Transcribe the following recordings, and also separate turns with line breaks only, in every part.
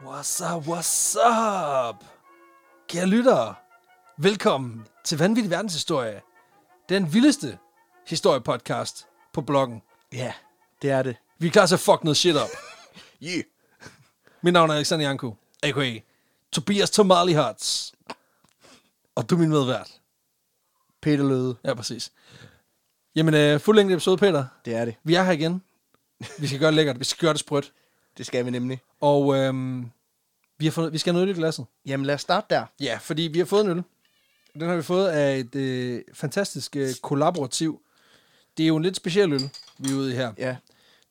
What's up, what's up? Kære lyttere, velkommen til Vanvittig Verdenshistorie. Den vildeste historiepodcast på bloggen.
Ja, det er det.
Vi er klar til at fuck noget shit op.
Yeah.
Mit navn er Alexander Janku, a.k.a. Tobias Tomali Hots. Og du er min medvært.
Peter Løde,
Ja, præcis. Jamen, øh, fuld længde episode, Peter.
det er det.
Vi er her igen. Vi skal gøre det lækkert. Vi skal gøre det sprødt.
Det skal vi nemlig.
Og øhm, vi, har fået, vi skal have noget nyt i glasset.
Jamen lad os starte der.
Ja, fordi vi har fået en øl. Den har vi fået af et øh, fantastisk øh, kollaborativ. Det er jo en lidt speciel øl, vi er ude i her.
Ja,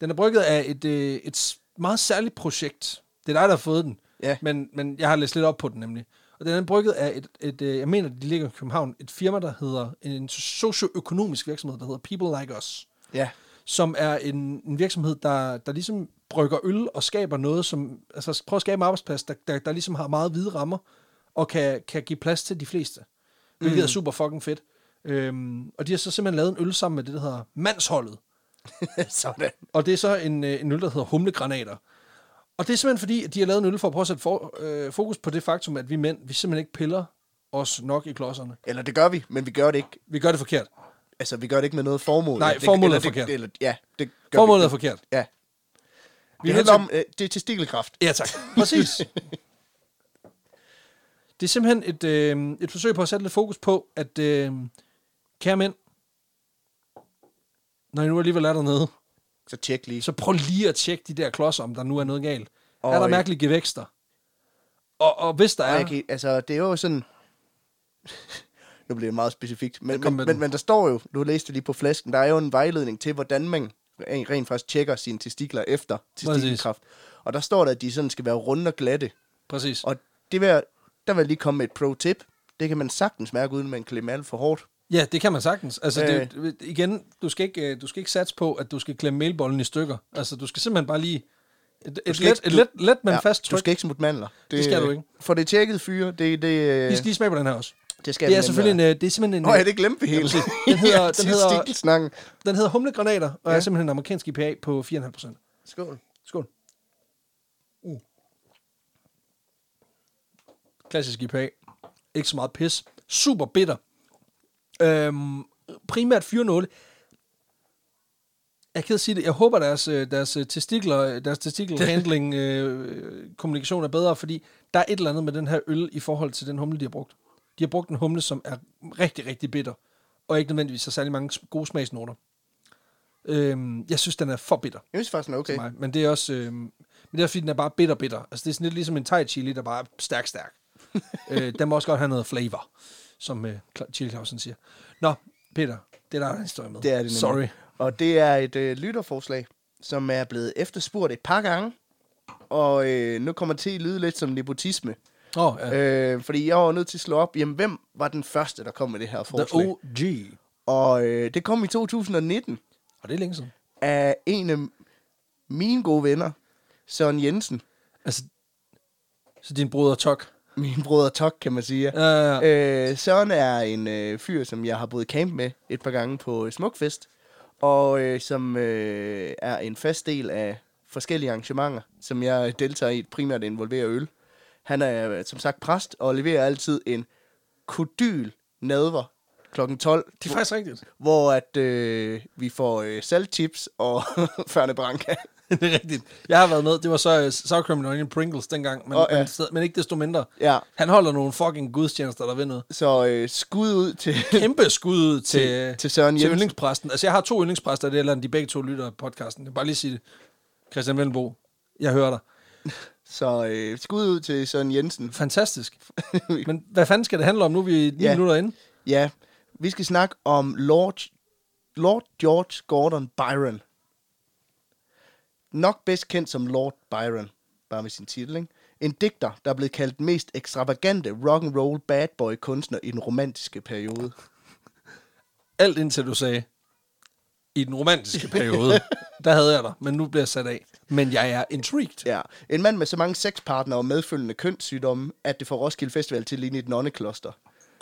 Den er brygget af et, øh, et s- meget særligt projekt. Det er dig, der har fået den.
Ja.
Men, men jeg har læst lidt op på den nemlig. Og den er brygget af et, et øh, jeg mener, de ligger i København, et firma, der hedder, en socioøkonomisk virksomhed, der hedder People Like Us
ja,
som er en, en virksomhed, der, der ligesom brygger øl og skaber noget, som altså prøver at skabe en arbejdsplads, der, der, der ligesom har meget hvide rammer, og kan, kan give plads til de fleste. Hvilket mm. er super fucking fedt. Øhm, og de har så simpelthen lavet en øl sammen med det, der hedder Mandsholdet.
sådan.
Og det er så en, øh, en øl, der hedder humlegranater. Og det er simpelthen fordi, at de har lavet en øl for at prøve at sætte for, øh, fokus på det faktum, at vi mænd, vi simpelthen ikke piller os nok i klodserne.
Eller det gør vi, men vi gør det ikke.
Vi gør det forkert.
Altså, vi gør det ikke med noget formål.
Nej,
det,
formålet
eller
er forkert.
Det, eller, ja, det gør
Formålet
vi.
er forkert.
Ja.
Vi
Vi
er
det
nødt
handler om, øh, det er testikelkraft.
Ja, tak. Præcis. det er simpelthen et, øh, et forsøg på at sætte lidt fokus på, at øh, kære mænd, når I nu alligevel er dernede,
Så tjek lige.
så prøv lige at tjekke de der klodser, om der nu er noget galt. Og
Og,
er der
øh,
mærkelige gevækster? Og, og hvis der
Ja.
er...
Jeg kan, altså, det er jo sådan... nu bliver det meget specifikt. Men,
kom
men,
med
men,
den.
men der står jo, du læste lige på flasken, der er jo en vejledning til, hvordan man rent rent faktisk tjekker sine testikler efter testikelkraft. Og der står der, at de sådan skal være runde og glatte.
Præcis.
Og det vil jeg, der vil jeg lige komme med et pro-tip. Det kan man sagtens mærke, uden man klemmer alt for hårdt.
Ja, det kan man sagtens. Altså,
Øh.
det, er jo- igen, du skal, ikke, øh, du skal ikke satse på, at du skal klemme melbollen i stykker. Altså, du skal simpelthen bare lige... Et, et,
skal
let,
ikke-
et
du-
let, let, men ja, fast
Du
tryk.
skal ikke smutte mandler.
Det skal du ikke.
For det tjekket fyre, det, det,
Vi skal lige smage på den her også.
øh, det skal
Det er selvfølgelig en, øh, det er simpelthen en,
Nå, ja, det glemte vi helt.
præcis. Den hedder- den hedder-
Stikkelsnakken.
Den hedder Humlegranater, og ja. er
Ja.
simpelthen en amerikansk IPA på 4,5 procent.
Skål.
Skål. Uh. Klassisk IPA. Ikke så meget pis. Super bitter. Øhm, primært 4,0. Jeg kan sige det. Jeg håber, deres, øh, deres øh, testikler, deres testikelhandling, øh, kommunikation er bedre, fordi der er et eller andet med den her øl i forhold til den humle, de har brugt. De har brugt en humle, som er rigtig, rigtig bitter, og ikke nødvendigvis har særlig mange gode smagsnoter. Øhm, jeg synes, den er for bitter
Jeg synes faktisk, den er okay.
til mig. Men det er også, øh, men det er også fordi, den er bare bitter bitter. Altså, det er sådan lidt ligesom en thai chili, der bare er stærk stærk. øh, den må også godt have noget flavor, som øh, Cla- Chili Clausen siger. Nå, Peter, det er der en historie med.
Det er det nemlig.
Sorry.
Og det er et øh, lytterforslag, som er blevet efterspurgt et par gange. Og øh, nu kommer det til at lyde lidt som nepotisme.
Åh, oh, ja. Øh,
Øh, fordi jeg var nødt til at slå op, jamen hvem var den første, der kom med det her forslag?
The OG.
Og øh, det kom i 2019.
Og det er længe siden.
af en af mine gode venner, Søren Jensen.
Altså, så din bror Tok.
Min bror Tok, kan man sige.
Ja, ja, ja.
Øh, Søren er en øh, fyr, som jeg har boet i camp med et par gange på øh, Smukfest, og øh, som øh, er en fast del af forskellige arrangementer, som jeg øh, deltager i, primært involverer øl. Han er øh, som sagt præst, og leverer altid en kodyl nadver kl. 12,
Det er faktisk rigtigt.
hvor at, øh, vi får øh, saltchips og Ferne Branca.
det er rigtigt. Jeg har været med. Det var så uh, Sour Cream and Onion Pringles dengang, men, oh,
Åh,
ja.
ja.
men, sted- men ikke desto mindre.
Ja.
Han holder nogle fucking gudstjenester, der ved noget.
Så øh, skud ud til,
kæmpe skud ud til,
Til- til Søren
til
Jensen.
yndlingspræsten. Altså, jeg har to yndlingspræster i det her land, de begge to lytter af podcasten. Jeg vil bare lige sige det. Christian Vellenbo, jeg hører dig.
så, øh, skud ud til Søren Jensen.
Fantastisk. Men hvad fanden skal det handle om nu, vi er 9
Ja.
minutter inde?
ja, vi skal snakke om Lord, Lord George Gordon Byron. Nok bedst kendt som Lord Byron, bare med sin titel, ikke? En digter, der er blevet kaldt den mest ekstravagante rock'n'roll bad boy kunstner i den romantiske periode.
Alt indtil du sagde, i den romantiske periode, der havde jeg dig, men nu bliver jeg sat af. Men jeg er intrigued.
Ja. En mand med så mange sexpartnere og medfølgende kønssygdomme, at det får Roskilde Festival til at ligne et nonnekloster.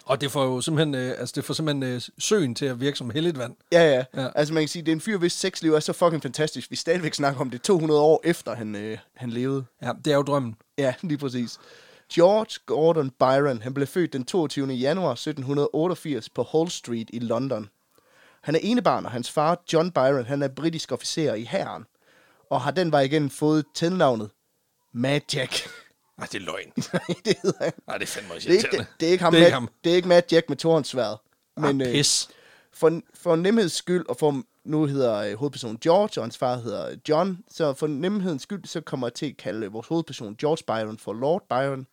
Og det får jo simpelthen, øh, altså det får simpelthen øh, søen til at virke som heldigt vand.
Ja, ja,
Ja.
ja. Altså man kan sige, det er en fyr, hvis sexliv er så fucking fantastisk. Vi stadigvæk snakker om det 200 år efter, han, øh, han levede.
Ja, det er jo drømmen.
Ja, lige præcis. George Gordon Byron, han blev født den 22. januar 1788 på Hull Street i London. Han er enebarn, og hans far, John Byron, han er britisk officer i hæren, og har den vej igen fået tilnavnet Mad Jack.
Nej, det er løgn.
Nej, det hedder han.
Nej, det er fandme også
Det er ikke, det, det er ikke ham.
Det er ikke ham.
Det er ikke Mad Jack med tårnsværet.
Men, ah,
øh,
pis.
for, for nemheds skyld, og for nu hedder øh, hovedpersonen George, og hans far hedder øh, John, så for nemhedens skyld, så kommer jeg til at kalde øh, vores hovedperson George Byron for Lord Byron,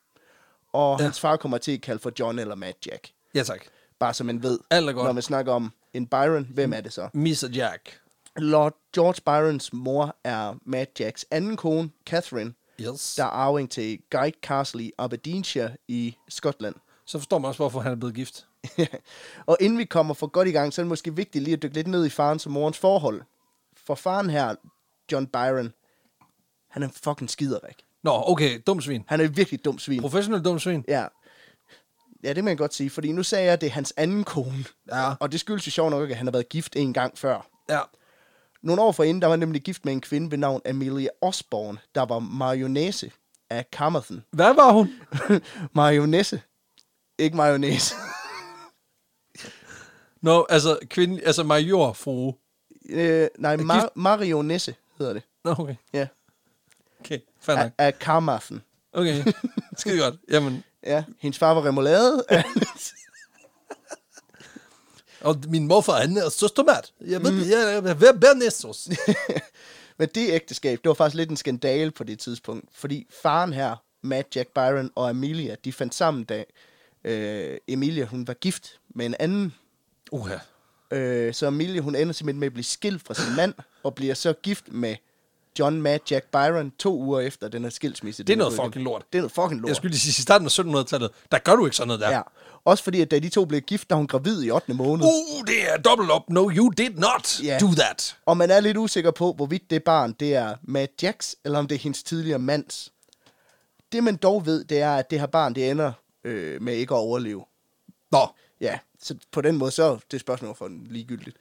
og
Ja.
ja. hans far kommer jeg til at kalde for John eller Mad Jack.
Ja, tak.
Bare så man ved,
Alt er godt.
når man snakker om en Byron, hvem er det så?
Mr. Jack.
Lord George Byrons mor er Mad Jacks anden kone, Catherine,
Yes.
der
Ja.
er arving til Guide Castle i Aberdeenshire i Skotland.
Så forstår man også, hvorfor han er blevet gift.
og inden vi kommer for godt i gang, så er det måske vigtigt lige at dykke lidt ned i farens og morens forhold. For faren her, John Byron, han er en fucking skiderik.
Nå, okay, dum svin.
Han er et virkelig dum svin.
Professionel dum svin.
Ja. ja, det kan man godt sige, fordi nu sagde jeg, at det er hans anden kone.
Ja.
Og det skyldes jo sjovt nok, at han har været gift en gang før.
Ja.
Nogle år forinden, der var han nemlig gift med en kvinde ved navn Amelia Osborne, der var mayonnaise af Camerton.
Hvad var hun?
mayonnaise. Ikke mayonnaise.
Nå, altså, kvinde, altså majorfrue.
øh, nej, mar- marionesse hedder det.
Nå, okay.
Ja.
Okay, fair nok.
Af, af Camerton.
Okay, skide godt. Jamen,
Ja, hendes far var remoulade.
og min morfar, han er søstermand. Jeg ved, mm. jeg, jeg, hvad bærer næstos?
Men det ægteskab, det var faktisk lidt en skandale på det tidspunkt, fordi faren her, Matt Jack Byron og Amelia, de fandt sammen, da øh, Emilia hun var gift med en anden.
Uha.
Øh, så Amelia hun ender simpelthen med at blive skilt fra sin mand, og bliver så gift med John Matt Jack Byron to uger efter den her skilsmisse.
Det er
den
noget
gået
fucking
igennem.
lort.
Det er noget fucking lort.
Jeg skulle lige sige, i starten af 1700-tallet, der gør du ikke sådan noget der.
ja. Også fordi, at da de to blev gift, der hun gravid i 8. måned.
Uh, det er dobbelt op. No, you did not
Ja.
do that.
Og man er lidt usikker på, hvorvidt det barn, det er Matt Jacks, eller om det er hendes tidligere mands. Det man dog ved, det er, at det her barn, det ender øh, med ikke at overleve.
Nå,
Ja, så på den måde, så er det spørgsmål for den ligegyldigt.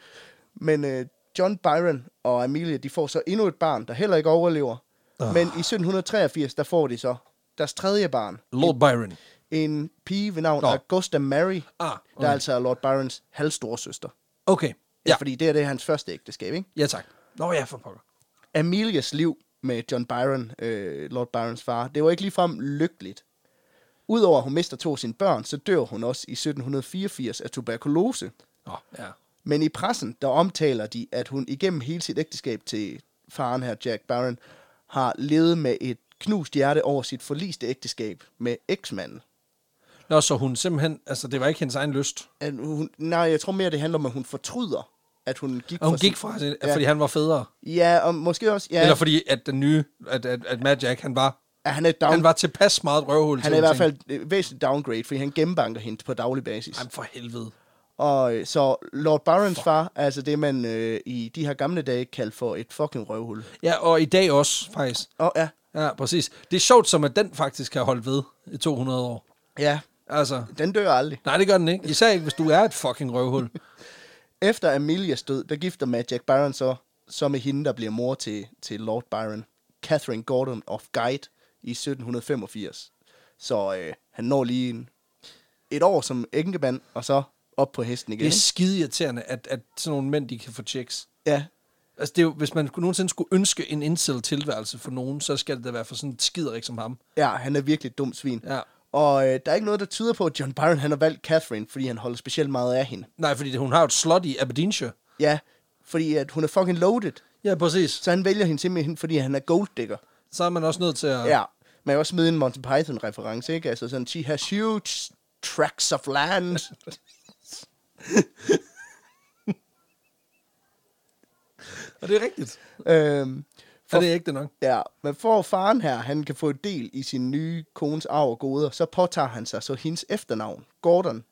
Men øh, John Byron og Amelia, de får så endnu et barn, der heller ikke overlever.
Ah.
Oh. Men i 1783, der får de så deres tredje barn.
Lord Byron.
En pige ved navn
Nå.
oh. Augusta Mary,
Ah,
der
okay.
er altså Lord Byrons halvstorsøster.
Okay,
Ja.
ja.
ja, fordi det er det er hans første ægteskab, ikke?
Ja, tak. Nå, ja, for pokker.
Amelias liv med John Byron, øh, Lord Byrons far, det var ikke ligefrem lykkeligt. Udover at hun mister to af sine børn, så dør hun også i 1784 af tuberkulose.
Nå, ja.
Men i pressen, der omtaler de, at hun igennem hele sit ægteskab til faren her, Jack Byron, har levet med et knust hjerte over sit forliste ægteskab med eksmanden.
Nå, så hun simpelthen, altså det var ikke hendes egen lyst.
At hun, nej, jeg tror mere, det handler om, at hun fortryder, at hun gik
Og hun
fra
gik
sin-
fra hende, ja.
ja,
fordi han var federe.
Ja, og måske også... Ja,
Ja. Eller fordi, at den nye, at, at, at Mad Jack, han var,
at han er down,
han var tilpas meget et røvhul.
Han
til,
er i
hun
hvert
tænkte,
fald øh, væsentligt downgrade, fordi han gennembanker hende på daglig basis.
Jamen for helvede.
Og øh, så Lord Byrons far er altså det, man øh, i de her gamle dage kaldte for et fucking røvhul.
Ja, og i dag også, faktisk.
Og ja,
Ja, præcis. Det er sjovt, som at den faktisk kan holde ved i 200 år.
ja,
Altså,
den dør aldrig.
nej, det gør den ikke. Især ikke, hvis du er et fucking røvhul.
Efter Amelias død, der gifter med Jack Byron så, så med hende, der bliver mor til, til Lord Byron, Catherine Gordon of Guide i 1785. Så øh, han når lige en, et år som enkemand, og så op på hesten igen.
Det er
Yes.
skide irriterende, at, at sådan nogle mænd, de kan få checks.
Ja,
Altså, det er jo, hvis man skulle- nogensinde skulle ønske en incel tilværelse for nogen, så skal det da være for sådan et skiderik som ham.
ja, han er virkelig et dumt svin.
Ja.
Og øh, der er ikke noget, der tyder på, at John Byron han har valgt Catherine, fordi han holder specielt meget af hende.
Nej, fordi det- hun har jo et slot i Aberdeenshire.
Ja, fordi at hun er fucking loaded.
Ja, præcis.
Så han vælger hende simpelthen, fordi han er gold digger.
Så er man også nødt til at...
Ja. Man kan også smide en Monty Python-reference, ikke? Altså sådan, she has huge tracts of land.
Og det er rigtigt.
øhm,
For... Er det ikke det nok?
ja, men for at faren her, han kan få et del i sin nye kones arv og goder, så påtager han sig så hendes efternavn, Gordon,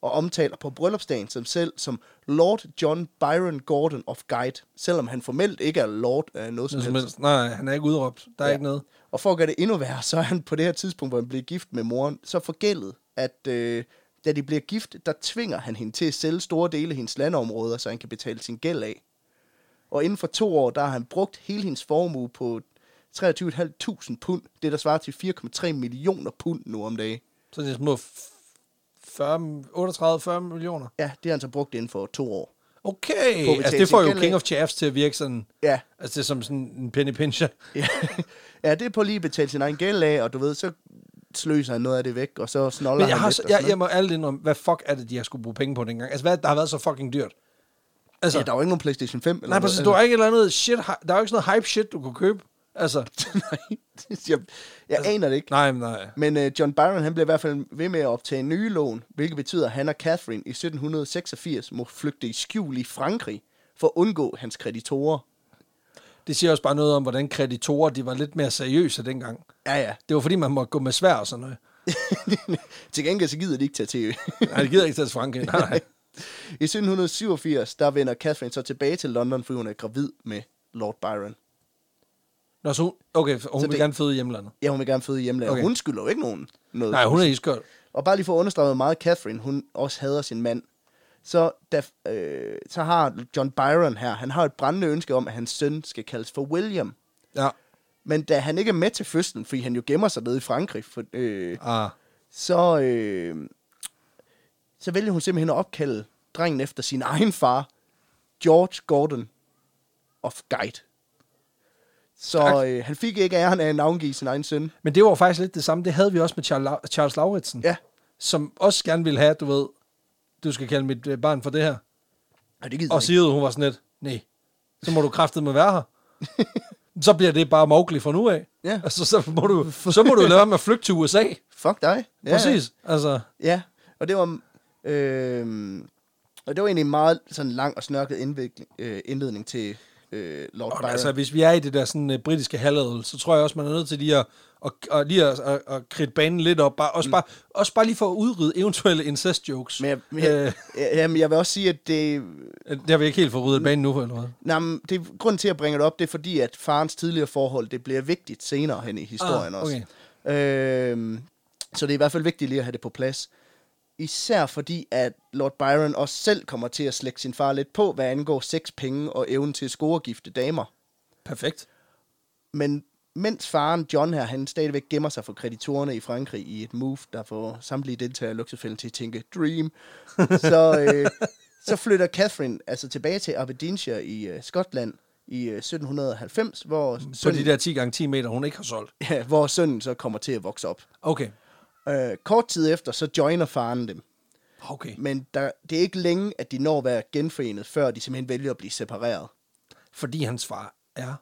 og omtaler på bryllupsdagen som selv som Lord John Byron Gordon of Guide, selvom han formelt ikke er Lord af noget som
Noget som
helst.
helst. Nej, han er ikke udråbt. Der er ja.
Ja.
ikke noget.
Og for at gøre det endnu værre, så er han på det her tidspunkt, hvor han bliver gift med moren, så forgældet, at øh, Da de bliver gift, der tvinger han hende til at sælge store dele af hendes landområder, så han kan betale sin gæld af. Og inden for to år, der har han brugt hele hendes formue på 23.500 pund. Det, der svarer til 4,3 millioner pund nu om dagen.
Så det er små f- 40, 38-40 millioner.
Ja, det har han så brugt inden for to år.
Okay,
På
altså
at betale
det får
sin
jo
gæld
King
af.
of Chaffs til at virke sådan,
Ja,
altså det er som sådan en penny pincher.
ja. ja det er på lige at betale sin egen gæld af, og du ved, så sløser han noget af det væk, og så snoller
Men jeg,
han
har,
lidt
så,
og sådan
jeg,
noget.
jeg må ærligt indrømme, hvad fuck er det, de har skulle bruge penge på dengang? Altså, hvad, der har været så fucking dyrt? Altså,
Ja, der var ikke nogen PlayStation 5.
nej,
Eller noget.
præcis, du har ikke et eller andet shit, hy- der er jo ikke sådan noget hype shit, du kunne købe. Altså,
Nej, det- jeg, jeg altså, aner det ikke.
nej, men nej.
Men øh, John Byron han blev i hvert fald ved med at optage nye lån, hvilket betyder, at han og Catherine i 1786 må flygte i skjul i Frankrig for at undgå hans kreditorer.
Det siger også bare noget om, hvordan kreditorer, de var lidt mere seriøse dengang.
Ja, ja.
Det var fordi, man måtte gå med svær og sådan noget.
til gengæld så gider de ikke tage til.
Nej, det gider ikke tage til Frankrig. Nej, nej.
I 1787, der vender Catherine så tilbage til London, fordi hun er gravid med Lord Byron.
Nå, så hun, okay, og hun
Så
vil
det-
gerne føde i hjemlandet.
Ja, hun vil gerne føde i hjemlandet. Okay.
Okay.
Hun skylder jo ikke nogen noget.
Nej, hun er iskold.
Og bare lige for at understrege, hvor meget Catherine, hun også hader sin mand. Så, da, øh, så har John Byron her, han har et brændende ønske om, at hans søn skal kaldes for William.
Ja.
Men da han ikke er med til fødslen, fordi han jo gemmer sig nede i Frankrig, for, øh,
Ah.
så, øh, så vælger hun simpelthen at opkalde drengen efter sin egen far, George Gordon of Guide. Så
Tak.
øh, han fik ikke æren af at navngive sin egen søn.
Men det var jo faktisk lidt det samme. Det havde vi også med Charles, Lau- Charles Lauritsen.
Ja,
Som også gerne ville have, du ved, du skal kalde mit øh, barn for det her.
og det gider
Og
han ikke.
Sigrid, hun var sådan lidt, nej, så må du kraftedeme være her. så bliver det bare Mowgli fra nu af.
Ja.
Altså, så må du, så må du lade være med at flygte til USA.
Fuck dig.
Ja, Præcis. Altså,
Ja, og det var... Øh, og det var egentlig en meget sådan lang og snørklet indvikling, øh, indledning til øh, Lord
og
Byron.
altså, hvis vi er i det der sådan, uh, britiske halvadel, så tror jeg også, man er nødt til lige at, at, at, lige at, at, at kridte banen lidt op. Bare, også, bare, også bare lige for at udrydde eventuelle incest-jokes.
Mm. Men jeg, men
Øh,
jeg, øh, jamen, jeg vil også sige, at det,
det har vi Øh, ikke helt fået
Mm.
ryddet banen nu, eller hvad?
nej, men det er grunden til, at jeg bringer det op, det er fordi, at farens tidligere forhold, det bliver vigtigt senere hen i historien
Ah,
også. Øh, så det er i hvert fald vigtigt lige at have det på plads. Især fordi, at Lord Byron også selv kommer til at slække sin far lidt på, hvad angår sex, penge og evnen til at score og gifte damer.
Perfekt.
Men mens faren John her, han stadigvæk gemmer sig for kreditorerne i Frankrig i et move, der får samtlige deltagere i luksusfælden til at tænke, dream, så, øh, så flytter Catherine altså tilbage til Aberdeenshire i øh, Skotland i øh, 1790, hvor
På de
sønnen,
der 10 gange 10 meter, hun ikke har solgt.
ja, hvor sønnen så kommer til at vokse op.
Okay.
Øh, kort tid efter, så joiner faren dem.
Okay.
Men der, det er ikke længe, at de når at være genforenet, før de simpelthen vælger at blive separeret.
Fordi hans far er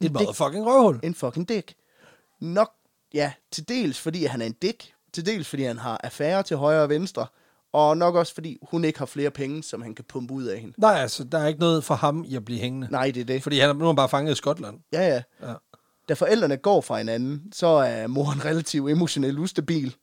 et motherfucking røvhul.
en fucking dick. Nok, ja, til dels fordi han er en dick, til dels fordi han har affærer til højre og venstre, og nok også fordi hun ikke har flere penge, som han kan pumpe ud af hende.
Nej, altså, der er ikke noget for ham i at blive hængende.
Nej, det er det.
Fordi han er, nu er han bare fanget i Skotland.
Ja, ja.
Ja.
Da forældrene går fra hinanden, så er moren relativt emotionelt ustabil,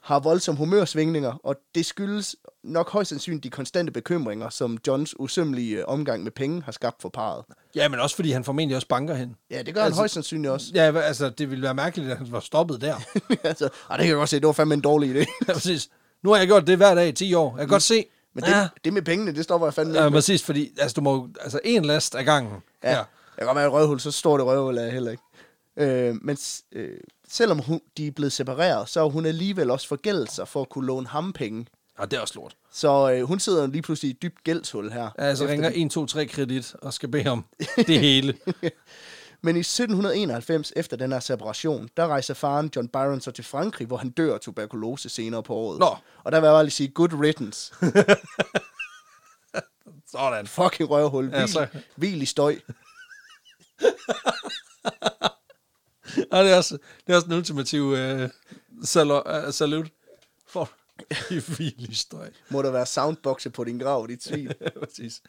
har voldsomme humørsvingninger, og det skyldes nok højst sandsynligt de konstante bekymringer, som Johns usømmelige øh, omgang med penge har skabt for parret.
ja, men også fordi han formentlig også banker hende.
Ja, det gør han
Altså-
højst sandsynligt også.
Ja, hva- altså, det ville være mærkeligt, at han var stoppet der.
altså, ej, det kan jeg godt se, det var fandme en dårlig idé.
ja, præcis. Nu har jeg gjort det hver dag i 10 år. Jeg kan godt se.
Men det,
ja,
det med pengene, det stopper jeg fandme ikke
ja,
med.
præcis, fordi altså, du må jo- altså, en last ad gangen.
Ja. ja. Jeg kan godt være et røvhul, så står det røvhul er jeg heller ikke. Øh, men s- øh, selvom hun, de er blevet separeret, så har hun alligevel også forgældet sig for at kunne låne ham penge.
Og det er også lort.
Så øh, hun sidder jo lige pludselig i et dybt gældshul her.
Ja, altså
efter
ringer
det.
1, 2, 3 kredit og skal bede om det hele.
Men i 1791, efter den her separation, der rejser faren John Byron så til Frankrig, hvor han dør af tuberkulose senere på året.
Nå.
Og der vil jeg bare lige sige, good riddance.
Sådan.
Fucking røvhul. Hvil,
Ja, så-
hvil i støj.
Og det er også, det er også den ultimative øh, salu- øh, salut. For i hvil i støj.
Må der være soundboxe på din grav, dit svin.
Præcis.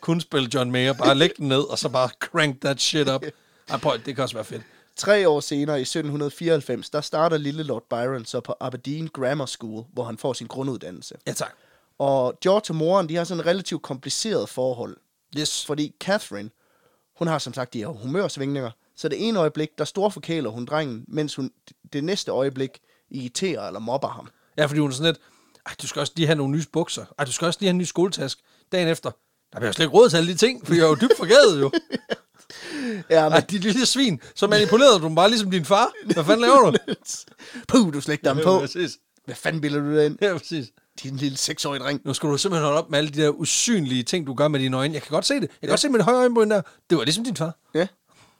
Kun spille John Mayer. Bare læg den ned, og så bare crank that shit up. Ej, prøv, det kan også være fedt.
Tre år senere, i 1794, der starter lille Lord Byron så på Aberdeen Grammar School, hvor han får sin grunduddannelse.
Ja, tak.
Og George og moren, de har sådan et relativt kompliceret forhold.
Yes.
Fordi Catherine, hun har som sagt de her humørsvingninger. Så det ene øjeblik, der storforkæler hun drengen, mens hun det næste øjeblik irriterer eller mobber ham.
Ja, fordi hun er sådan lidt, "Ej, du skal også lige have nogle nye bukser. Ej, du skal også lige have en ny skoletask. Dagen efter, der bliver jo slet ikke råd til alle de ting, for jeg er jo dybt forgæret jo.
Ja,
Ej, de lille svin, så manipulerede du dem bare ligesom din far. Hvad fanden laver du?
Puh, du slægter ham på.
præcis.
Hvad fanden bilder du dig ind?
Ja, præcis.
Din lille seksårige dreng.
Nu skal du simpelthen holde op med alle de der usynlige ting, du gør med dine øjne. Jeg kan godt se det. Jeg kan ja. godt se med det højre øjenbryn der. Det var ligesom din far.
Ja.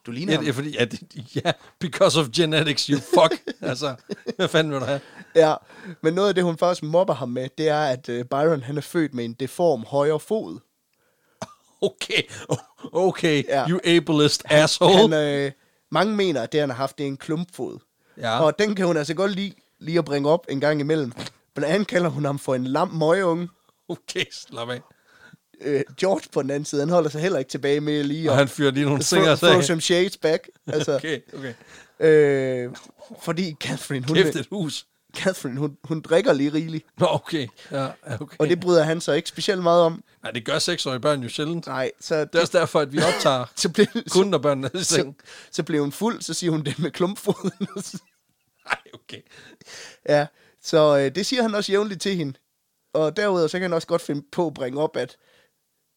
Du ligner
Ja,
ham.
det er fordi, ja, det, ja, because of genetics, you fuck. altså, hvad fanden vil du have?
Ja, men noget af det, hun faktisk mobber ham med, det er, at øh, Byron han er født med en deform højre fod.
Okay, o- okay,
Ja.
ja. you ableist asshole.
Han, øh, mange mener, at det, han har haft, det er en klumpfod.
Ja.
Og den kan hun altså godt lide, lige at bringe op en gang imellem. Blandt andet kalder hun ham for en lam møgeunge.
Okay, slap af.
Øh, George på den anden side, han holder sig heller ikke tilbage med lige
Og
at
han fyrer lige nogle
få,
singer
få
af.
some shades back. Altså, okay.
Okay, okay.
øh, fordi Catherine, hun,
Kæft et hus.
Catherine, hun, hun drikker lige rigeligt.
Nå, okay. Ja, ja, okay.
Og det bryder han sig ikke specielt meget om.
Nej, det gør seksårige børn jo sjældent.
Nej, så,
Det er også derfor, at vi optager
så, blev,
kun, når børnene er i
så,
seng.
så blev hun fuld, så siger hun det med klumpfoden.
Nej, okay.
ja, så øh, det siger han også jævnligt til hende. Og derudover, så kan han også godt finde på at bringe op, at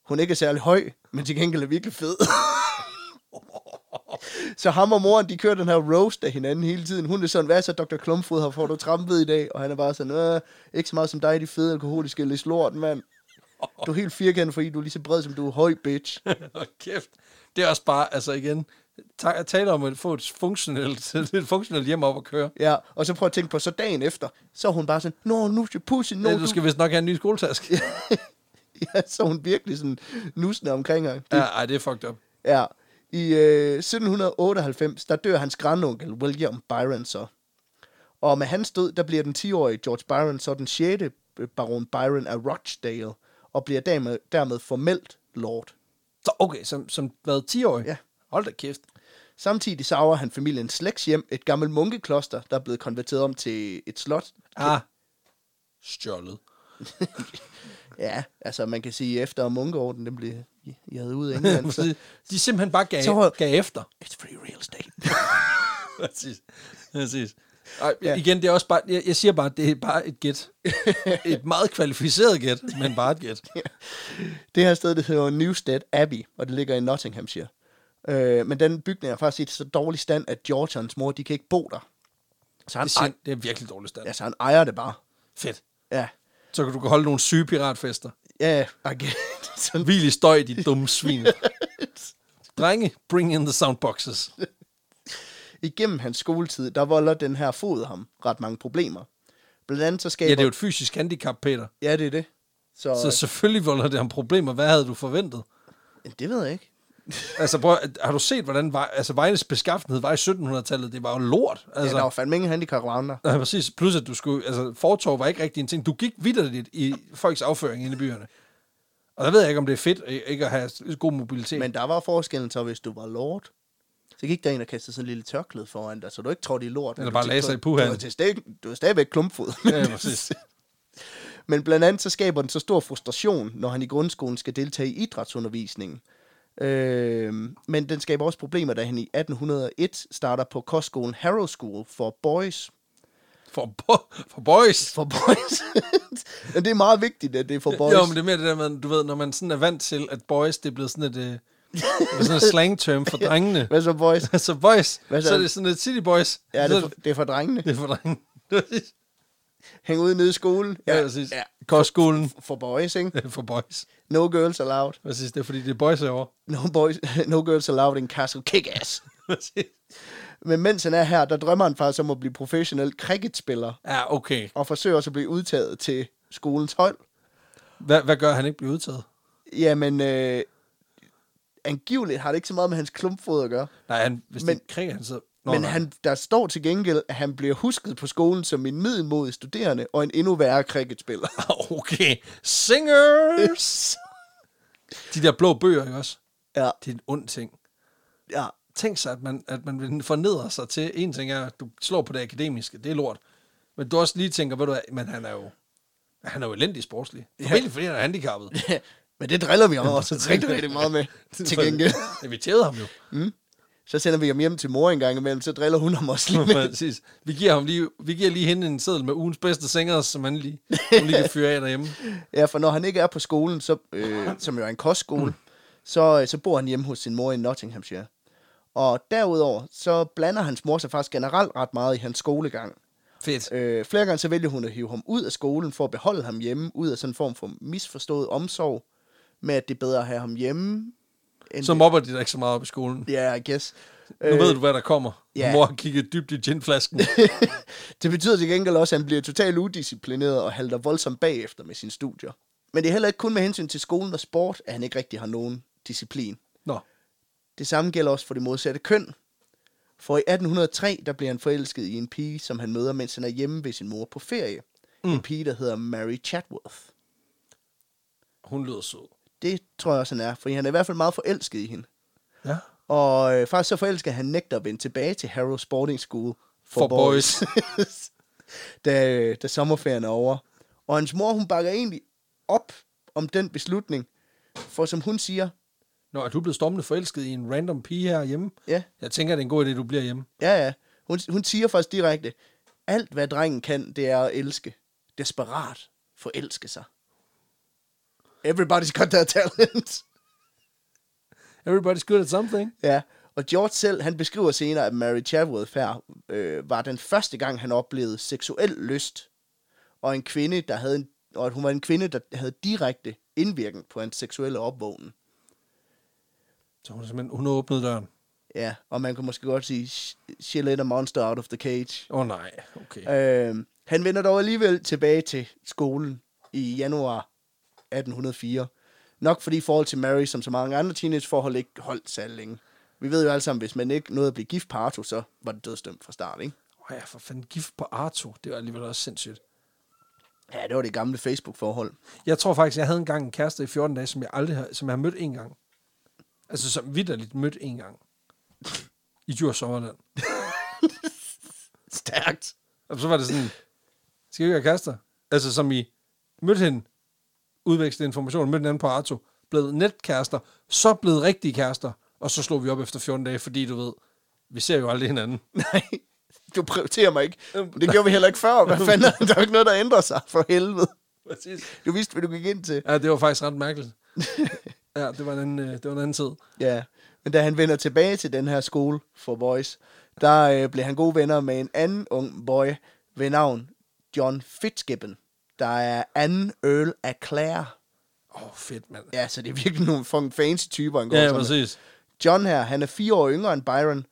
hun ikke er særlig høj, men til gengæld er virkelig fed. så ham og moren, de kører den her roast af hinanden hele tiden. Hun er sådan, hvad så, Dr. Klumpfod har fået du trampet i dag? Og han er bare sådan, øh, ikke så meget som dig, de fede alkoholiske lidt lort, mand. Du er helt firkantet, fordi du er lige så bred, som du er høj, bitch.
Og kæft. Det er også bare, altså igen, ta- jeg taler om at få et funktionelt, et funktionelt hjem op at køre.
Ja, og så prøv at tænke på, så dagen efter, så er hun bare sådan, Nå, nu skal pusse, nå,
No, du skal vist nok have en ny skoletask. Ja,
Ja, så er hun virkelig sådan nusende omkring ham. Det, ja.
ej, det er fucked up.
ja. I øh, 1798, der dør hans grandonkel, William Byron, så. Og med hans død, der bliver den 10-årige George Byron så den 6. baron Byron af Rochdale, og bliver dermed, dermed formelt lord.
Så okay, som, som været 10 år.
Ja.
Hold da kæft.
Samtidig saver han familien slægtshjem, et gammelt munkekloster, der er blevet konverteret om til et slot.
Ah. Stjålet.
Ja, altså man kan sige, efter munkeorden, den blev jaget ud af England, så
de simpelthen bare gav,
Så-
gav efter.
It's free real estate.
Præcis. Præcis. Ej,
Ja.
ja. igen, det er også bare, jeg, jeg siger bare, det er bare et gæt. et meget kvalificeret gæt, men bare et gæt.
det her sted, det hedder Newstead Abbey, og det ligger i Nottinghamshire. Øh, men den bygning er faktisk i så dårlig stand, at George og hans mor, de kan ikke bo der. Så han,
Det,
ej,
sind, det er virkelig dårlig stand. Ja.
altså, han ejer det bare.
Fedt.
Ja,
Så kan du holde nogle syge piratfester.
ja, okay. Sådan.
Hvil i støj, de dumme svin. Drenge, bring in the soundboxes.
Igennem hans skoletid, der volder den her fod ham ret mange problemer. Blandt andet så
Ja,
skaber...
det er jo et fysisk handicap, Peter.
Ja, det, er det. Så,
Så selvfølgelig volder det ham problemer. Hvad havde du forventet?
det ved jeg ikke.
Altså, prøv, at- har du set, hvordan vej, altså, vejenes beskaffenhed var i 1700-tallet? Det var jo lort.
Altså,
Altså,
ja, der var fandme ingen handicap around der.
Ja, præcis. Plus, at du skulle... Altså, fortov var ikke rigtig en ting. Du gik vidderligt i folks afføring inde i byerne. Og der ved jeg ikke, om det er fedt øh, ikke at have god mobilitet. Men,
Men der var forskellen så, hvis du var lord, så gik der en og kastede sådan en lille tørklæde foran dig, så du ikke trådte i lort. men
Eller
du
bare
tænkte,
lagde sig
du-
i puhaen.
Du var, til stadig, du var stadigvæk klumpfod.
ja, præcis.
Men blandt andet så skaber den så stor frustration, når han i grundskolen skal deltage i idrætsundervisningen. Øh, men den skaber også problemer, da han i 1801 starter på kostskolen Harrow School for boys.
For, bo- for boys.
For boys? men det er meget vigtigt, at det er for boys.
boys. Jo, men det er mere det der med, du ved, når man sådan er vant til, at boys, det er blevet sådan et, øh, sådan et slang-term for drengene.
Hvad så boys?
altså, boys.
Hvad så?
så er det sådan et city boys.
Ja, det
så
er for, det er for drengene.
det er for drengene.
Hæng ud nede i skolen.
ja, præcis.
ja.
Ja. Kostskolen
For boys, ikke?
det er for boys.
No girls allowed.
Præcis, det er fordi, det er boys herovre.
No, boys, no girls allowed in Castle Kick-Ass.
Præcis.
Men mens han er her, der drømmer han faktisk om at blive professionel cricketspiller,
Ja, okay.
og forsøger også at blive udtaget til skolens hold.
Hvad, hvad gør at han ikke bliver udtaget?
Jamen, øh, angiveligt har det ikke så meget med hans klumpfod at gøre.
Nej, han, hvis
Men-
men, det kriger, han så...
Nå, men han, der står til gengæld, at han bliver husket på skolen som en middelmodig studerende og en endnu værre cricketspiller.
Okay, singers! De der blå bøger, ikke også?
ja,
Det er en ond ting.
ja,
Tænk sig, at man, at man fornedrer sig til... En ting er, at du slår på det akademiske, det er lort. Men du også lige tænker, ved du hvad, men han er jo... Han er jo elendig sportslig. Formentlig fordi han er handicappet.
men det driller vi også rigtig, rigtig meget med til gengæld.
Ja, vi tævede ham jo.
Så sender vi ham hjem til mor en gang imellem, så driller hun ham også lige lidt.
Præcis. Vi giver, ham lige, vi giver lige hende en seddel med ugens bedste sanger, som han lige, hun lige kan fyre af derhjemme.
Ja, for når han ikke er på skolen, så, øh, som jo er en kostskole, så, øh, så bor han hjemme hos sin mor i Nottinghamshire. Og derudover, så blander hans mor sig faktisk generelt ret meget i hans skolegang.
Fedt.
Øh, flere gange så vælger hun at hive ham ud af skolen for at beholde ham hjemme, ud af sådan en form for misforstået omsorg, med at det er bedre at have ham hjemme. End
Så mobber de dig ikke så meget op i skolen.
Ja, yeah, I guess.
Nu ved du, hvad der kommer.
ja.
Mor har kigget dybt i ginflasken.
Det betyder til gengæld også, at han bliver totalt udisciplineret og halter voldsomt bagefter med sine studier. Men det er heller ikke kun med hensyn til skolen og sport, at han ikke rigtig har nogen disciplin.
Nå,
Det samme gælder også for det modsatte køn. For i 1803, der bliver han forelsket i en pige, som han møder, mens han er hjemme ved sin mor på ferie. Mm. En pige, der hedder Mary Chatworth.
hun lyder sød.
Det tror jeg også, han er, for han er i hvert fald meget forelsket i hende.
Ja.
Og øh, faktisk så forelsker han nægter at vende tilbage til Harrow Sporting School for,
For
for
boys.
boys, boys. da, øh, da sommerferien er over. Og hans mor, hun bakker egentlig op om den beslutning, for som hun siger,
Nå, er du blevet stormende forelsket i en random pige herhjemme?
ja,
Jeg tænker, det er en god idé, du bliver hjemme.
ja, ja, hun, hun siger faktisk direkte, alt hvad drengen kan, det er at elske. Desperat forelske sig. Everybody's got their talent.
Everybody's good at something.
Ja, og George selv, han beskriver senere, at Mary Chavworth her øh, var den første gang, han oplevede seksuel lyst, og en kvinde, der havde en, og at hun var en kvinde, der havde direkte indvirkning på hans seksuelle opvågnen.
Så hun, er simpelthen, hun har åbnet døren.
Ja, og man kan måske godt sige, "She- she let a monster out of the cage.
Åh oh, nej, okay.
Øh, han vender dog alligevel tilbage til skolen i januar 1804. Nok fordi forhold til Mary, som så mange andre teenageforhold, ikke holdt særlig længe. Vi ved jo alle sammen, hvis man ikke nåede at blive gift på Arto, så var det dødsdømt fra start, ikke?
Åh ja, for fanden, gift på Arto. Det var alligevel også sindssygt.
Ja, det var det gamle Facebook-forhold.
Jeg tror faktisk, jeg havde engang en kæreste i 14 dage, som jeg aldrig har, som jeg har mødt en gang. Altså, som vidderligt mødt en gang. I Djurs Sommerland.
Stærkt.
Og så var det sådan, skal vi ikke være kærester? Altså, som I mødte hende, udvekslede information, mødte hinanden på Arto, blev netkærester, så blev rigtige kærester, og så slog vi op efter 14 dage, fordi du ved, vi ser jo aldrig hinanden.
Nej, du prioriterer mig ikke. Det gjorde vi heller ikke før. Hvad fanden? Der er jo ikke noget, der ændrer sig for helvede.
Præcis.
Du vidste, hvad du gik ind til.
Ja, det var faktisk ret mærkeligt. Ja, det var en anden, øh, det var en anden tid.
Ja, men da han vender tilbage til den her skole for boys, der øh, blev han gode venner med en anden ung boy ved navn John Fitzgibbon, der er anden Earl af Clare.
Åh, oh, fedt, mand.
Ja, så det er virkelig nogle fucking fancy typer, han går
Ja,
sammen med.
præcis.
John her, han er fire år yngre end Byron,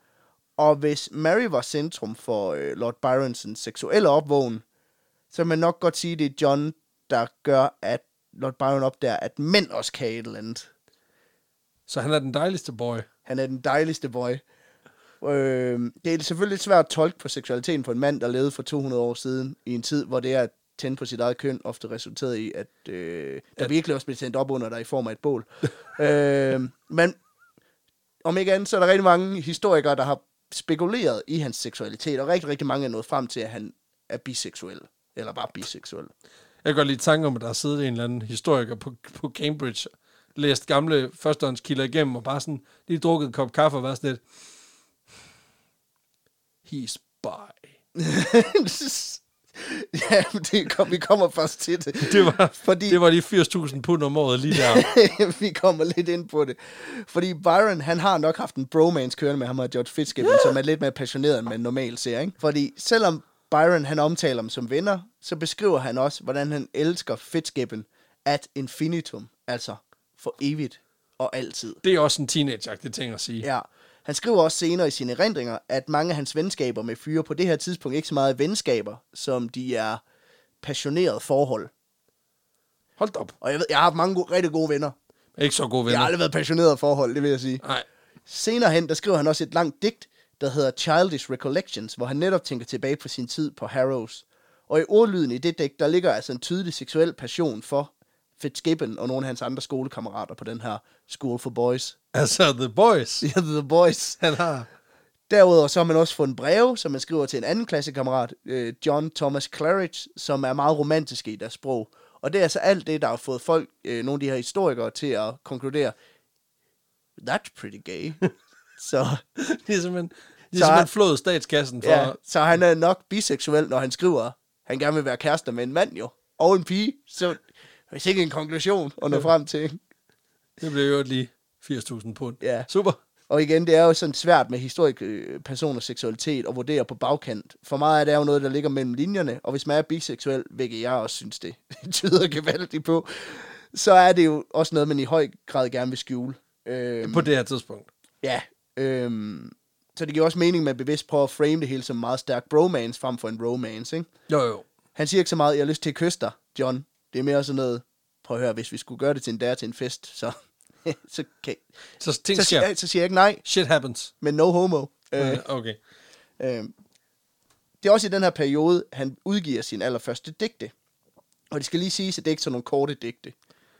og hvis Mary var centrum for øh, Lord Byronsens seksuelle opvågen, så kan man nok godt sige, at det er John, der gør, at Lord Byron opdager, at mænd også kan et eller andet.
Så han er den dejligste boy.
Han er den dejligste boy. Øh, det er selvfølgelig lidt svært at tolke på seksualiteten på en mand, der levede for 200 år siden, i en tid, hvor det at tænde på sit eget køn ofte resulterede i, at øh, der virkelig også blev tændt op under dig i form af et bål. øh, men om ikke andet, så er der rigtig mange historikere, der har spekuleret i hans seksualitet, og rigtig, rigtig mange er nået frem til, at han er biseksuel, eller bare biseksuel.
Jeg kan godt lide tanken om, at der har siddet en eller anden historiker på, på Cambridge, læst gamle førstehåndskilder igennem, og bare sådan lige drukket en kop kaffe og været sådan lidt, he's bi.
ja, men det kom, vi kommer først til det.
Det var,
Fordi-
det var lige 80.000 pund om året lige der.
vi kommer lidt ind på det. Fordi Byron, han har nok haft en bromance kørende med ham og George Fitzgibbon, som er lidt mere passioneret, end man normalt ser. Ikke? Fordi selvom Byron, han omtaler dem som venner, så beskriver han også, hvordan han elsker Fitzgibbon at infinitum, altså for evigt og altid.
Det er også en teenage-agtig ting at sige.
Ja. Han skriver også senere i sine erindringer, at mange af hans venskaber med fyre på det her tidspunkt ikke så meget er venskaber, som de er passionerede forhold.
Hold da op.
Og jeg ved, jeg har haft mange gode, rigtig gode venner.
Ikke så gode
Jeg har
venner.
aldrig været passioneret forhold, det vil jeg sige.
Nej.
Senere hen, der skriver han også et langt digt, der hedder Childish Recollections, hvor han netop tænker tilbage på sin tid på Harrows. Og i ordlyden i det digt, der ligger altså en tydelig seksuel passion for Fitzgibbon og nogle af hans andre skolekammerater på den her School for Boys.
Altså, The Boys.
Ja, The Boys.
Han har...
Derudover så har man også fundet breve, som man skriver til en anden klassekammerat, øh, John Thomas Claridge, som er meget romantisk i deres sprog. Og det er altså alt det, der har fået folk, øh, nogle af de her historikere, til at konkludere, that's pretty gay. Så,
Det er simpelthen, de
Så
har
er-
simpelthen flået statskassen for...
ja, så han er nok biseksuel, når han skriver, han gerne vil være kærester med en mand jo, og en pige. Så hvis ikke en konklusion at nå frem til.
Det blev jo lige 80.000 pund.
Ja.
Super.
Og igen, det er jo sådan svært med historik øh, personers seksualitet at vurdere på bagkant. For mig er det jo noget, der ligger mellem linjerne, og hvis man er biseksuel, hvilket jeg også synes, det tyder gevaldigt på, så er det jo også noget, man i høj grad gerne vil skjule. Øhm,
På det her tidspunkt.
Ja. Øhm, så det giver også mening, at man bevidst prøver at frame det hele som en meget stærk bromance frem for en romance, ikke?
Jo, jo.
Han siger ikke så meget, jeg har lyst til at kysse dig, John. Det er mere sådan noget, prøv at høre, hvis vi skulle gøre det til en dag til en fest, så, så, kan,
Så ting
så,
sker.
siger, så siger jeg ikke nej,
Shit happens.
men no homo. Øh,
Øh. Okay.
øh, det er også i den her periode, han udgiver sin allerførste digte. Og det skal lige siges, at det er ikke sådan nogle korte digte.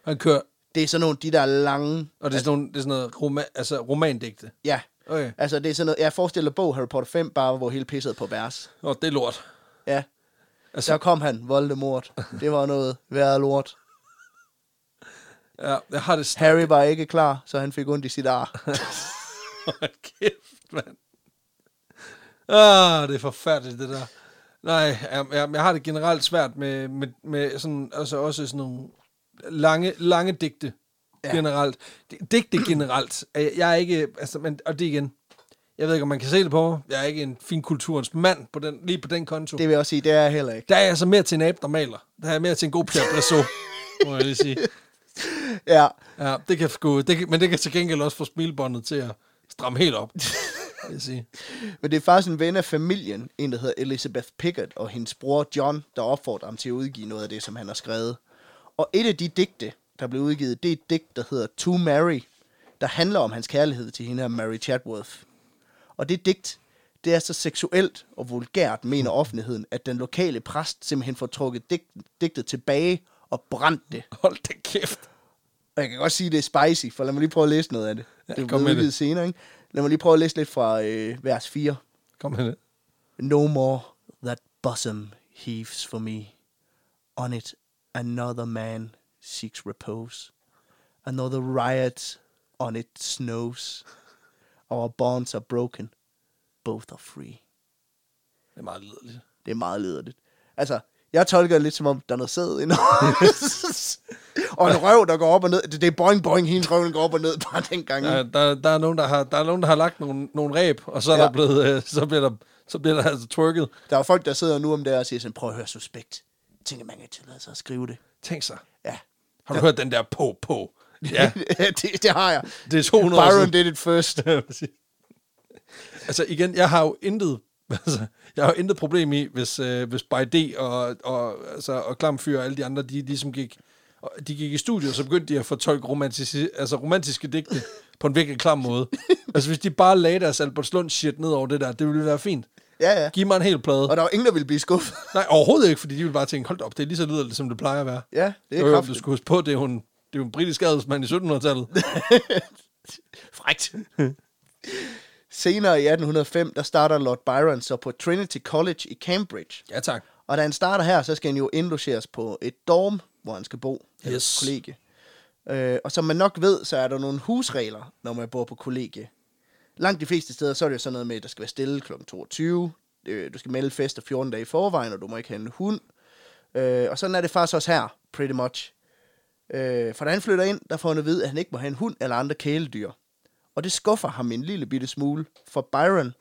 Han kører,
Det er sådan nogle, de der lange,
og det er sådan, nogle, det er sådan noget roma, altså romandigte.
ja.
Okay.
Altså, det er sådan noget, jeg forestiller bog Harry Potter 5, bare hvor hele pisset er på vers.
Og det er lort.
Ja,
Altså,
Så kom han, Voldemort. Det var noget værre lort.
ja, jeg har det st-
Harry var ikke klar, så han fik ondt i sit ar.
Hold kæft, mand. Ah, det er forfærdeligt, det der. Nej, jeg, jeg, jeg har det generelt svært med, med, med sådan, altså også sådan nogle lange, lange digte ja.
Ja.
generelt. Di- Digte generelt. er Jeg, jeg er ikke, altså, men, og det igen, jeg ved ikke, om man kan se det på mig. Jeg er ikke en fin kulturens mand på den, lige på den konto.
Det vil jeg også sige, det er jeg heller ikke.
Der er jeg så mere til en abe, der maler. Der er jeg mere til en god Pierre Bresso, må jeg lige sige.
Ja,
Ja, det kan sgu, det kan, men det kan til gengæld også få smilbåndet til at stramme helt op, vil jeg sige.
men det er faktisk en ven af familien, en der hedder Elizabeth Pickett, og hendes bror John, der opfordrer ham til at udgive noget af det, som han har skrevet. Og et af de digte, der blev udgivet, det er et digt, der hedder To Mary, der handler om hans kærlighed til hende her Mary Chadworth. Og det digt, det er så seksuelt og vulgært, mener offentligheden, at den lokale præst simpelthen får trukket digt- digtet tilbage og brændt det.
Hold da kæft.
Og jeg kan godt sige, at det er spicy, for lad mig lige prøve at læse noget af det. Ja, det
kom
er
med det.
udgivet senere, ikke? Lad mig lige prøve at læse lidt fra øh, vers 4.
Kom med det.
No more that bosom heaves for me. On it another man seeks repose. Another riot on it snows. Our bonds are broken. Both are free.
Det er meget lideligt.
Det er meget lederligt. Altså, jeg tolker det lidt som om, der er noget sæd indenom. og en røv, der går op og ned. Det, det er boing, boing, hele røven går op og ned bare den gang.
Der, der, der, er nogen, der, har, der er nogen, der har lagt nogle, nogle ræb, og så, er ja.
Ja.
der blevet, øh, så bliver der, så bliver der altså twerket.
Der er folk, der sidder nu om der og siger sådan, prøv at høre suspekt. Jeg tænker, man kan tillade sig at skrive det.
Tænk sig.
Ja.
Har du hørt den der på, på? Ja,
det, det, har jeg.
det er 200 år
Byron
siden.
did it first.
Ja, præcis. altså igen, jeg har jo intet, altså, jeg har jo intet problem i, hvis, øh, hvis By D og, og, altså, og Klamfyr og alle de andre, de ligesom gik, og de gik i studiet, så begyndte de at fortolke romantiske, altså romantiske digte på en virkelig klam måde. altså hvis de bare lagde deres Albertslund shit ned over det der, det ville være fint.
Ja, ja.
Giv mig en hel plade.
Og der var ingen, der ville blive skuffet.
Nej, overhovedet ikke, fordi de ville bare tænke, hold da op, det er lige så lyderligt, som det plejer at være.
Ja, det er
Jo, jo,
kraftigt.
Du skulle huske på, det er jo en, det er jo en britisk adelsmand i 1700-tallet.
Frækt. Senere i 1805, der starter Lord Byron så på Trinity College i Cambridge.
ja, tak.
Og da han starter her, så skal han jo indlogeres på et dorm, hvor han skal bo. eller
Yes.
Kollegie. Øh, og som man nok ved, så er der nogle husregler, når man bor på kollegie. Langt de fleste steder, så er det jo sådan noget med, at der skal være stille kl. 22. Øh, du skal melde fester 14 dage i forvejen, og du må ikke have en hund. Øh, og sådan er det faktisk også her, pretty much. Øh, for da han flytter ind, der får han at vide, at han ikke må have en hund eller andre kæledyr. Og det skuffer ham en lille bitte smule, for Byron,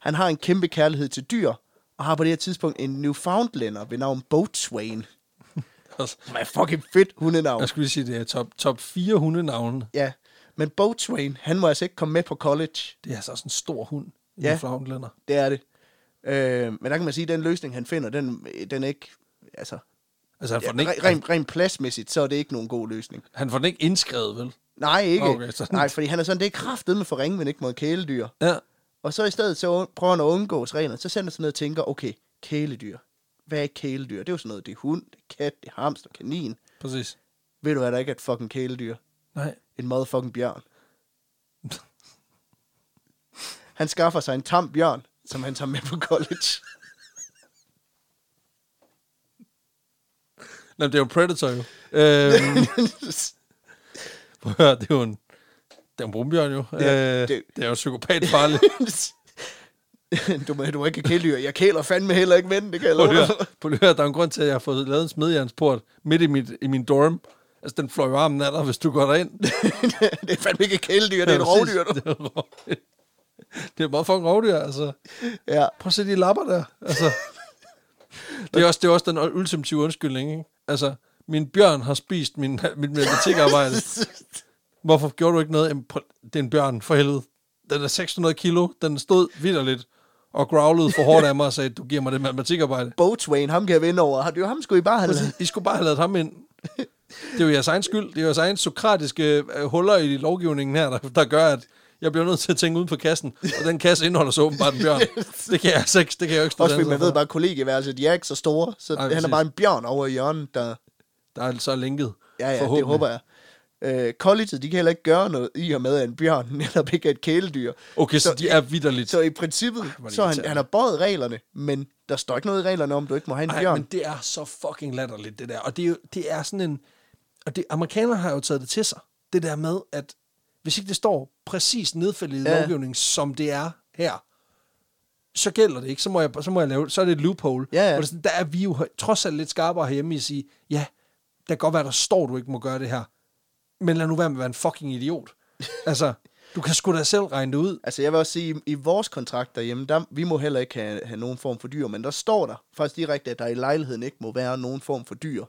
han har en kæmpe kærlighed til dyr, og har på det her tidspunkt en Newfoundlander ved navn Boatswain.
Altså,
Som er fucking fedt hundenavn.
jeg skulle lige sige, det er top, top 4 hundenavne.
Ja, men Boatswain, han må altså ikke komme med på college.
Det er altså også en stor hund, en
Ja.
Newfoundlander.
Det er det. Øh, men der kan man sige, at den løsning, han finder, den, den er ikke... Altså,
Altså, han får,
ja,
ja, den ikke,
rent
han,
ren, rent pladsmæssigt, så er det ikke nogen god løsning.
han får den ikke indskrevet, vel?
Nej, ikke.
Okay, så-
Nej, fordi han er sådan, det er kraftet med for ringe, men ikke mod kæledyr.
Ja.
Og så i stedet så prøver han at undgå reglerne, så sender han sig ned og tænker, okay, kæledyr. Hvad er kæledyr? Det er jo sådan noget, det er hund, det er kat, det er hamster, kanin.
Præcis.
Ved du, hvad der ikke er et fucking kæledyr?
Nej.
En motherfucking bjørn. Han skaffer sig en tam bjørn, som han tager med på college.
Nå, men det er jo en predator, jo. Øhm, prøv at høre, det er jo en... Det er en brumbjørn jo.
Ja,
Ja, øh, det.
det-
det er jo psykopat farligt.
du, må, du må ikke kæledyr. Jeg kæler fandme heller ikke mænd, det kan jeg
Prøv
love
at høre,
dig.
prøv at høre, der er en grund til, at jeg har fået lavet en smedjernsport midt i, mit, i min dorm. Altså, den fløj jo armen af dig, hvis du går derind. Det
det er fandme ikke et kæledyr, det er et rovdyr. Du.
Det er, rovdyr. det er bare fucking rovdyr, altså.
Ja.
Prøv at se de lapper der. Altså, det, er også, det er også den ultimative undskyldning, ikke? Altså, min bjørn har spist min, mit matematikarbejde. Hvorfor gjorde du ikke noget? Jamen, prøv- Det er en bjørn, for helvede. Den er 600 kilo, den stod vidderligt og growlede for hårdt af mig og sagde, du giver mig det matematikarbejde.
Boatswain, ham kan jeg vinde over. Det er jo ham, skulle I bare have
Præcis. I skulle bare have lavet ham ind. Det er jo jeres egen skyld. Det er jo jeres egen sokratiske øh, huller i lovgivningen her, der, der gør, at jeg bliver nødt til at tænke uden for kassen. Og den kasse indeholder så åbenbart en bjørn. Det kan jeg altså ikke, det kan jeg jo ikke stå
Også fordi
til
man
ansvar
ved
for.
bare, at kollegieværelset, de er ikke så store, så
Nej,
Ej, han er
præcis.
bare en bjørn over i hjørnet, der...
Der er så linket.
Ja, ja, det
forhåbentlig.
håber jeg. Øh, colleget, de kan heller ikke gøre noget i og med, at en bjørn netop ikke er et kæledyr.
Okay, så,
Så-
så de er vidderligt.
Så i princippet,
hvor er det
så han,
irriterende.
han har bøjet reglerne, men der står ikke noget i reglerne om, du ikke må have en Ej,
Nej,
bjørn.
men det er så fucking latterligt, det der. Og det er, jo, det er sådan en... Og det, amerikanere har jo taget det til sig. Det der med, at hvis ikke det står præcis nedfældet i
Ja.
ja. lovgivningen, som det er her, så gælder det ikke. Så må jeg, så må jeg lave... Så er det et loophole.
Ja, ja.
Og det er sådan, der er vi jo hø- trods alt lidt skarpere herhjemme i at sige, ja, der kan godt være, der står, du ikke må gøre det her. Men lad nu være med at være en fucking idiot. altså, du kan sgu da selv regne det ud.
Altså, jeg vil også sige, i, i vores kontrakt derhjemme, der, vi må heller ikke have, have nogen form for dyr, men der står der faktisk direkte, at der i lejligheden ikke må være nogen form for dyr.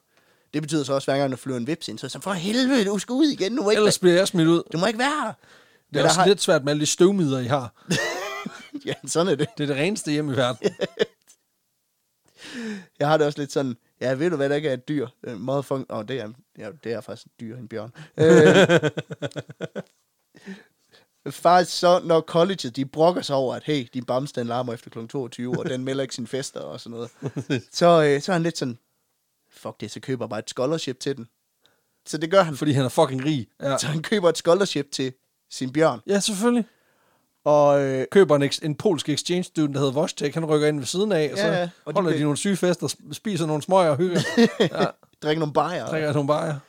Det betyder så også, hver gang der flyver en vips ind, så er det sådan, for helvede, du skal ud igen, nu må ikke,
Ellers bliver jeg smidt ud.
du må ikke være her.
Det er
der
også har... lidt svært med alle de støvmider, I har.
Ja, sådan er det.
Det er det reneste hjemme i verden.
Jeg har det også lidt sådan, ja, ved du hvad, der ikke er et dyr? Øh, Motherfucking, åh, oh, det, er, ja, det er faktisk et dyr, en bjørn. Øh, faktisk så, når collegeet, de brokker sig over, at hey, din bamse, den larmer efter kl. 22, og den melder ikke sine fester og sådan noget, så, øh, så er han lidt sådan, fuck det, så køber jeg bare et scholarship til den. Så det gør han.
Fordi han er fucking rig. Ja,
Så han køber et scholarship til sin bjørn.
ja selvfølgelig.
Og øh,
Køber en, ex- en polsk exchange student, der hedder Vostek, han rykker ind ved siden af, og så
Ja, ja.
ja,
Og
og
de
holder de,
bliver-
nogle syge fester, sp- spiser nogle smøger og hygger,
drikker nogle bajer.
drikker nogle bajer.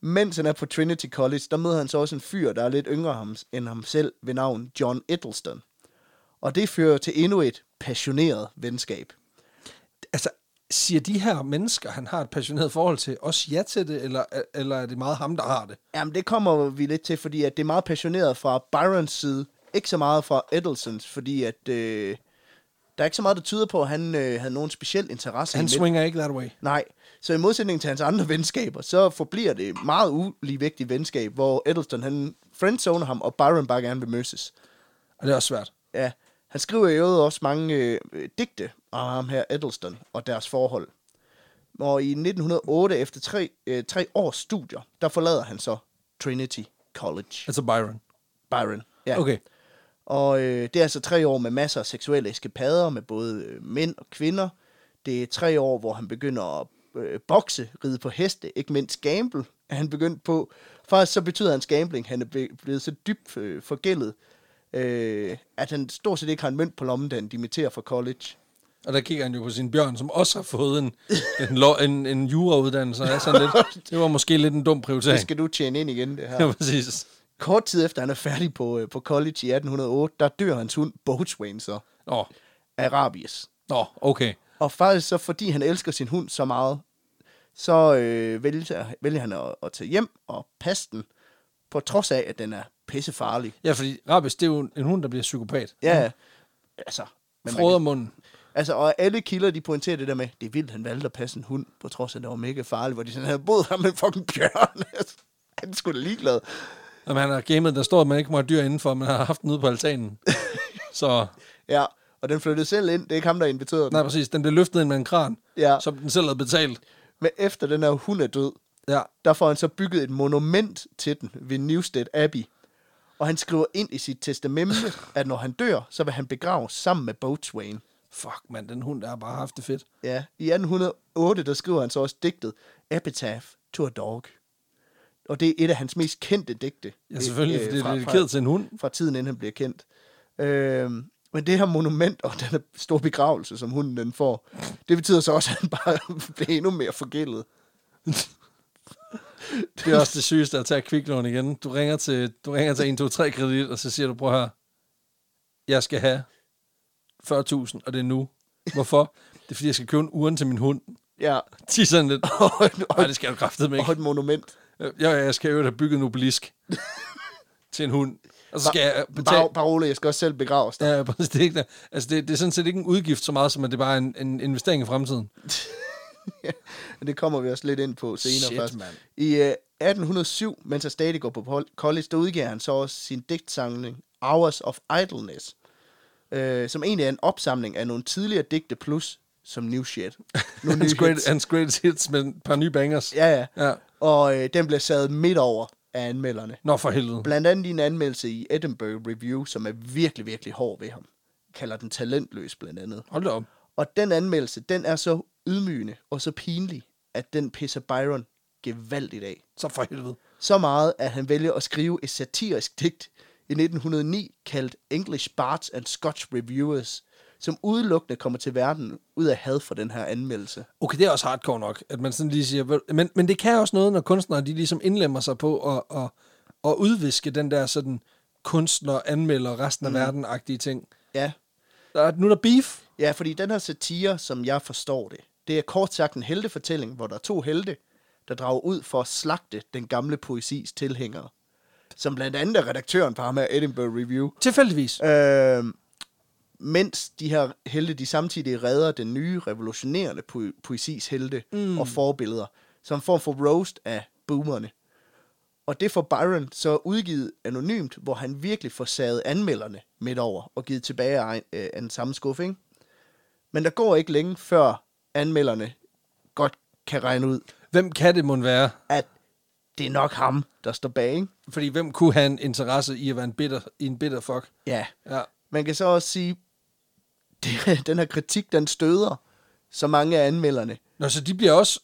Mens han er på Trinity College, der møder han så også en fyr, der er lidt yngre ham, end ham selv, ved navn John Edelston. Og det fører til endnu et passioneret venskab.
Altså, siger de her mennesker, han har et passioneret forhold til, også ja til det, eller, eller er det meget ham, der har det?
Jamen, det kommer vi lidt til, fordi at det er meget passioneret fra Byrons side, ikke så meget fra Edelsons, fordi at øh, der er ikke så meget, der tyder på, at han øh, havde nogen speciel interesse
Han
i midt-
swinger ikke that way.
Nej, så i modsætning til hans andre venskaber, så forbliver det et meget uligevægtigt venskab, hvor Edelston, han friendzoner ham, og Byron bare gerne vil møses.
Og det er også svært.
Ja, han skriver jo også mange øh, øh, digte om ham her Edelston og deres forhold. Og i 1908, efter tre, øh, tre års studier, der forlader han så Trinity College.
Altså Byron.
Byron.
Ja. Okay.
Og øh, det er altså tre år med masser af seksuelle eskapader med både øh, mænd og kvinder. Det er tre år, hvor han begynder at øh, bokse, ride på heste, ikke mindst gamble er han begyndt på. Faktisk så betyder hans gambling, han er be- blevet så dybt øh, forgældet, øh, at han stort set ikke har en mønt på lommen, da han dimitterer fra college.
Og der kigger han jo på sin bjørn, som også har fået en, en, lo- en, en jurauddannelse. og Er sådan lidt, det var måske lidt en dum
Det
prioritering.
skal du tjene ind igen, det her.
Ja, præcis.
Kort tid efter han er færdig på, øh, på college i 1808, der dør hans hund Boatswain så
Nå,
af rabies.
Nå okay.
Og faktisk så, fordi han elsker sin hund så meget, så øh, vælger, vælger han at, at tage hjem og passe den, på trods af, at den er pissefarlig.
Ja, fordi rabies, det er jo en- en hund, der bliver psykopat.
Ja, altså... Men man
Froder
kan,
munden.
altså, og alle kilder, de pointerer det der med, det er vildt, han valgte at passe en hund, på trods af, at det var mega farligt, hvor de sådan havde boet ham med en fucking bjørn. han skulle da ligeglad.
Jamen, han har gamet, der står, at man ikke må have dyr indenfor, men han har haft den ude på altanen. så,
Ja, og den flyttede selv ind, det er ikke ham, der inviterede den.
nej præcis, den blev løftet ind med en kran,
Ja.
som den selv havde betalt.
Men efter den her hund er død,
Ja,
der får han så bygget et monument til den ved Newstead Abbey. Og han skriver ind i sit testamente, at når han dør, så vil han begraves sammen med Boatswain.
fuck mand, den hund der har bare haft det fedt.
Ja, i 1808, der skriver han så også digtet Epitaph to a Dog. Og det er et af hans mest kendte digte.
Ja, selvfølgelig,
Øh,
fordi det
fra-
er
fra-
dedikeret til en hund.
Fra tiden, inden han bliver kendt. Øhm, men det her monument og den her store begravelse, som hunden den får, det betyder så også, at han bare bliver endnu mere forgældet.
Det er også det sygeste at tage kviklån igen. Du ringer til, du ringer til 123 kredit, og så siger du, prøv her, jeg skal have 40.000, og det er nu. Hvorfor? Det er, fordi jeg skal købe en uren til min hund.
Ja.
De er sådan lidt,
Og, en- og,
nej, det skal jeg jo kraftedeme
og
ikke.
et monument.
Ja, jeg skal jo have bygget en obelisk til en hund. Og så skal jeg øh, betale...
Bare, bare rolig, jeg skal også selv begraves. Der.
Ja, præcis, det, er ikke, der- altså det, det er sådan set ikke en udgift så meget, som at det bare er en, en investering i fremtiden.
Men det kommer vi også lidt ind på senere
Shit,
først.
mand.
I øh, 1807, mens han stadig går på pol- college, der udgiver han så også sin digtsamling Hours of Idleness, øh, som egentlig er en opsamling af nogle tidligere digte plus som new shit. Nogle
Hans,
nye
great,
hits.
hans greatest hits med et par nye bangers.
Ja, ja.
ja.
Og øh, den bliver sad midt over af anmelderne.
Nå for helvede.
Blandt andet i en anmeldelse i Edinburgh Review, som er virkelig, virkelig hård ved ham. Kalder den talentløs blandt andet.
Hold da op.
Og den anmeldelse, den er så ydmygende og så pinlig, at den pisser Byron gevaldigt af.
Så for helvede.
Så meget, at han vælger at skrive et satirisk digt i 1909, kaldt English Bards and Scotch Reviewers, som udelukkende kommer til verden ud af had for den her anmeldelse.
Okay, det er også hardcore nok, at man sådan lige siger... "Vel-" Men, men det kan også noget, når kunstnere de ligesom indlemmer sig på at, at, at udviske den der sådan kunstner anmelder resten af mm. verden-agtige ting.
Ja,
Der er, nu er der beef.
ja, fordi den her satire, som jeg forstår det, det er kort sagt en heltefortælling, hvor der er to helte, der drager ud for at slagte den gamle poesis tilhængere. Som blandt andet er redaktøren på ham her Edinburgh Review,
Tilfældigvis.
Øh, mens de her helte, de samtidig redder den nye revolutionerende po- poesis helte mm. og forbilleder, som en form for roast af boomerne. Og det får Byron så udgivet anonymt, hvor han virkelig får saget anmelderne midt over og givet tilbage af, øh, af den samme skuffe, ikke? Men der går ikke længe, før anmelderne godt kan regne ud,
Hvem kan det måtte være?
at det er nok ham, der står bag, ikke?
Fordi hvem kunne have en interesse i at være en bitter, i en bitter fuck?
Ja.
Ja.
Man kan så også sige, det, den her kritik, den støder så mange af anmelderne.
Nå, så de bliver også...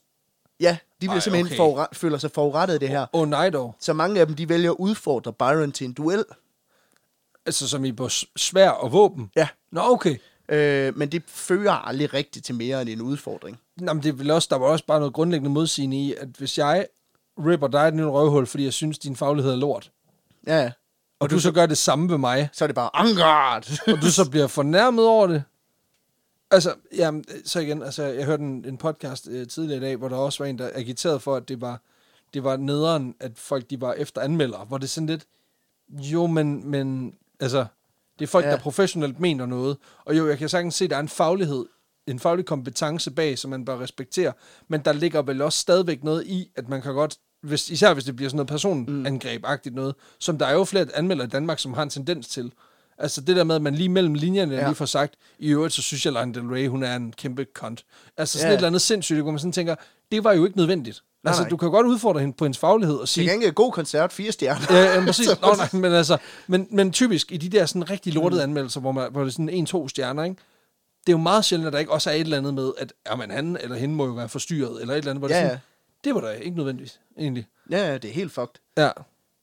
Ja, de bliver
Ej,
Ej, simpelthen
okay.
okay. forret, føler sig forurettet af det her.
Åh oh, nej dog.
Så mange af dem, de vælger at udfordre Byron til en duel.
Altså som i på s- svær og våben?
Ja.
Nå, okay.
Øh, men det fører aldrig rigtigt til mere end en udfordring.
Nå, men det er vel også, der var også bare noget grundlæggende modsigende i, at hvis jeg ripper dig et nyt røvhul, fordi jeg synes, din faglighed er lort,
Ja, ja.
og, og du, du så gør det samme ved mig,
så er det bare, Angard!
og du så bliver fornærmet over det. Altså, jamen, øh, så igen, altså, jeg hørte en, en podcast øh, tidligere i dag, hvor der også var en, der agiterede for, at det var, det var nederen, at folk de var efter anmeldere, hvor det er sådan lidt, jo, men, men altså, det er folk, ja.
Ja.
der professionelt mener noget, og jo, jeg kan sagtens se, at der er en faglighed, en faglig kompetence bag, som man bør respektere, men der ligger vel også stadigvæk noget i, at man kan godt, hvis, især hvis det bliver sådan noget personangreb-agtigt noget, som der er jo flere anmelder i Danmark, som har en tendens til. Altså det der med, at man lige mellem linjerne ja.
Ja.
lige får sagt, i øvrigt så synes jeg, Lana Del Rey, hun er en kæmpe kont. Altså sådan ja.
Ja.
et eller andet sindssygt, hvor man sådan tænker, det var jo ikke nødvendigt.
Nej,
altså
nej.
du kan jo godt udfordre hende på hendes faglighed og
Til
sige,
gengæld god koncert, fire stjerner.
Ja, ja præcis. Nå, nej, men, altså, men, men typisk i de der sådan rigtig lortede anmeldelser, hvor, man, hvor det er sådan en, to stjerner, ikke? det er jo meget sjældent, at der ikke også er et eller andet med, at jamen, han eller hende må jo være forstyrret, eller et eller andet, hvor ja, det
Ja,
er sådan, det var der ikke nødvendigvis, egentlig.
Ja, ja, det er helt fucked.
Ja.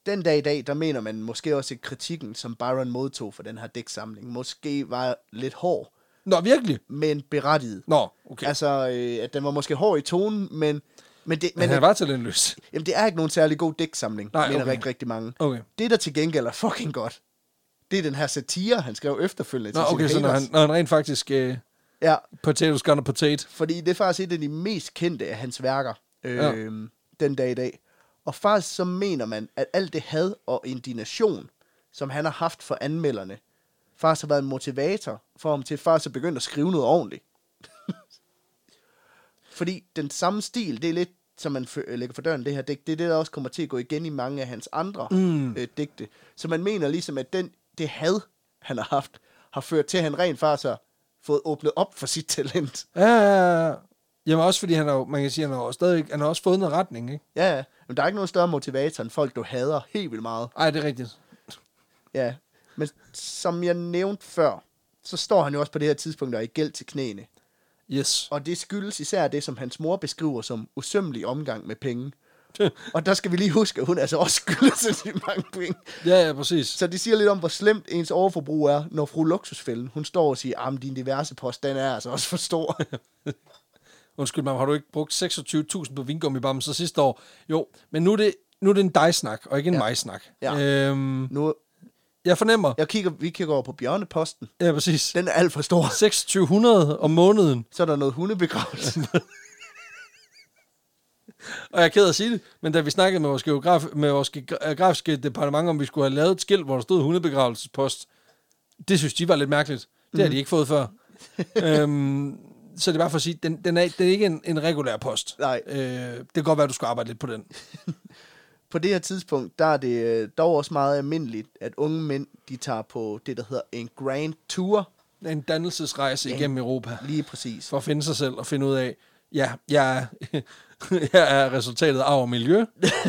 Den dag i dag, der mener man måske også, at kritikken, som Byron modtog for den her dæksamling, måske var lidt hård,
Nå, virkelig?
men berettiget.
Nå, okay.
Okay.
Altså,
Altså, øh, at den var måske hård i tonen, men, men, det,
men
men
han var talentløs.
jamen, det er ikke nogen særlig god digtsamling,
Nej,
Nej, mener
okay.
rigtig, rigtig mange.
Okay.
Det, der til gengæld er fucking godt, det er den her satire, han skrev efterfølgende
Nå,
til
okay, så
sine
når han,
haters.
når han rent faktisk... Øh,
Ja,
potatoes gonna potato.
fordi det er faktisk et af de mest kendte af hans værker øh,
Ja.
ja. den dag i dag. Og faktisk så mener man, at alt det had og indignation, som han har haft for anmelderne, faktisk har været en motivator for ham til faktisk at begynde at skrive noget ordentligt. Fordi den samme stil, det er lidt, som man fø- øh, lægger for døren det her digt, det er det, der også kommer til at gå igen i mange af hans andre mm. øh, digte. Så man mener ligesom, at den, det had, han har haft, har ført til, at han rent faktisk har fået åbnet op for sit talent.
Ja, ja, ja. Jamen også fordi han har, jo- man kan sige, han har jo stadig, han har også fået noget retning, ikke?
Ja, ja. Men der er ikke nogen større motivator end folk, du hader helt vildt meget.
Ej, det er rigtigt.
Ja. Men som jeg nævnte før, så står han jo også på det her tidspunkt og er i gæld til knæene.
Yes.
Og det skyldes især det, som hans mor beskriver som usømmelig omgang med penge. og der skal vi lige huske, at hun altså også skylder sig de mange penge.
Ja, ja, præcis.
Så det siger lidt om, hvor slemt ens overforbrug er, når fru Luksusfælden, hun står og siger, at din diverse post, den er altså også for stor.
undskyld mig, har du ikke brugt 26.000 på vingummibamser sidste år? Jo, men nu er det, nu er det en dig-snak, og ikke en
Ja.
ja. mig-snak.
Ja.
Øhm,
Nu,
jeg fornemmer, ja,
jeg kigger, vi kigger over på bjørneposten.
ja præcis,
Den er alt for stor.
2600 om måneden.
Så er der noget hundebegravelse.
Og jeg er ked af at sige det, men da vi snakkede med vores, geograf, med vores geogra- øh, grafiske departement, om vi skulle have lavet et skilt, hvor der stod hundebegravelsespost, det synes de var lidt mærkeligt. Det
Mhm.
har de ikke fået før. øhm, så det er bare for at sige, den, den, er, den er ikke en, en regulær post.
Nej.
Øh, det kan godt være, at du skal arbejde lidt på den.
på det her tidspunkt, der er det øh, dog også meget almindeligt, at unge mænd, de tager på det, der hedder en grand tour.
En dannelsesrejse
Ja.
igennem Europa,
Lige præcis.
for at finde sig selv og finde ud af, ja, jeg er, jeg er resultatet af arv og miljø.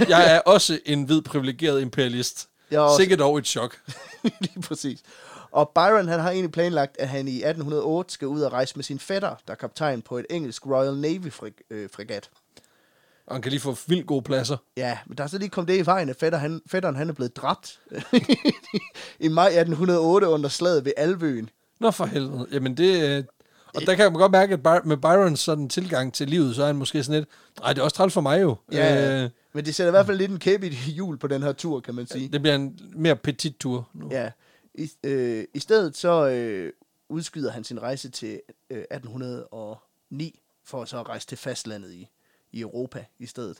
Jeg er også en hvid privilegeret imperialist.
Jeg er også-
Sikkert dog et chok.
Lige præcis. Og Byron, han har egentlig planlagt, at han i 1808 skal ud og rejse med sin fætter, der er kaptajn på et engelsk Royal Navy frig- øh, fregat.
Og han kan lige få vildt gode pladser.
Ja, men der er så lige kommet det i vejen, at fætter, han, fætteren han er blevet dræbt i maj 1808 under slaget ved Alvøen.
Nå for helvede. Jamen det... Øh, og der kan man godt mærke, at By- med Byrons sådan tilgang til livet, så er han måske sådan lidt... Nej, det er også træt for mig jo.
Ja,
Øh,
øh. men det sætter i hvert fald lidt en kæp i hjul på den her tur, kan man sige.
det bliver en mere petit tur nu.
Ja. I, øh, I stedet så øh, udskyder han sin rejse til øh, 1809, for så at rejse til fastlandet i, i Europa i stedet.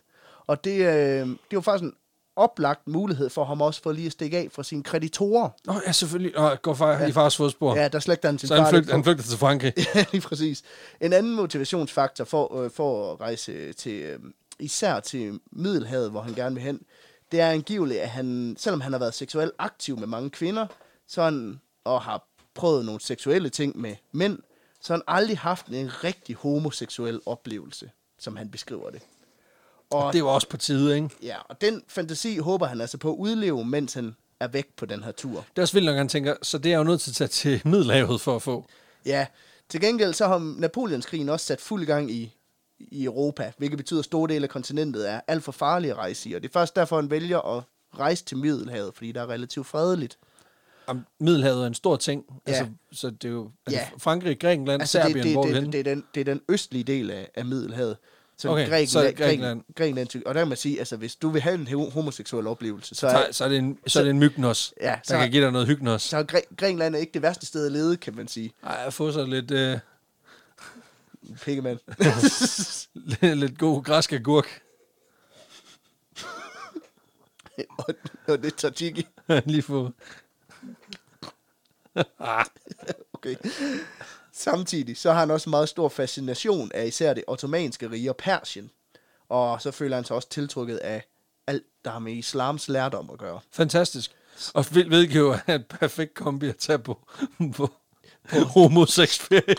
Og det, øh, det var faktisk en oplagt mulighed for ham også for lige at stikke af fra sine kreditorer.
Nå ja, selvfølgelig. Nå, går far, ja. i fars fodspor. Ja,
Ja, der slægter han sin
så han,
far
flygt,
lidt på.
han flygter til Frankrig.
Ja, lige præcis. En anden motivationsfaktor for, øh, for at rejse til, øh, især til Middelhavet, hvor han gerne vil hen, det er angiveligt, at han, selvom han har været seksuelt aktiv med mange kvinder, så har han, og har prøvet nogle seksuelle ting med mænd, så har han aldrig haft en rigtig homoseksuel oplevelse, som han beskriver det. Og,
Det var også på tide, ikke?
ja, og den fantasi håber han altså på at udleve, mens han er væk på den her tur.
Det er også vildt, når han tænker, så det er jeg jo nødt til at tage til Middelhavet for at få.
Ja, til gengæld så har Napoleonskrigen også sat fuld gang i, i Europa, hvilket betyder, at store dele af kontinentet er alt for farlige at rejse i, og det er først derfor, han vælger at rejse til Middelhavet, fordi der er relativt fredeligt.
Jamen, Middelhavet er en stor ting.
Ja.
Ja. Altså, så det er jo altså,
Ja.
Frankrig, Grækenland, altså,
det,
Serbien,
det,
hvor er vi
det,
henne?
det, det, er den, det er den østlige del af, af Middelhavet. Så
Okay,
okay,
så
Grækenland, så Grækenland.
Grækenland.
Grækenland, Tyrkiet. Og der kan man sige, altså hvis du vil have en ho- homoseksuel oplevelse, så er,
Så, så er det en, så er det en mygnos,
Ja,
ja,
så-
der kan give dig noget hygnos.
så er Græ- Grækenland er ikke det værste sted at lede, kan man sige.
Ej, at få sig lidt... Øh,
Pikkemand.
lidt, lidt god græsk agurk.
og, og det er tzatziki.
Lige få... ah,
Okay. Samtidig så har han også en meget stor fascination af især det ottomanske rige og Persien. Og så føler han sig også tiltrukket af alt, der har med islams lærdom at gøre.
fantastisk. Og Phil ved jo, at en perfekt kombi at tage på, på, på homoseksferie.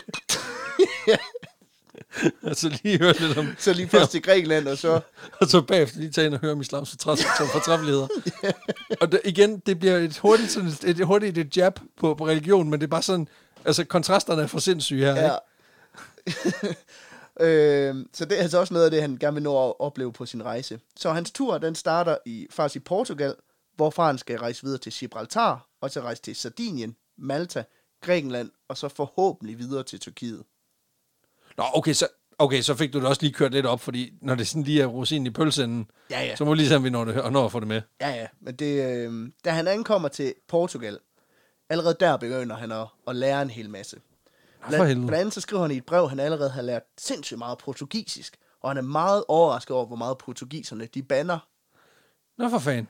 altså lige høre lidt om...
Så lige først til Grækenland, og så...
Og så bagefter lige tage ind og høre om islams fortræ- fortræffeligheder. og der, igen, det bliver et hurtigt, sådan et, et hurtigt et jab på, på religion, men det er bare sådan... Altså, kontrasterne er for sindssyge her, ja.
Ja.
ikke?
øh, så det er altså også noget af det, han gerne vil nå at opleve på sin rejse. Så hans tur, den starter i, faktisk i Portugal, hvorfra han skal rejse videre til Gibraltar, og så rejse til Sardinien, Malta, Grækenland, og så forhåbentlig videre til Tyrkiet.
Nå, okay, så, okay, så fik du det også lige kørt lidt op, fordi når det sådan lige er rosinen i pølseenden,
Ja, ja.
så må vi lige se, om vi når, det, og når at få det med.
Ja, ja, men det, øh, da han ankommer til Portugal, allerede der begynder han at, at lære en hel masse.
for
Bland,
helvede.
blandt andet så skriver han i et brev, at han allerede har lært sindssygt meget portugisisk, og han er meget overrasket over, hvor meget portugiserne de banner.
Nå for fanden.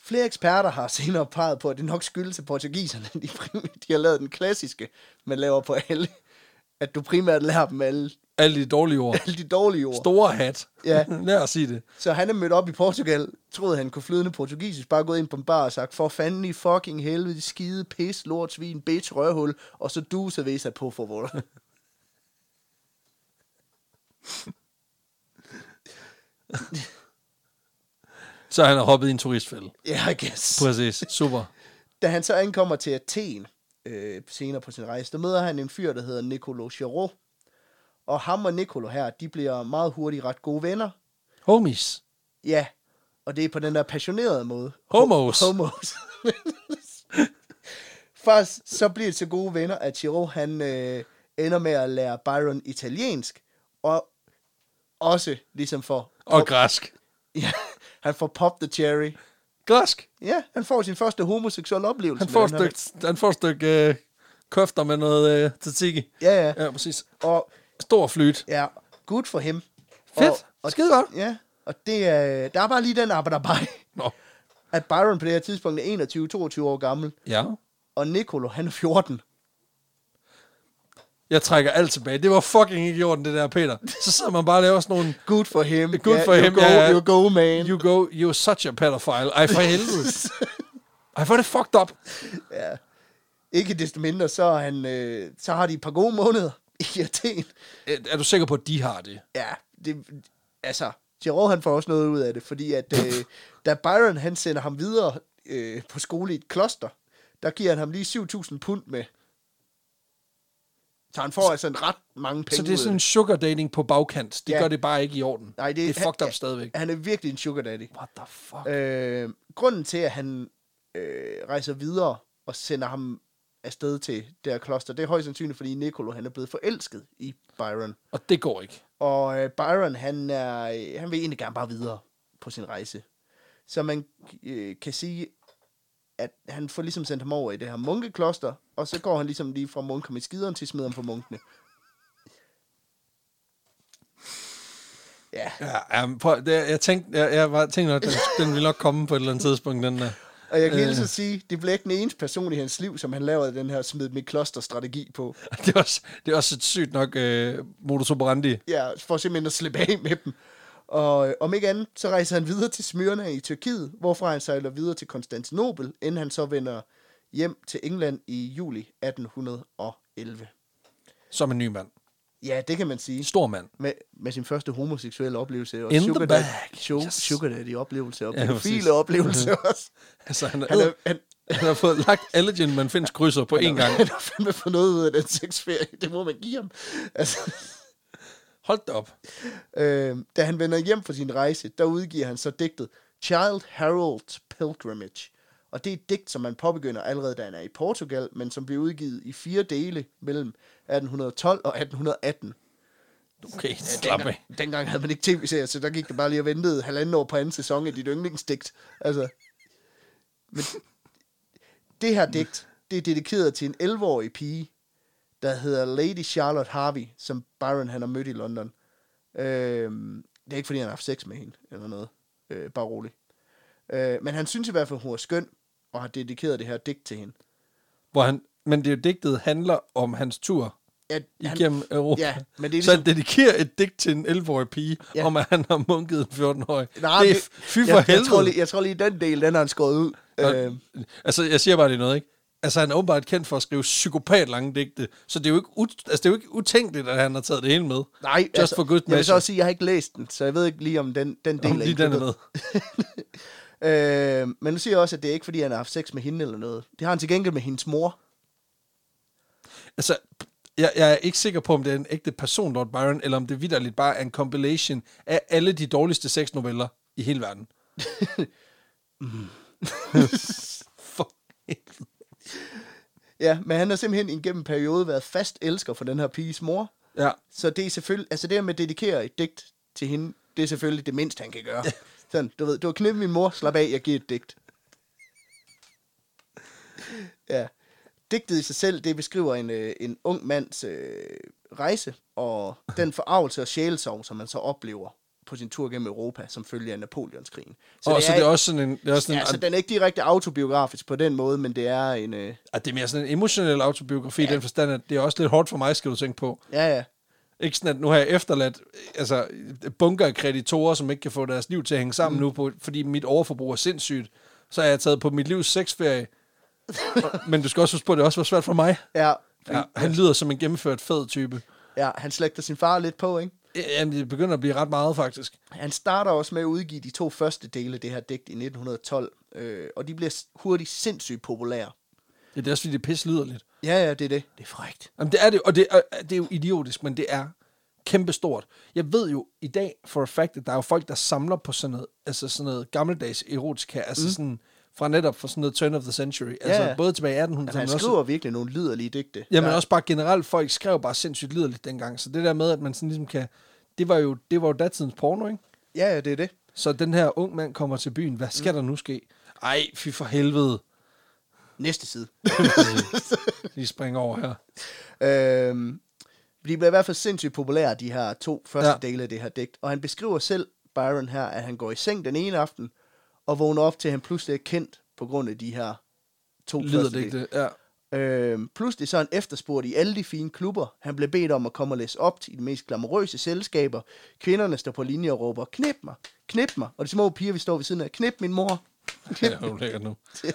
Flere eksperter har senere peget på, at det nok skyldes, at portugiserne de, prim- de har lavet den klassiske, man laver på alle. At du primært lærer dem alle,
Alle de dårlige ord.
alle de dårlige ord.
Store hat.
Ja.
Lad os sige det.
Så han er mødt op i Portugal, troede han kunne flydende portugisisk, bare gået ind på en bar og sagt, for fanden i fucking helvede, skide, pis, lort, svin, bitch, rørhul, og så du cerveza på for vores.
Så han har hoppet i en turistfælde.
Ja, I guess.
Præcis. Super.
Da han så ankommer til Athen øh, senere på sin rejse, der møder han en fyr, der hedder Nicolo Chirot. Og ham og Nicolo her, de bliver meget hurtigt ret gode venner.
Homies.
Ja, og det er på den der passionerede måde.
Homos.
Ho- homos. Først så bliver det så gode venner, at Giro han øh, ender med at lære Byron italiensk, og også ligesom for...
Og græsk.
Ja, han får pop the cherry.
Græsk.
Ja, han får sin første homoseksuelle oplevelse.
Han
med
får et
den her
stykke, han får et stykke øh, køfter med noget øh, tzatziki.
mand. Ja, ja.
Ja, præcis.
Og
Stor flyt.
ja, good for him.
Fedt.
Og, og,
Skide godt.
ja, og det er, der er bare lige den arbejderbej,
Nå.
at Byron på det her tidspunkt er 21-22 år gammel,
Ja.
og Nicolo, han er 14.
Jeg trækker alt tilbage. Det var fucking ikke i orden, det der, Peter. Så sidder man bare og laver sådan nogle...
Good for him.
Good for
you
him,
Go,
ja.
You go, man.
You go, you're such a pedophile. Ej, for helvede. Ej, hvor er det fucked up.
ja. Ikke desto mindre, så, er han, øh, så har de et par gode måneder i Athen.
Er- Er du sikker på, at de har det?
Ja, det, altså, Giroud han får også noget ud af det, fordi at øh, da Byron han sender ham videre øh, på skole i et kloster, der giver han ham lige 7.000 pund med. Så han får altså en ret mange penge
Så det er
ud af
sådan en
det.
sugar dating på bagkant. Det
Ja.
ja. gør det bare ikke i orden.
Nej,
det er fucked
han,
up stadigvæk.
Han er virkelig en sugar daddy.
What the fuck?
Øh, grunden til, at han øh, rejser videre og sender ham afsted til det her kloster, det er højst sandsynligt, fordi Nicolo han er blevet forelsket i Byron.
Og det går ikke.
Og øh, Byron, han, er, øh, han vil egentlig gerne bare videre på sin rejse. Så man øh, kan sige, at han får ligesom sendt ham over i det her munkekloster, og så går han ligesom lige fra munker med skideren til smider ham for munkene. Ja,
Ja, ja, men prøv, det, jeg tænkte, jeg, jeg var, tænkte nok, den, den ville nok komme på et eller andet tidspunkt, den der.
og jeg kan øh. så sige, det bliver ikke den eneste person i hans liv, som han laver den her smid med kloster-strategi på.
Det er også, det er også et sygt nok øh, modus operandi.
Ja, for simpelthen at slippe af med dem. Og øh, om ikke andet, så rejser han videre til Smyrna i Tyrkiet, hvorfra han sejler videre til Konstantinopel, inden han så vender hjem til England i juli 1811.
Som en ny mand.
Ja, det kan man
En
sige.
stor mand.
Med, med sin første homoseksuelle oplevelse. Og
In the
sugar
bag.
daddy- show,
Yes.
Sugar daddy-oplevelse og
Ja, præcis.
pædofile oplevelse også.
Altså, han,
Han,
er,
er, han,
han har fået lagt alle Gin Man Fins krydser på én gang.
han har fandme fået noget ud af den sexferie. Det må man give ham. Altså,
Hold da op.
øh, da han vender hjem fra sin rejse, der udgiver han så digtet Child Harold's Pilgrimage. Og det er et digt, som man påbegynder allerede, da han er i Portugal, men som bliver udgivet i fire dele mellem 1812 og 1818.
Okay, slap af.
Dengang havde man ikke tv-serier, så der gik det bare lige og ventede halvanden år på anden sæson af dit yndlingsdigt. Altså. Men det her digt, det er dedikeret til en 11-årig pige, der hedder Lady Charlotte Harvey, som Byron han har mødt i London. Øhm, det er ikke, fordi han har haft sex med hende, eller noget. Øh, bare rolig. Øh, men han synes i hvert fald, hun er skøn, og har dedikeret det her digt til hende.
Hvor han, men det er jo digtet handler om hans tur
At han,
igennem Europa.
ja, men det er
Så
ligesom,
han dedikerer et digt til en 11-årig pige,
Ja.
ja. om at han har munket en 14-årig.
Nej,
det er
det-
f- fy for
jeg,
helvede.
jeg, tror lige, jeg tror lige, den del, den har han skåret ud.
Og-
Øhm,
Altså, jeg siger bare, det er noget, ikke? Altså, han er åbenbart kendt for at skrive psykopat lange digte, så det er jo ikke, ut- altså, det er jo ikke utænkeligt, at han har taget det hele med.
Nej, altså,
Just for good
jeg vil så
measure.
også sige, at jeg har ikke læst den, så jeg ved ikke lige, om den, den del
Om lige den er med.
med. øh, men nu siger jeg også, at det er ikke, fordi han har haft sex med hende eller noget. Det har han til gengæld med hendes mor.
Altså, jeg, jeg er ikke sikker på, om det er en ægte person, Lord Byron, eller om det vidderligt bare er en compilation af alle de dårligste sexnoveller i hele verden. Fuck.
Ja, men han har simpelthen igennem en periode været fast elsker for den her piges mor.
Ja,
Så det er selvfølgelig, altså det her med at dedikere et digt til hende, det er selvfølgelig det mindste, han kan gøre. Sådan, du ved, du har knippet min mor, slap af, jeg giver et digt. Ja. Digtet i sig selv, det beskriver en, øh, en ung mands øh, rejse, og den forarvelse og sjælesorg, som man så oplever på sin tur gennem Europa, som følge af Napoleonskrigen.
så, og det så det er også sådan en... Det er, også sådan
Ja,
en,
altså, den er ikke direkte autobiografisk på den måde, men det er en... Øh,
at det er mere sådan en emotionel autobiografi ja. i den forstand, at det er også lidt hårdt for mig, skal du tænke på.
ja, ja.
Ikke sådan, at nu har jeg efterladt altså, bunker af kreditorer, som ikke kan få deres liv til at hænge sammen mm. nu, på, fordi mit overforbrug er sindssygt. Så har jeg taget på mit livs sexferie. Og- Men du skal også huske på, at det også var svært for mig.
Ja,
Ja, han lyder som en gennemført fed type.
ja, han slægter sin far lidt på, ikke?
Jamen, det begynder at blive ret meget, faktisk.
Han starter også med at udgive de to første dele af det her digt i 1912, øh, og de bliver s- hurtigt sindssygt populære.
Ja, det er også, fordi det pisse lyder lidt.
Ja, ja, det er det. Det er frægt.
Jamen, det er det, og det er, øh, det er jo idiotisk, men det er kæmpestort. Jeg ved jo i dag for a fact, at der er jo folk, der samler på sådan noget, altså sådan noget gammeldags erotika, altså mm. sådan fra netop fra sådan noget turn of the century, altså
ja.
både tilbage i 1800
Altså, han
men også
skriver virkelig nogle liderlige digte.
Jamen
Der-
også bare generelt, folk skrev bare sindssygt liderligt dengang, så det der med, at man sådan ligesom kan, det var jo, det var jo datidens porno, ikke?
Ja, ja, det er det.
Så den her ung mand kommer til byen. Hvad skal mm. der nu ske? Ej, fy for helvede.
Næste side.
De springer over her.
Øhm, de bliver i hvert fald sindssygt populære, de her to første
Ja.
ja. dele af det her digt. Og han beskriver selv, Byron her, at han går i seng den ene aften, og vågner op til, at han pludselig er kendt på grund af de her to
Lyder
første
det ikke
digte.
det? Ja.
Øhm, pludselig så er han efterspurgt i alle de fine klubber. Han blev bedt om at komme og læse op til de mest glamourøse selskaber. Kvinderne står på linje og råber, knip mig, knip mig. Og de små piger, vi står ved siden af, knip min mor.
Ja, hun lækker nu.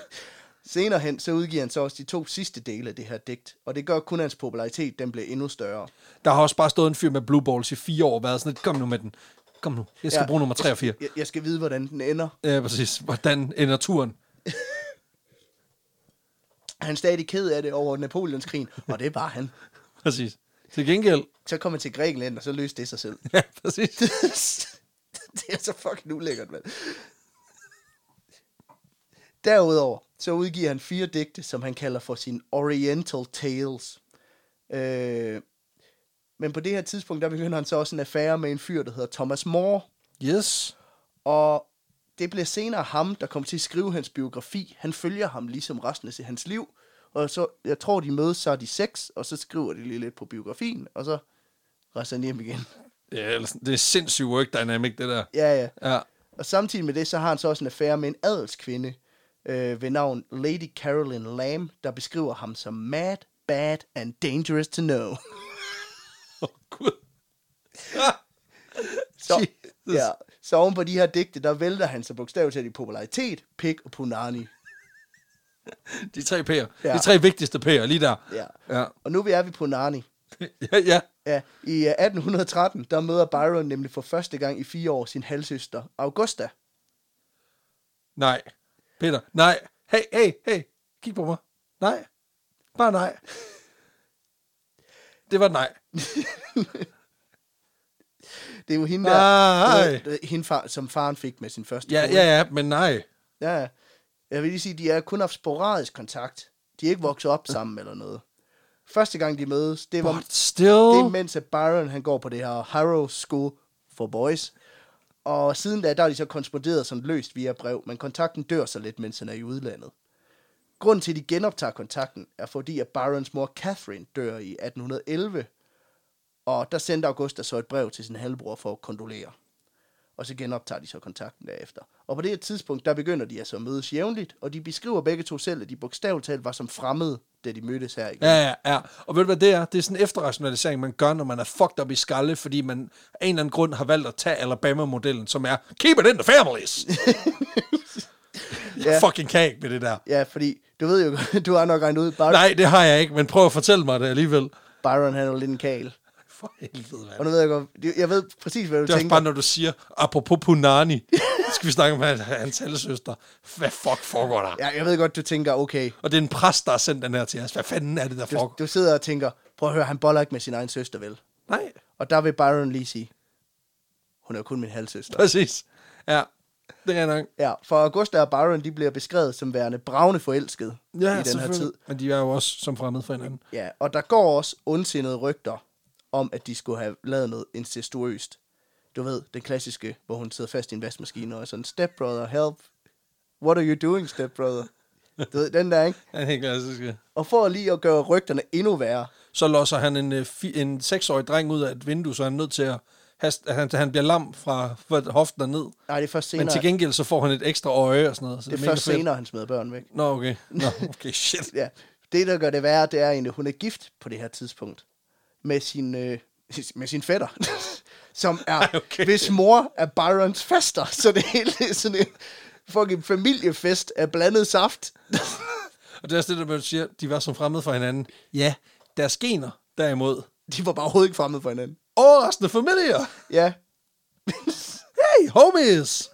Senere hen, så udgiver han så også de to sidste dele af det her digt, og det gør kun at hans popularitet, den bliver endnu større.
Der har også bare stået en fyr med blue balls i fire år og været sådan lidt, kom nu med den. Kom nu, jeg skal ja.
Ja.
bruge nummer 3 og 4.
Jeg, jeg skal vide, hvordan den ender.
Ja, præcis. Hvordan ender turen?
Han er stadig ked af det over Napoleonskrigen, og det var han.
Præcis. Til gengæld.
Så kom han til Grækenland, og så løste det sig selv.
Ja, præcis.
det er så fucking ulækkert, mand. Derudover, så udgiver han fire digte, som han kalder for sine Oriental Tales. Øh, men på det her tidspunkt, der begynder han så også en affære med en fyr, der hedder Thomas More.
Yes.
Og det bliver senere ham, der kommer til at skrive hans biografi. Han følger ham ligesom resten af hans liv. Og så, jeg tror, de mødes, så er de seks, og så skriver de lige lidt på biografien, og så rejser han hjem igen.
Ja, eller sådan- det er sindssygt work dynamic, det der.
Ja, ja.
Ja.
Og samtidig med det, så har han så også en affære med en adelskvinde øh, ved navn Lady Carolyn Lamb, der beskriver ham som mad, bad and dangerous to know.
Åh, oh, gud. Ah.
Så,
Jesus.
ja, så oven på de her digte, der vælter han så bogstaveligt talt i popularitet, pik og punani.
De tre P'er. Ja.
Ja.
De tre vigtigste P'er, lige der.
Ja.
Ja,
Og nu er vi på Narni.
ja. ja.
Ja, i øh, 1813, der møder Byron nemlig for første gang i fire år sin halvsøster, Augusta.
Nej. Peter, nej. Hey, hey, hey. Kig på mig. Nej. Bare nej. Det var et nej.
Det er jo hende der,
Nej.
du ved, hende far, som faren fik med sin første
Ah, Ja,
kone.
ja, ja, men nej.
ja. ja. Jeg vil lige sige, de er kun haft sporadisk kontakt. De er ikke vokset op sammen eller noget. Første gang de mødes, det var,
But still.
det er mens at Byron han går på det her Harrow School for Boys. Og siden da, der er de så korresponderet sådan løst via brev, men kontakten dør så lidt, mens han er i udlandet. Grunden til, at de genoptager kontakten, er fordi, at Byrons mor Catherine dør i 1811, og der sendte Augusta så et brev til sin halvbror for at kondolere. Og så genoptager de så kontakten derefter. Og på det her tidspunkt, der begynder de altså at mødes jævnligt, og de beskriver begge to selv, at de bogstaveligt talt var som fremmede, da de mødtes her igen.
Ja, ja, ja. Og ved du, hvad det er? Det er sådan en efterrationalisering, man gør, når man er fucked up i skalle, fordi man af en eller anden grund har valgt at tage Alabama-modellen, som er, keep it in the families! Jeg
Ja.
fucking kan ikke med det der.
Ja, fordi du ved jo, godt, du har nok regnet ud, Byron,
Nej, det har jeg ikke, men prøv at fortælle mig det alligevel.
Byron han er jo lidt en kagel.
For helvede, mand.
Og nu ved jeg godt, det- jeg ved præcis, hvad du
Det er også
tænker.
bare, når du siger, apropos Punani, skal vi snakke om hans- hans halvsøster. Hvad fuck foregår der?
Ja, jeg ved godt, du tænker, okay,
Og det er en præst, der har sendt den her til os. Hvad fanden er det, der
du,
foregår?
du sidder og tænker, prøv at høre, han boller ikke med sin egen søster, vel?
Nej,
Og der vil Byron lige sige, hun er jo kun min halvsøster.
præcis. Ja, det er nok.
Ja, for Augusta og Byron, de bliver beskrevet som værende bravne forelskede
Ja,
i den her
selvfølgelig.
tid.
Men de er jo også som fremmede for hinanden.
Ja, og der går også ondsindede rygter om, at de skulle have lavet noget incestuøst. Du ved, den klassiske, hvor hun sidder fast i en vaskemaskine og er sådan, stepbrother, help. What are you doing, stepbrother? Du ved, den der, ikke?
Ja, det er helt klassisk.
Og for lige at gøre rygterne endnu værre,
Så losser han en, øh, fi- en seksårig dreng ud af et vindue, så han er nødt til at... hast- at Han, han bliver lam fra, fra hoften og ned. Senere.
nej, det er først senere,
Men til
det
gengæld, så får han et ekstra øje og sådan noget. Så
er
mega
først
fedt.
senere, han smider børn væk.
Nå, okay. Nå, okay, shit.
Ja, det der gør det værre, det er egentlig, at hun er gift på det her tidspunkt med sin, øh, med sin fætter, som er,
Ej, okay.
hvis mor er Byrons fester, så det hele er sådan en fucking familiefest af blandet saft.
Og det er også det, der man siger, de var som fremmede for hinanden. Ja, deres gener derimod.
De var bare overhovedet ikke fremmede for hinanden.
Overraskende familier!
Ja,
Hey, homies!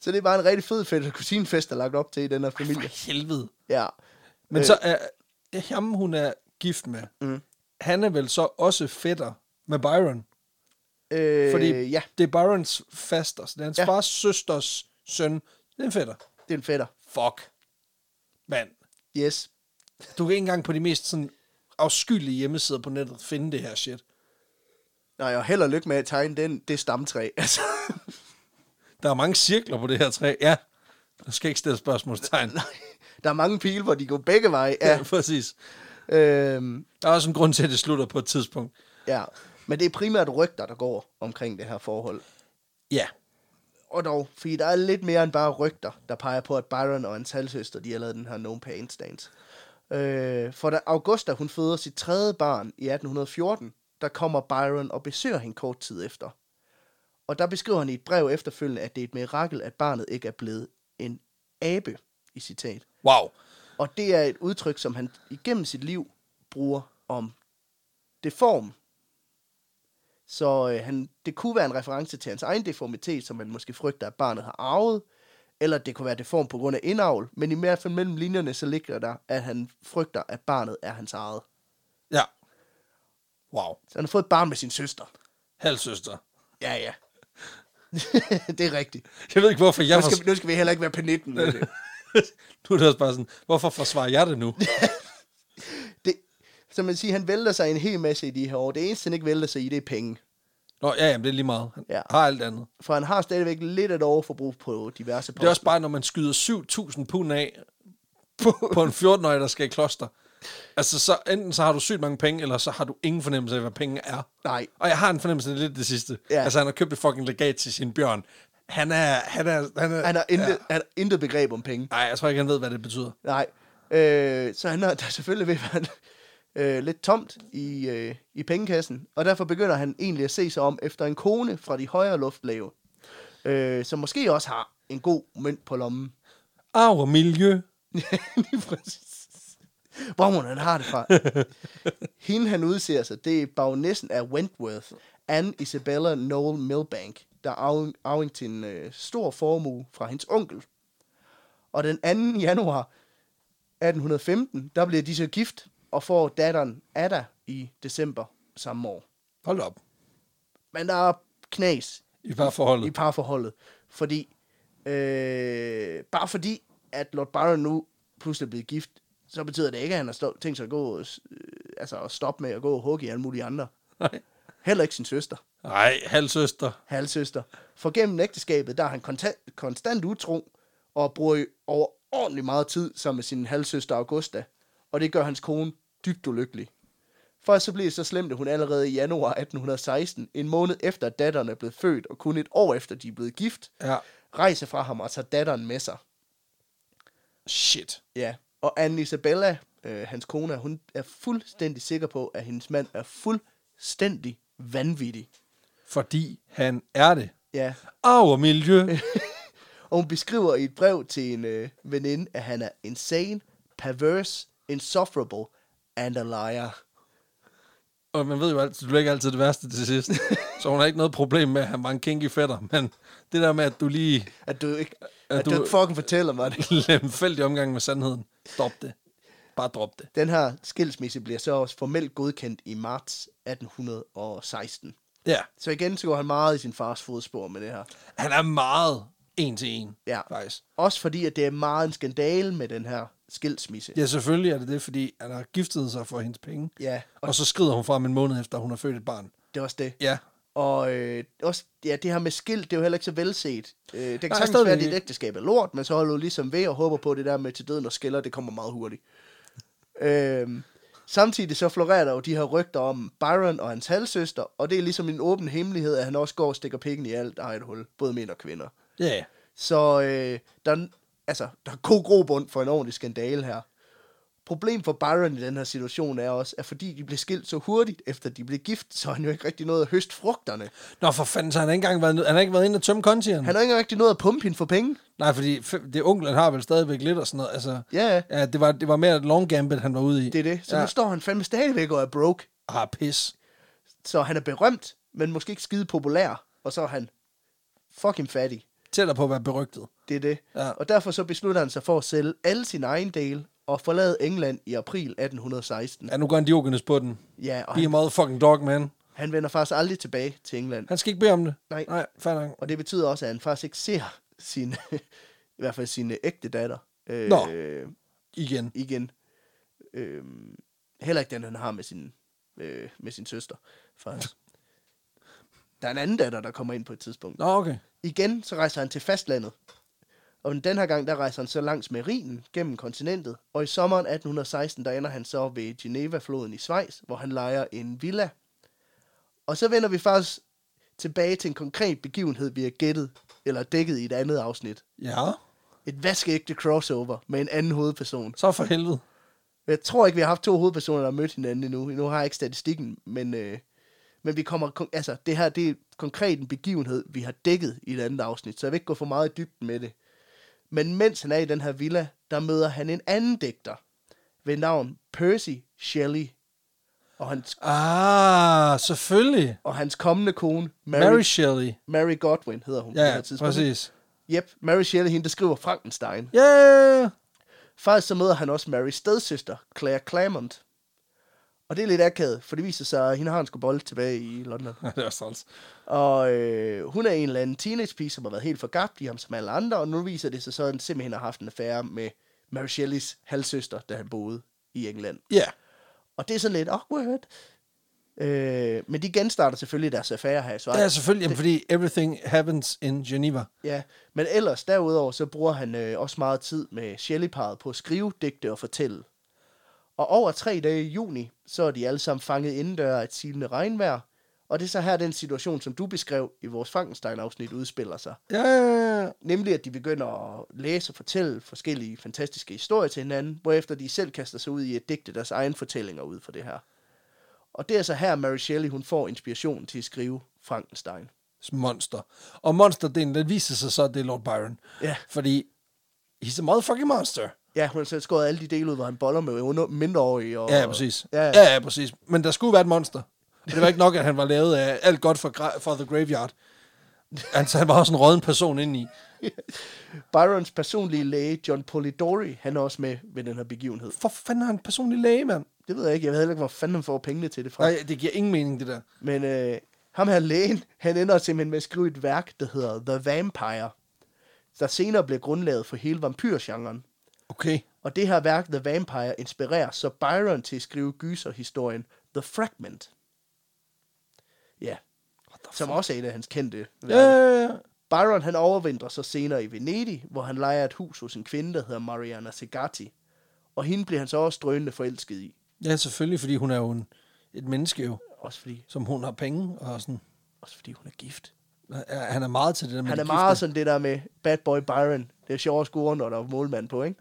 så det er bare en rigtig fed fætter kusinefest, der er lagt op til i den her familie.
For helvede.
Ja,
Men øh.
Øh.
så er er ham, hun er gift med, mm. han er vel så også fætter med Byron?
øh,
Fordi
Fordi... ja
det er Byrons faster, så det er hans ja.
Ja.
fars søsters søn. Det er en fætter.
det er en fætter.
Fuck. Mand.
Yes.
Du kan ikke engang på de mest sådan afskyelige hjemmesider på nettet finde det her shit.
Nej, og held og lykke med at tegne den, det stamtræ. Altså,
Der er mange cirkler på det her træ. Ja, der skal ikke stille spørgsmålstegn.
der er mange pile, hvor de går begge veje. Ja.
Ja, præcis.
Øhm,
Der er også en grund til, at det slutter på et tidspunkt.
ja. Men det er primært rygter, der går omkring det her forhold.
Ja,
Og dog, fordi der er lidt mere end bare rygter, der peger på, at Byron og hans halvsøster, de har lavet den her No Pain Stance. Øh, for da Augusta, hun føder sit tredje barn i 1814, der kommer Byron og besøger hende kort tid efter. Og der beskriver han i et brev efterfølgende, at det er et mirakel, at barnet ikke er blevet en abe, i citat.
wow.
Og det er et udtryk, som han igennem sit liv bruger om deform. Så øh, han, det kunne være en reference til hans egen deformitet, som man måske frygter, at barnet har arvet, eller det kunne være deform på grund af indavl, men i hvert fald mellem linjerne, så ligger der, at han frygter, at barnet er hans eget.
Ja. Wow.
Så han har fået et barn med sin søster.
Halvsøster.
Ja, ja. det er rigtigt.
Jeg ved ikke, hvorfor jeg...
Nu
Skal...
skal, nu skal vi heller ikke være panitten med det.
nu er det også bare sådan, hvorfor forsvarer jeg det nu?
det. Som man siger, han vælter sig en hel masse i de her år. Det eneste, han ikke vælter sig i, det er penge.
Nå, ja, jamen, det er lige meget. Han
Ja.
ja. har alt andet.
For han har stadigvæk lidt et overforbrug på diverse poster.
Det er også bare, når man skyder 7.000 pund af på, på en 14-årig, der skal i kloster. Altså, så enten så har du sygt mange penge, eller så har du ingen fornemmelse af, hvad penge er.
Nej.
Og jeg har en fornemmelse af det er lidt det sidste.
Ja.
Ja. Altså, han har købt et fucking legat til sin bjørn. Han er... Han er... Han er,
Han har intet, ja. han har intet begreb om penge.
Nej, jeg tror ikke, han ved, hvad det betyder.
Nej. Øh, så han har der er selvfølgelig ved at være øh, lidt tomt i, øh, i pengekassen. Og derfor begynder han egentlig at se sig om efter en kone fra de højere luftlave. Øh, som måske også har en god mønt på lommen.
Arv og miljø.
Lige præcis. Hvor må han har det fra? Hende, han udser sig, det er baronessen af Wentworth, Anne Isabella Noel Milbank, der er arving, arving til en øh, stor formue fra hendes onkel. Og den 2. januar 1815, der bliver de så gift og får datteren Ada i december samme år.
Hold op.
Men der er knas
I parforholdet.
i parforholdet. Fordi, øh, bare fordi, at Lord Byron nu pludselig er blevet gift, så betyder det ikke, at han har stå- tænkt sig at, gå, og s- øh, altså at stoppe med at gå og hugge i alle mulige andre.
Nej.
Heller ikke sin søster,
Nej, halvsøster.
halvsøster. For gennem ægteskabet, der er han konta- konstant utro, og bruger jo overordentlig meget tid sammen med sin halvsøster Augusta. Og det gør hans kone dybt ulykkelig. For så blev det så slemt, at hun allerede i januar 1816, en måned efter at datteren er blevet født, og kun et år efter de er blevet gift,
Ja.
rejser fra ham og tager datteren med sig.
Shit.
Ja. Og Anne Isabella, øh, hans kone, hun er fuldstændig sikker på, at hendes mand er fuldstændig vanvittig.
Fordi han er det.
Ja.
Arv og miljø.
Og hun beskriver i et brev til en øh, veninde, at han er insane, perverse, insufferable and a liar.
Og man ved jo altid, du lægger altid det værste til sidst. Så hun har ikke noget problem med at have mange kinky fætter. Men det der med, at du lige
At du ikke,
Er
at du
du-
ikke fucking fortæller mig det.
lemfældig omgang med sandheden. Stop det. Bare drop det.
Den her skilsmisse bliver så også formelt godkendt i marts 1816.
Ja.
Så igen, så går han meget i sin fars fodspor med det her.
Han er meget en til en,
Ja.
faktisk.
Også fordi, at det er meget en skandale med den her skilsmisse.
Ja, selvfølgelig er det det, fordi han har giftet sig for hendes penge.
Ja, og
Og så skrider hun fra en måned efter, at hun har født et barn.
det er også det.
Ja.
Og øh, også, ja, det her med skilt, det er jo heller ikke så velset. Øh, det kan
Nej,
sagtens være,
stadigvæk
at dit
ikke.
ægteskab er lort, men så holder du ligesom ved og håber på at det der med til døden og skiller, det kommer meget hurtigt. øh, samtidig så florerer der jo de her rygter om Byron og hans halvsøster, og det er ligesom en åben hemmelighed, at han også går og stikker pikken i alt eget hul, både mænd og kvinder.
Ja, yeah.
Så øh, der, er- altså, der er god grobund for en ordentlig skandale her. Problemet for Byron i den her situation er også, at fordi de blev skilt så hurtigt, efter de blev gift, så har han jo ikke rigtig nået at høste frugterne.
Nå, for fanden, så han har ikke engang været, nød- han har ikke været inde og tømme kontieren.
Han har ikke rigtig nået at pumpe hende for penge.
Nej, fordi f- det onklen har vel stadigvæk lidt og sådan noget. Altså,
Ja, ja.
ja det, var, det var mere et long gambit, han var ude i.
det er det. Så ja.
ja.
nu står han fandme stadigvæk og er broke.
Ah, pis.
Så han er berømt, men måske ikke skide populær. Og så er han fucking fattig.
Tæller på at være berygtet.
Det er det.
Ja.
Og derfor så beslutter han sig for at sælge alle sine egen dele og forlade England i april 1816.
Ja, nu går han Diogenes på den.
Ja, og
Be a
han,
motherfucking dog, man.
han vender faktisk aldrig tilbage til England.
Han skal ikke bede om det.
Nej.
Nej, fair nok.
Og det betyder også, at han faktisk ikke ser sin, i hvert fald sine ægte datter øh,
Nå. Igen.
igen. Øhm, Øh, heller ikke den, han har med sin, øh, med sin søster, faktisk. Der er en anden datter, der kommer ind på et tidspunkt.
Nå, okay.
Igen, så rejser han til fastlandet. Og den her gang, der rejser han så langs med Rhinen, gennem kontinentet. Og i sommeren 1816, der ender han så ved Geneva-floden i Schweiz, hvor han lejer en villa. Og så vender vi faktisk tilbage til en konkret begivenhed, vi har gættet, eller dækket i et andet afsnit.
Ja,
Et vaskeægte crossover med en anden hovedperson.
så for helvede.
Jeg tror ikke, vi har haft to hovedpersoner, der har mødt hinanden endnu. Nu har jeg ikke statistikken, men, øh, men vi kommer, kon- altså, det her det er konkret en begivenhed, vi har dækket i et andet afsnit, så jeg vil ikke gå for meget i dybden med det. Men mens han er i den her villa, der møder han en anden digter ved navn Percy Shelley og hans,
Ah, selvfølgelig.
og hans kommende kone, Mary,
Mary,
Mary,
Shelley.
Mary Godwin, hedder hun på det
Ja,
her tidspunkt.
præcis.
Yep, Mary Shelley, hende, der skriver Frankenstein.
Ja, yeah.
Faktisk så møder han også Marys stedsøster, Claire Claremont. Og det er lidt akavet, for det viser sig, at hende har en sgu bold tilbage i London.
det er træls.
Og øh, hun er en eller anden teenagepige, som har været helt forgabt i ham som alle andre, og nu viser det sig så, at han simpelthen har haft en affære med Mary Shelleys halvsøster, da han boede i England.
Ja,
Og det er sådan lidt awkward. Øh, men de genstarter selvfølgelig deres affære her i Schweiz.
det er selvfølgelig, jamen, fordi everything happens in Geneva.
Ja, men ellers derudover, så bruger han øh, også meget tid med Shelley-paret på at skrive, digte og fortælle. Og over tre dage i juni, så er de alle sammen fanget indendør af et silende regnvejr, og det er så her den situation, som du beskrev i vores Frankenstein-afsnit, udspiller sig.
Ja, ja, ja.
Nemlig, at de begynder at læse og fortælle forskellige fantastiske historier til hinanden, hvorefter de selv kaster sig ud i at digte deres egen fortællinger ud for det her. Og det er så her, Mary Shelley hun får inspiration til at skrive Frankenstein.
monster. Og monsterdelen, den viser sig så, at det er Lord Byron.
Ja.
Fordi, he's a motherfucking monster.
Ja, hun har selv skåret alle de dele ud, hvor han boller med under, mindreårige. Og,
Ja, ja, præcis.
Ja, ja.
ja, ja, præcis. Men der skulle være et monster. Og det var ikke nok, at han var lavet af alt godt for, gra- for The Graveyard. Altså, han var også en rådden person indeni.
Byrons personlige læge, John Polidori, han er også med ved den her begivenhed.
For fanden har han en personlig læge, mand?
Det ved jeg ikke. Jeg ved heller ikke, hvor fanden han får pengene til det fra. Nej.
Nej, det giver ingen mening, det der.
Men øh, ham her lægen, han ender simpelthen med at skrive et værk, der hedder The Vampire, der senere bliver grundlaget for hele vampyrgenren.
Okay.
Og det her værk, The Vampire, inspirerer så Byron til at skrive gyserhistorien The Fragment. Ja, som også er et af hans kendte
Ja, ja, ja.
Byron han overvintrer så senere i Venedig, hvor han lejer et hus hos en kvinde, der hedder Mariana Segatti. Og hende bliver han så også drønende forelsket i.
ja, selvfølgelig, fordi hun er jo en, et menneske jo,
Også fordi,
som hun har penge, og sådan,
også fordi hun er gift.
Ja, han er meget til det der med
Han
de
er meget
gifte.
sådan det der med bad boy Byron. Det er sjovt at score, når der er målmand på, ikke?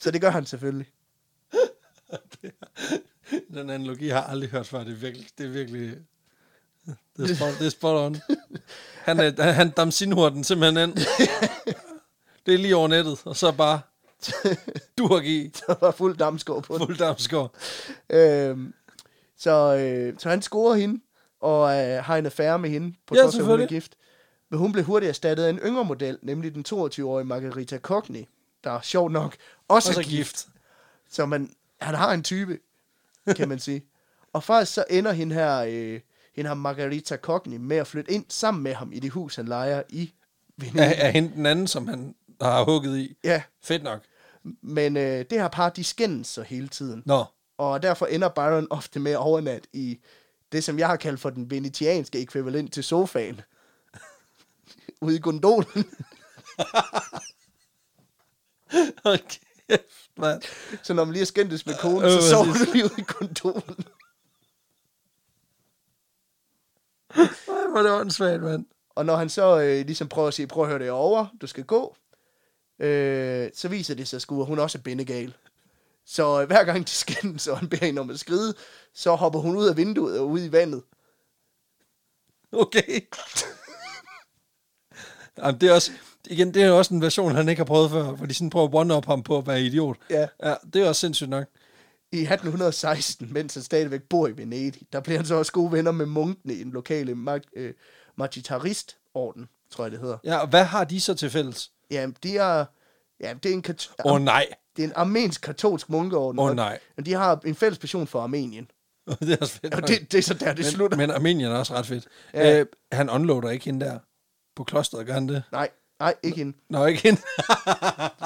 så det gør han selvfølgelig.
Den analogi har jeg aldrig hørt før. Det er virkelig... Det er, virkelig, det er, spot, det er spot on. Han, er, han- han damsinhur den simpelthen ind. Det er lige over nettet, og så bare durk i
Der var fuld damskov på den.
fuld damsgård.
Øhm, så, øh, så han scorer hende, og øh, har en affære med hende, på
Ja,
trods af, at hun er
selvfølgelig.
gift. Men hun blev hurtigt erstattet af en yngre model, nemlig den 22-årige Margarita Cockney, der er sjov nok også,
Og
også er
så
gift.
gift.
Så man, han har en type, kan man sige. Og faktisk så ender hende her, øh, hende her Margarita Cockney med at flytte ind sammen med ham i det hus, han lejer i Venedig.
Af, af hende den anden, som han har hugget i.
Ja,
Fedt nok.
men øh, det her par, de skændes så hele tiden.
Nå,
og derfor ender Byron ofte med at overnatte i det, som jeg har kaldt for den venetianske ekvivalent til sofaen. Ude i gondolen.
hold kæft, mand.
Så når man lige har skændtes med konen,
Øh,
så sover
præcis.
du lige ude i gondolen.
Ej, Hvor er det åndssvagt, mand.
Og når han så øh, ligesom prøver at sige, prøv at høre det over, du skal gå, øh, så viser det sig sgu, at hun også er bindegal. Så øh, hver gang de skændes, og han beder hende om at skride, så hopper hun ud af vinduet og ud i vandet.
Okay. Jamen, det er også, igen, det er jo også en version, han ikke har prøvet før, hvor de sådan prøver at one-up ham på at være idiot.
Ja.
ja det er også sindssygt nok.
I 1816, mens han stadigvæk bor i Venedig, der bliver han så også gode venner med munkene i den lokale mag- øh, magitaristorden, tror jeg det hedder.
Ja, og hvad har de så til fælles?
Ja, de er, ja det, er en kat-
Åh oh, nej,
det er en armensk katolsk munkeorden.
Åh,
og-
nej.
Men de har en fælles passion for Armenien.
det er også fedt.
Og
nok.
det, det er så der, det slutter.
men, men Armenien er også ret fedt.
Ja.
Ja. Øh, han unloader ikke hende der på klosteret, gør han det?
Nej, nej, ikke hende.
Nå, ikke hende.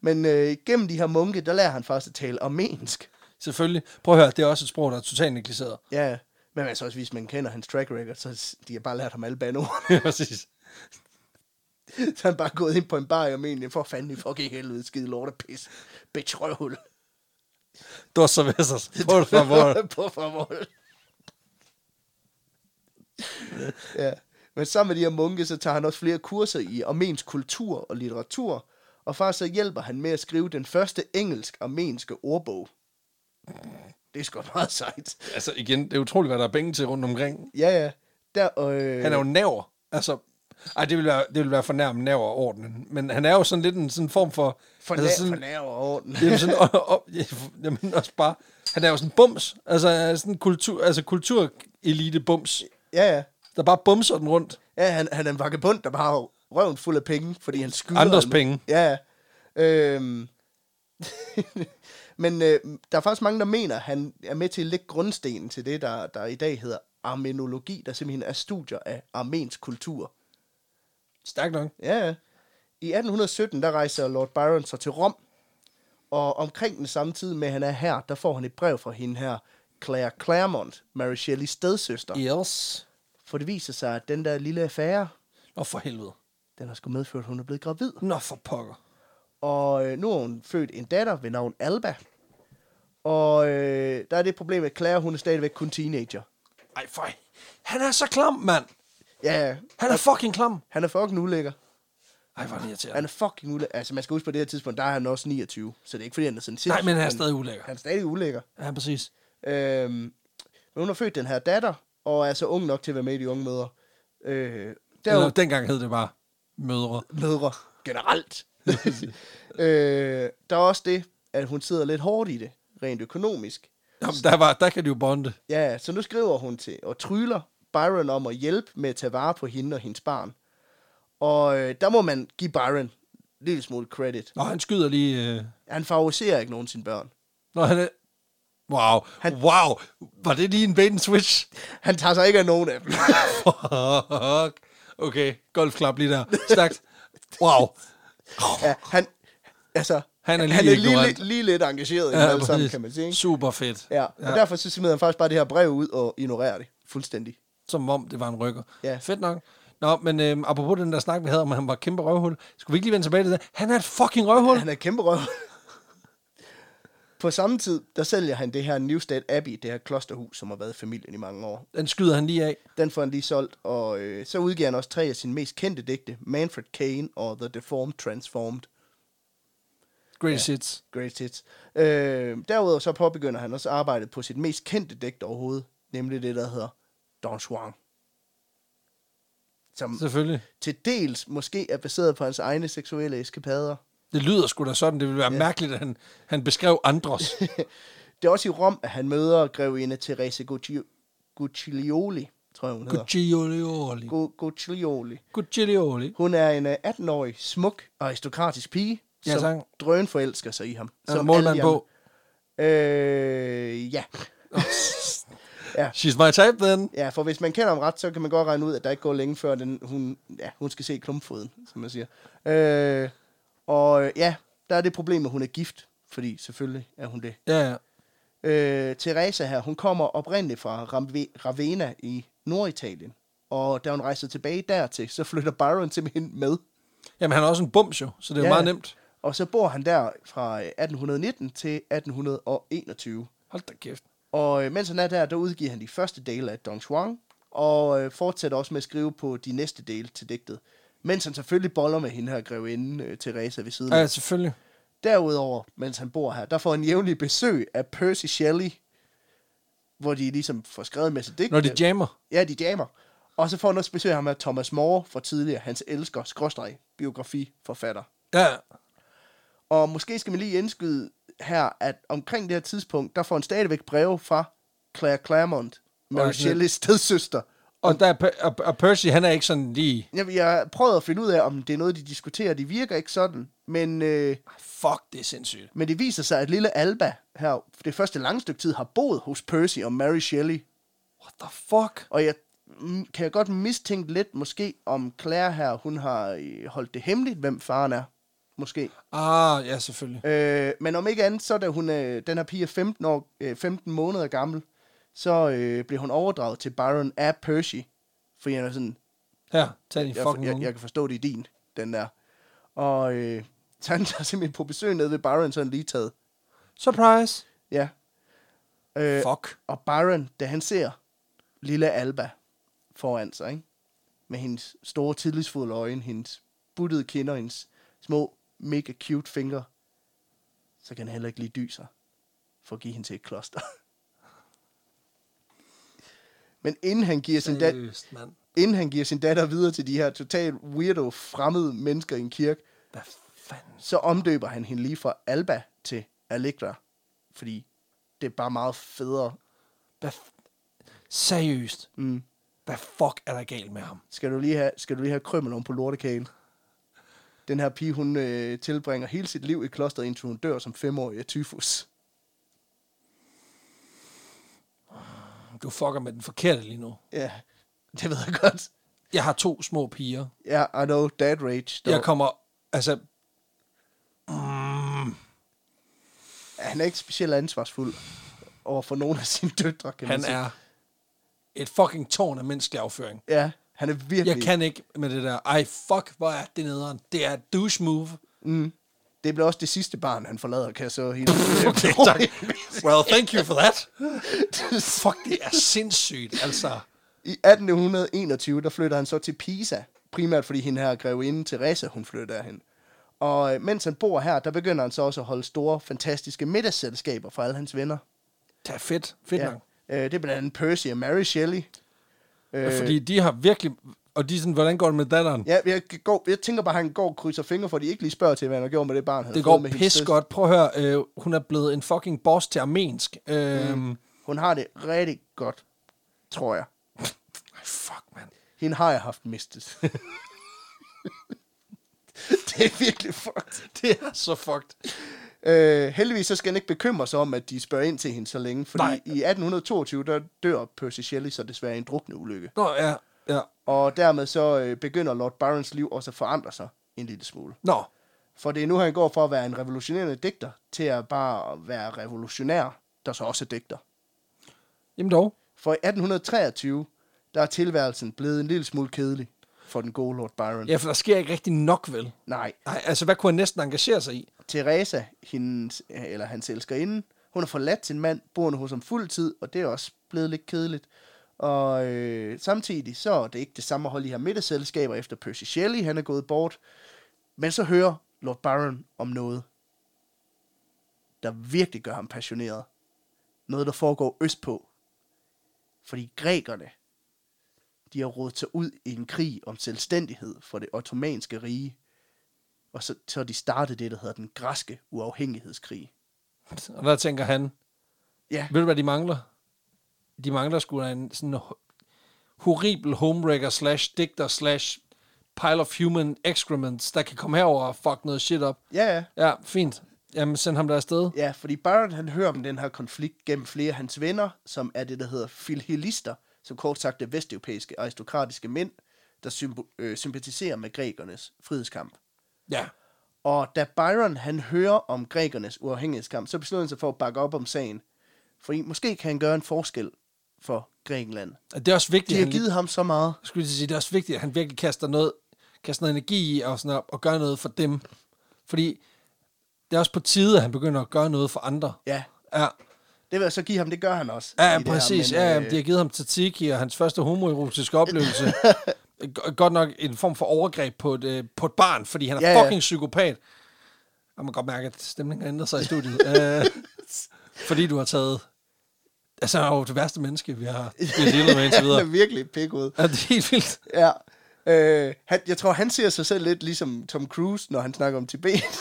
Men øh, gennem de her munke, der lærer han faktisk at tale armensk.
Selvfølgelig. Prøv at høre, det er også et sprog, der er totalt negligeret.
Ja, ja. men altså også, hvis man kender hans track record, så s- de har bare lært ham alle bandeord.
Præcis.
så er han bare gået ind på en bar i Armenien, for fanden i fucking helvede, skide lort og pis. Bitch røvhul.
Dos cervezas. Por favor.
Por favor. ja. Men sammen med de her munke, så tager han også flere kurser i armensk kultur og litteratur, og faktisk så hjælper han med at skrive den første engelsk-armenske ordbog. Det er sgu meget sejt.
altså igen, det er utroligt, hvad der er penge til rundt omkring.
Ja, ja. Der, øh,
Han er jo naver. Altså, ej, det vil være, det vil være for nærmest naverordnen. Men han er jo sådan lidt en sådan form for...
for,
altså
altså,
sådan,
for nærmere orden.
Jamen, sådan, og, og, jamen også bare, han er jo sådan en bums, altså han er sådan en kultur, altså kulturelite bums,
ja, ja.
der bare bumser den rundt.
Ja, han, han er en vagabond, der bare har røven fuld af penge, fordi han skyder...
Andres
alt-
penge.
Ja, øhm. Men øh, der er faktisk mange, der mener, at han er med til at lægge grundstenen til det, der, der i dag hedder armenologi, der simpelthen er studier af armensk kultur.
Stærkt nok.
Ja, ja. I 1817, der rejser Lord Byron sig til Rom, og omkring den samme tid med, at han er her, der får han et brev fra hende her, Claire Claremont, Mary Shelleys stedsøster.
Yes.
For det viser sig, at den der lille affære,
Nå for helvede.
den har sgu medført, at hun er blevet gravid.
Nå for pokker.
Og øh, nu har hun født en datter ved navn Alba. Og øh, der er det problem, at Claire, hun er stadigvæk kun teenager.
Ej, for... Han er så klam, mand.
Ja, ja.
Han er fucking klam.
han er fucking ulækker.
Ej, hvor er det irriterende.
Han er fucking ulækker. Altså, man skal huske på det her tidspunkt, der er han også 29. Så det er ikke, fordi han er sådan
Nej, men han er
han,
stadig ulækker.
han er stadig ulækker.
Ja, præcis.
Øhm, men hun har født den her datter, og er så ung nok til at være med i de unge mødre. Øh, der,
Eller, dengang hed det bare mødre.
mødre generelt. øh, der er også det, at hun sidder lidt hårdt i det, rent økonomisk.
Jamen, der, var, der kan de jo bonde.
Ja, så nu skriver hun til og tryller Byron om at hjælpe med at tage vare på hende og hendes barn. Og øh, der må man give Byron en lille smule credit.
Nå, han skyder lige... Øh...
Han favoriserer ikke nogen sine børn.
Nå, han er... Wow. Han... Wow. Var det lige en bait and switch?
Han tager sig ikke af nogen af dem.
Fuck. Okay, golfklap lige der. Stærkt. Wow.
ja, han, altså,
Han er lige
han er lige,
ignorant.
lidt, lige lidt engageret i ja, alle sammen,
præcis.
kan man sige. Ikke?
Super fedt.
Ja, og ja. derfor så smider han faktisk bare det her brev ud og ignorerer det fuldstændig.
Som om det var en rykker.
Ja.
Fedt nok. Nå, men øhm, apropos den der snak, vi havde om, at han var et kæmpe røvhul. Skulle vi ikke lige vende tilbage til det? Han er et fucking røvhul.
Han er et kæmpe røv. På samme tid, der sælger han det her Newstead Abbey, det her klosterhus, som har været i familien i mange år.
Den skyder han lige af.
Den får han lige solgt, og øh, så udgiver han også tre af sine mest kendte digte, Manfred Kane og The Deformed Transformed,
Great ja. hits.
Great Hits. Øh, derudover så påbegynder han også arbejdet på sit mest kendte digt overhovedet, nemlig det, der hedder Don Juan. Som
Selvfølgelig.
til dels måske er baseret på hans egne seksuelle eskapader.
Det lyder sgu da sådan. Det ville være ja. mærkeligt, at han, han beskrev andres.
Det er også i Rom, at han møder grevinde Therese Gucci- Gucciolioli, tror jeg hun hedder.
Gucciolioli.
Gu- Gucciolioli.
Gucciolioli.
Hun er en øh, 18-årig, smuk, aristokratisk pige,
Ja,
som
tak.
drøn forelsker sig i ham.
Så
Som
målmand
alle de andre.
på.
Øh, ja.
She's my type, then.
ja, for hvis man kender ham ret, så kan man godt regne ud, at der ikke går længe før, den, hun, ja, hun skal se klumpfoden, som man siger. Øh, og øh, ja, der er det problem, at hun er gift, fordi selvfølgelig er hun det.
Ja, ja.
Øh, Teresa her, hun kommer oprindeligt fra Ram- Ravenna i Norditalien. Og da hun rejser tilbage dertil, så flytter Byron simpelthen med.
Jamen, han er også en bums jo, så det er ja.
Ja.
meget nemt.
Og så bor han der fra øh, 1819 til 1821.
Hold da kæft.
Og øh, mens han er der, der udgiver han de første dele af Don Juan, og øh, fortsætter også med at skrive på de næste dele til digtet. Mens han selvfølgelig boller med hende her grevinde, øh, Teresa ved siden af.
Ja, selvfølgelig.
Derudover, mens han bor her, der får han jævnlig besøg af Percy Shelley, hvor de ligesom får skrevet en masse digte.
Når de jammer.
Ja, de jammer. Og så får han også besøg af ham af Thomas More fra tidligere, hans elsker, skråstreg, biografiforfatter.
Ja,
Og måske skal man lige indskyde her, at omkring det her tidspunkt, der får han stadigvæk breve fra Claire Claremont, Mary
Original.
Shelleys stedsøster. Mm.
og, der er, Per- og, og Percy, han er ikke sådan lige...
Jeg, jeg prøvede at finde ud af, om det er noget, de diskuterer. Det virker ikke sådan, men, øh,
Fuck, det er sindssygt.
men det viser sig, at lille Alba her det første lange stykke tid har boet hos Percy og Mary Shelley.
What the fuck?
Og jeg mm, kan jeg godt mistænke lidt måske, om Claire her, hun har øh, holdt det hemmeligt, hvem faren er. måske.
Ah, ja, selvfølgelig.
Øh, men om ikke andet, så da hun, øh, den her pige er 15, år, øh, 15 måneder gammel, så øh, blev hun overdraget til Byron af Percy. Fordi han er sådan,
Her, tag din
jeg,
fucking
jeg, jeg,
unge.
kan forstå, det er din, den der. Og øh, så han tager simpelthen på besøg nede ved Byron, så er han lige taget.
Surprise!
Ja. Øh,
Fuck.
og Byron, da han ser lille Alba foran sig, ikke? med hendes store tillidsfulde øjne, hendes buttede kinder, hendes små mega cute fingre, så kan han heller ikke lige dy sig for at give hende til et kloster. Men inden han, giver sin dat-
Seriøst, mand.
inden han giver sin datter videre til de her totalt weirdo, fremmede mennesker i en kirke,
Hvad fanden?
så omdøber han hende lige fra Alba til Allegra, fordi det er bare meget federe.
Hvad f- Seriøst.
Mm.
Hvad fuck er der galt med ham?
skal du lige have, skal du lige have krømmel om på lortekagen. Den her pige, hun øh, tilbringer hele sit liv i klosteret, indtil hun dør som femårig af tyfus.
Du fucker med den forkerte lige nu.
Ja, det ved jeg godt.
Jeg har to små piger.
Ja, yeah, I know, dad rage.
Jeg
Dog.
kommer... Altså,
Han er ikke specielt ansvarsfuld over for nogen af sine døtre, kan man
han
sige.
er et fucking tårn af menneskelig afføring.
Ja, han er virkelig...
Jeg kan ikke med det der. Ej, fuck, hvor er det nederen. Det er et douche move.
Mm. Det bliver også det sidste barn, han forlader, kan jeg så helt...
Okay, tak. Well, thank you for that. Fuck, det er sindssygt, altså.
I 1821, der flytter han så til Pisa, primært fordi hende her grevinde Teresa, hun flytter derhen. Og øh, mens han bor her, der begynder han så også at holde store, fantastiske middagsselskaber for alle hans venner.
Det er fedt. Fedt ja. nok.
Øh, det er blandt andet Percy og Mary Shelley.
Øh. Fordi de har virkelig... Og de er sådan, hvordan går det med datteren? Ja,
Ja, jeg, går, jeg tænker bare, at han går og krydser fingre for, at de ikke lige spørger til, hvad han har gjort med det barn. han har
det
fået
går
med hendes
pis
søster.
godt. Prøv at høre, øh, hun er blevet en fucking boss til armensk. Øh, mm.
Hun har det rigtig godt, tror jeg.
Fuck, mand.
Hende har jeg haft mistet. det er virkelig fucked.
Det er så fucked.
Øh, heldigvis så skal han ikke bekymre sig om, at de spørger ind til hende så længe, fordi
Nej.
Nej. i 1822, der dør Percy Shelley så desværre i en drukneulykke.
Nå, ja. ja.
Og dermed så øh, begynder Lord Byrons liv også at forandre sig en lille smule.
Nå,
For det er nu, han går fra at være en revolutionerende digter, til at bare være revolutionær, der så også er digter.
jamen dog.
For i 1823, der er tilværelsen blevet en lille smule kedelig for den gode Lord Byron.
Ja, for der sker ikke rigtig nok, vel?
Nej,
Nej, altså, hvad kunne han næsten engagere sig i?
Teresa, hendes, eller hans elskerinde, hun har forladt sin mand, bor nu hos ham fuld tid, og det er også blevet lidt kedeligt. Og øh, samtidig så er det ikke det samme at holde i her middagsselskaber, efter Percy Shelley, han er gået bort. Men så hører Lord Byron om noget, der virkelig gør ham passioneret. Noget, der foregår østpå. Fordi grækerne, de har rådet sig ud i en krig om selvstændighed for det ottomanske rige. Og så, så de startede det, der hedder den græske uafhængighedskrig.
Og der tænker han,
Ja,
ved du, hvad de mangler? De mangler sgu da en sådan ho- horribel homewrecker slash digter slash pile of human excrements, der kan komme herover og fuck noget shit op.
ja, ja.
Ja, fint. Jamen, send ham der afsted.
Ja, fordi Byron han hører om den her konflikt gennem flere af hans venner, som er det, der hedder filhelister, som kort sagt er vesteuropæiske aristokratiske mænd, der symbo- øh, sympatiserer med grækernes frihedskamp.
Ja.
Og da Byron han hører om grækernes uafhængighedskamp, så beslutter han sig for at bakke op om sagen. For måske kan han gøre en forskel for Grækenland.
Og det er også vigtigt,
De
at
har
han, lige,
givet ham så meget.
skulle jeg til at sige, det er også vigtigt, at han virkelig kaster noget, kaster noget energi i og, sådan op, og gør noget for dem. Fordi det er også på tide, at han begynder at gøre noget for andre.
Ja,
Ja,
det vil jeg så give ham, det gør han også.
ja
i det her,
præcis.
men,
ja, jamen,
øh,
det har givet ham tzatziki og hans første homoerotiske oplevelse. Go- godt nok en form for overgreb på et, øh, på et barn, fordi han er
Ja, ja.
fucking psykopat. Og man kan godt mærke, at stemningen har ændret sig i studiet. øh, fordi du har taget... Altså, han er jo det værste menneske, vi har, vi har dealet med indtil videre.
Han er virkelig pikud.
Ja, det er helt vildt.
Ja. Øh, han, jeg tror, han ser sig selv lidt ligesom Tom Cruise, når han snakker om Tibet.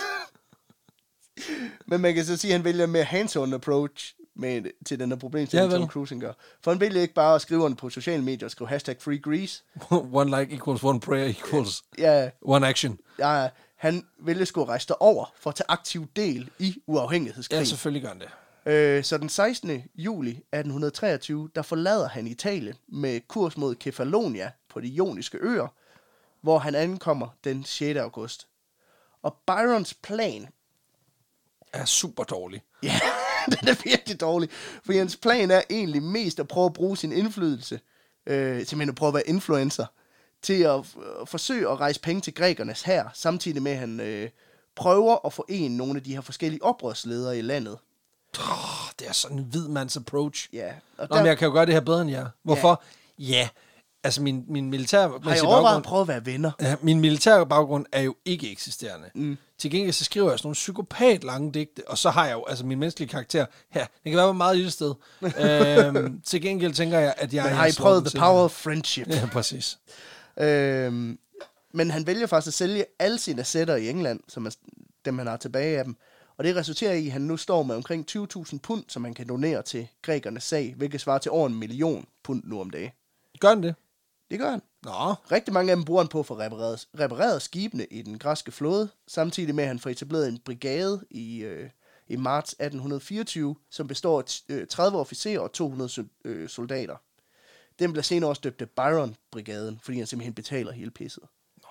Men man kan så sige, at han vælger en mere hands-on approach med, til den her problemstilling,
Ja,
ja,
vel.
Tom Cruise han gør. For han vælger ikke bare at skrive under på sociale medier og skrive hashtag free Greece.
One like equals one prayer equals
Ja,
one action.
ja han vælger sgu at rejse derover for at tage aktiv del i
Ja,
uafhængighedskrigen.
selvfølgelig gør han det.
Øh, så den 16. juli 1823, der forlader han Italien med kurs mod Kefalonia på de ioniske øer, hvor han ankommer den 6. august. Og Byrons plan,
er super dårlig.
ja, den er virkelig dårlig. For hans plan er egentlig mest at prøve at bruge sin indflydelse, øh, simpelthen at prøve at være influencer, til at øh, forsøge at rejse penge til grækernes her, samtidig med at han øh, prøver at forene nogle af de her forskellige oprørsledere i landet.
Oh, det er sådan en hvid mands approach.
Ja, og
Nå,
der-
men jeg kan jo gøre det her bedre end jer. Hvorfor? Ja, ja. altså min, min militær...
Har jeg overvejet at prøve at være venner?
Ja, min militære baggrund er jo ikke eksisterende. Mm. Til gengæld så skriver jeg sådan nogle psykopat lange digte, og så har jeg jo, altså min menneskelige karakter, her, den kan være på et meget lille sted. øhm, til gengæld tænker jeg, at jeg...
Men
er
har I
slået
prøvet
den
The
til.
Power of Friendship?
Ja, præcis.
Øhm, men han vælger faktisk at sælge alle sine assetter i England, som er dem, han har tilbage af dem. Og det resulterer i, at han nu står med omkring 20.000 pund, som han kan donere til grækernes sag, hvilket svarer til over en million pund nu om dagen.
Gør den det?
Det gør han.
Nå.
Rigtig mange af dem bruger han på for at reparere, reparere skibene i den græske flåde, samtidig med, at han får etableret en brigade i, øh, i marts 1824, som består af t- øh, 30 officerer og 200 sol- øh, soldater. Den bliver senere også døbt af Byron-brigaden, fordi han simpelthen betaler hele pisset.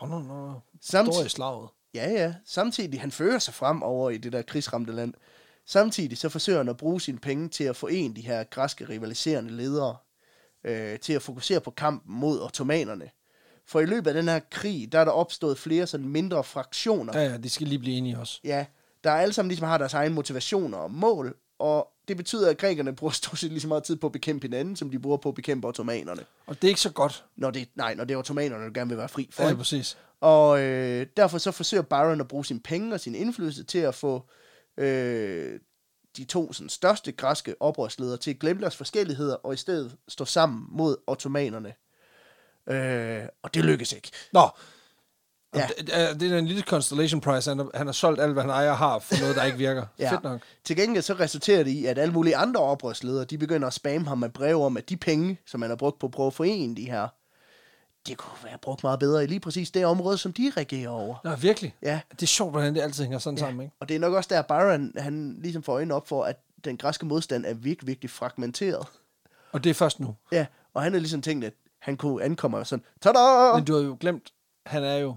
Nå, nå, nå.
Samt-
Stor i slaget.
Ja, ja. Samtidig, han fører sig frem over i det der krigsramte land. Samtidig så forsøger han at bruge sine penge til at forene de her græske rivaliserende ledere, øh, til at fokusere på kampen mod ottomanerne. For i løbet af den her krig, der er der opstået flere sådan mindre fraktioner,
Ja, ja, de skal lige blive enige også.
ja, der er alle sammen ligesom har deres egne motivationer og mål, og det betyder, at grækerne bruger stort set lige så meget tid på at bekæmpe hinanden, som de bruger på at bekæmpe ottomanerne.
Og det er ikke så godt.
Når det, nej, når det er ottomanerne, der gerne vil være fri for.
Ja,
ikke?
præcis.
Og øh, derfor så forsøger Byron at bruge sine penge og sin indflydelse til at få øh, de to sådan, største græske oprørsledere til at glemme deres forskelligheder og i stedet stå sammen mod ottomanerne. Øh, og det lykkes ikke.
Nå.
Ja.
Ja. Det, det- det er en lille constellation prize. Han, har- han har solgt alt, hvad han ejer og har, for noget, der ikke virker. ja. Fedt nok.
Til gengæld så resulterer det i, at alle mulige andre oprørsledere, de begynder at spamme ham med breve om, at de penge, som han har brugt på at prøve at forene de her, det kunne være brugt meget bedre i lige præcis det område, som de regerer over.
Nå, virkelig.
Ja.
Det er sjovt, hvordan det altid hænger sådan ja. sammen, ikke?
Og det er nok også der, Byron han ligesom får øjnene op for, at den græske modstand er virkelig, virkelig fragmenteret.
Og det er først nu.
Ja, og han har ligesom tænkt, at han kunne ankomme og sådan, tada!
Men du har jo glemt, han er jo,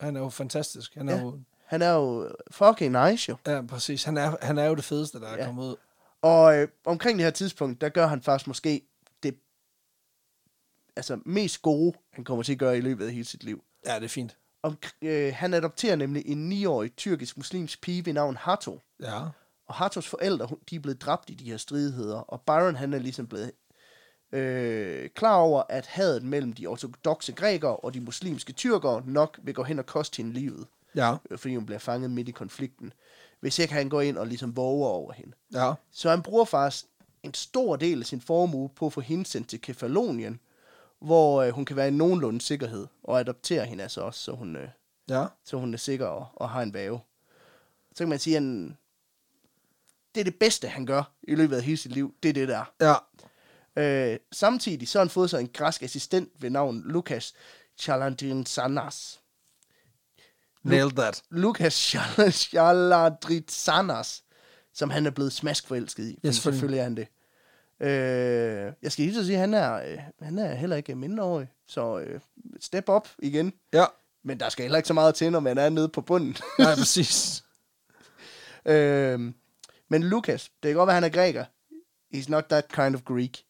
han er jo fantastisk. Han er
Ja.
ja. jo,
Han er jo fucking nice jo.
ja, præcis. Han er, han er jo det fedeste, der er
Ja.
ja. kommet ud.
Og øh, omkring det her tidspunkt, der gør han faktisk måske det altså mest gode, han kommer til at gøre i løbet af hele sit liv.
Ja, det er fint.
Om, øh, han adopterer nemlig en 9-årig tyrkisk muslimsk pige ved navn Hato.
Ja.
Og Hartos forældre, hun- de er blevet dræbt i de her stridigheder, og Byron han er ligesom blevet øh, klar over, at hadet mellem de ortodoxe grækere og de muslimske tyrkere nok vil gå hen og koste hende livet,
Ja.
øh, fordi hun bliver fanget midt i konflikten, hvis ikke han går ind og ligesom våger over hende.
Ja.
Så han bruger faktisk en stor del af sin formue på at få hende sendt til Kefalonien, hvor øh, hun kan være i nogenlunde sikkerhed, og adopterer hende altså også, så hun... Øh,
Ja.
så hun er sikker og, og har en væve. Så kan man sige, at han- det er det bedste, han gør i løbet af hele sit liv. Det er det der.
Ja.
Øh, samtidig så har han fået sig en græsk assistent ved navn Lukas Chalandrinsanas.
Nailed that.
Lukas Chal- Chalandrinsanas, som han er blevet smaskforelsket i. fordi
selvfølgelig.
selvfølgelig er han det. Øh, jeg skal lige så sige, at han er, øh, han er heller ikke mindreårig, så øh, step op igen.
Ja.
Men der skal heller ikke så meget til, når man er nede på bunden.
Nej, præcis.
Øhm, men Lukas, det kan godt være, han er græker. He's not that kind of Greek.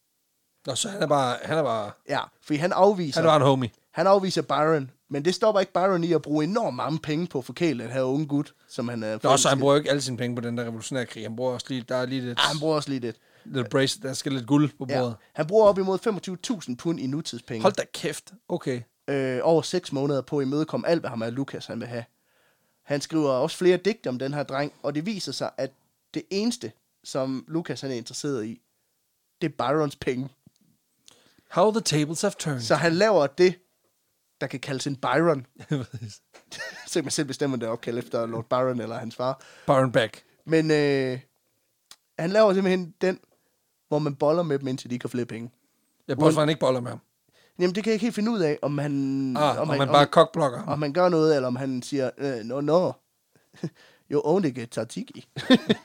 Nå, så han er bare, han er bare,
Ja, fordi han afviser,
han
han,
er bare en homie.
han afviser Byron, men det stopper ikke Byron i at bruge enormt mange penge på at forkæle den her unge gut, som han øh, er...
Nå, så han bruger jo ikke alle sine penge på den der revolutionære krig. Han bruger også lige, der er lige lidt,
Ja, Ah, han bruger også lige lidt.
lidt brace, der skal lidt guld på
Ja.
bordet.
Han bruger op imod 25.000 pund i nutidspenge.
Hold da kæft. Okay.
øh, over 6 måneder på at imødekomme alt, hvad ham og Lukas han vil have. Han skriver også flere digte om den her dreng, og det viser sig, at det eneste, som Lukas han er interesseret i, det er Byrons penge.
How the tables have turned.
Så han laver det, der kan kaldes en Byron. Så kan man selv bestemme, om det er opkaldt efter Lord Byron eller hans far.
Byron Beck.
Men øh, han laver simpelthen den, hvor man boller med dem, indtil de ikke har flere penge.
Jeg prøver, at han ikke boller med ham.
Jamen, det kan jeg ikke helt finde ud af, om han...
Ah, Mm. om, han
om,
bare kokblokker
om
ham.
han gør noget, eller om han siger, øh, no, no, you only get tatiki.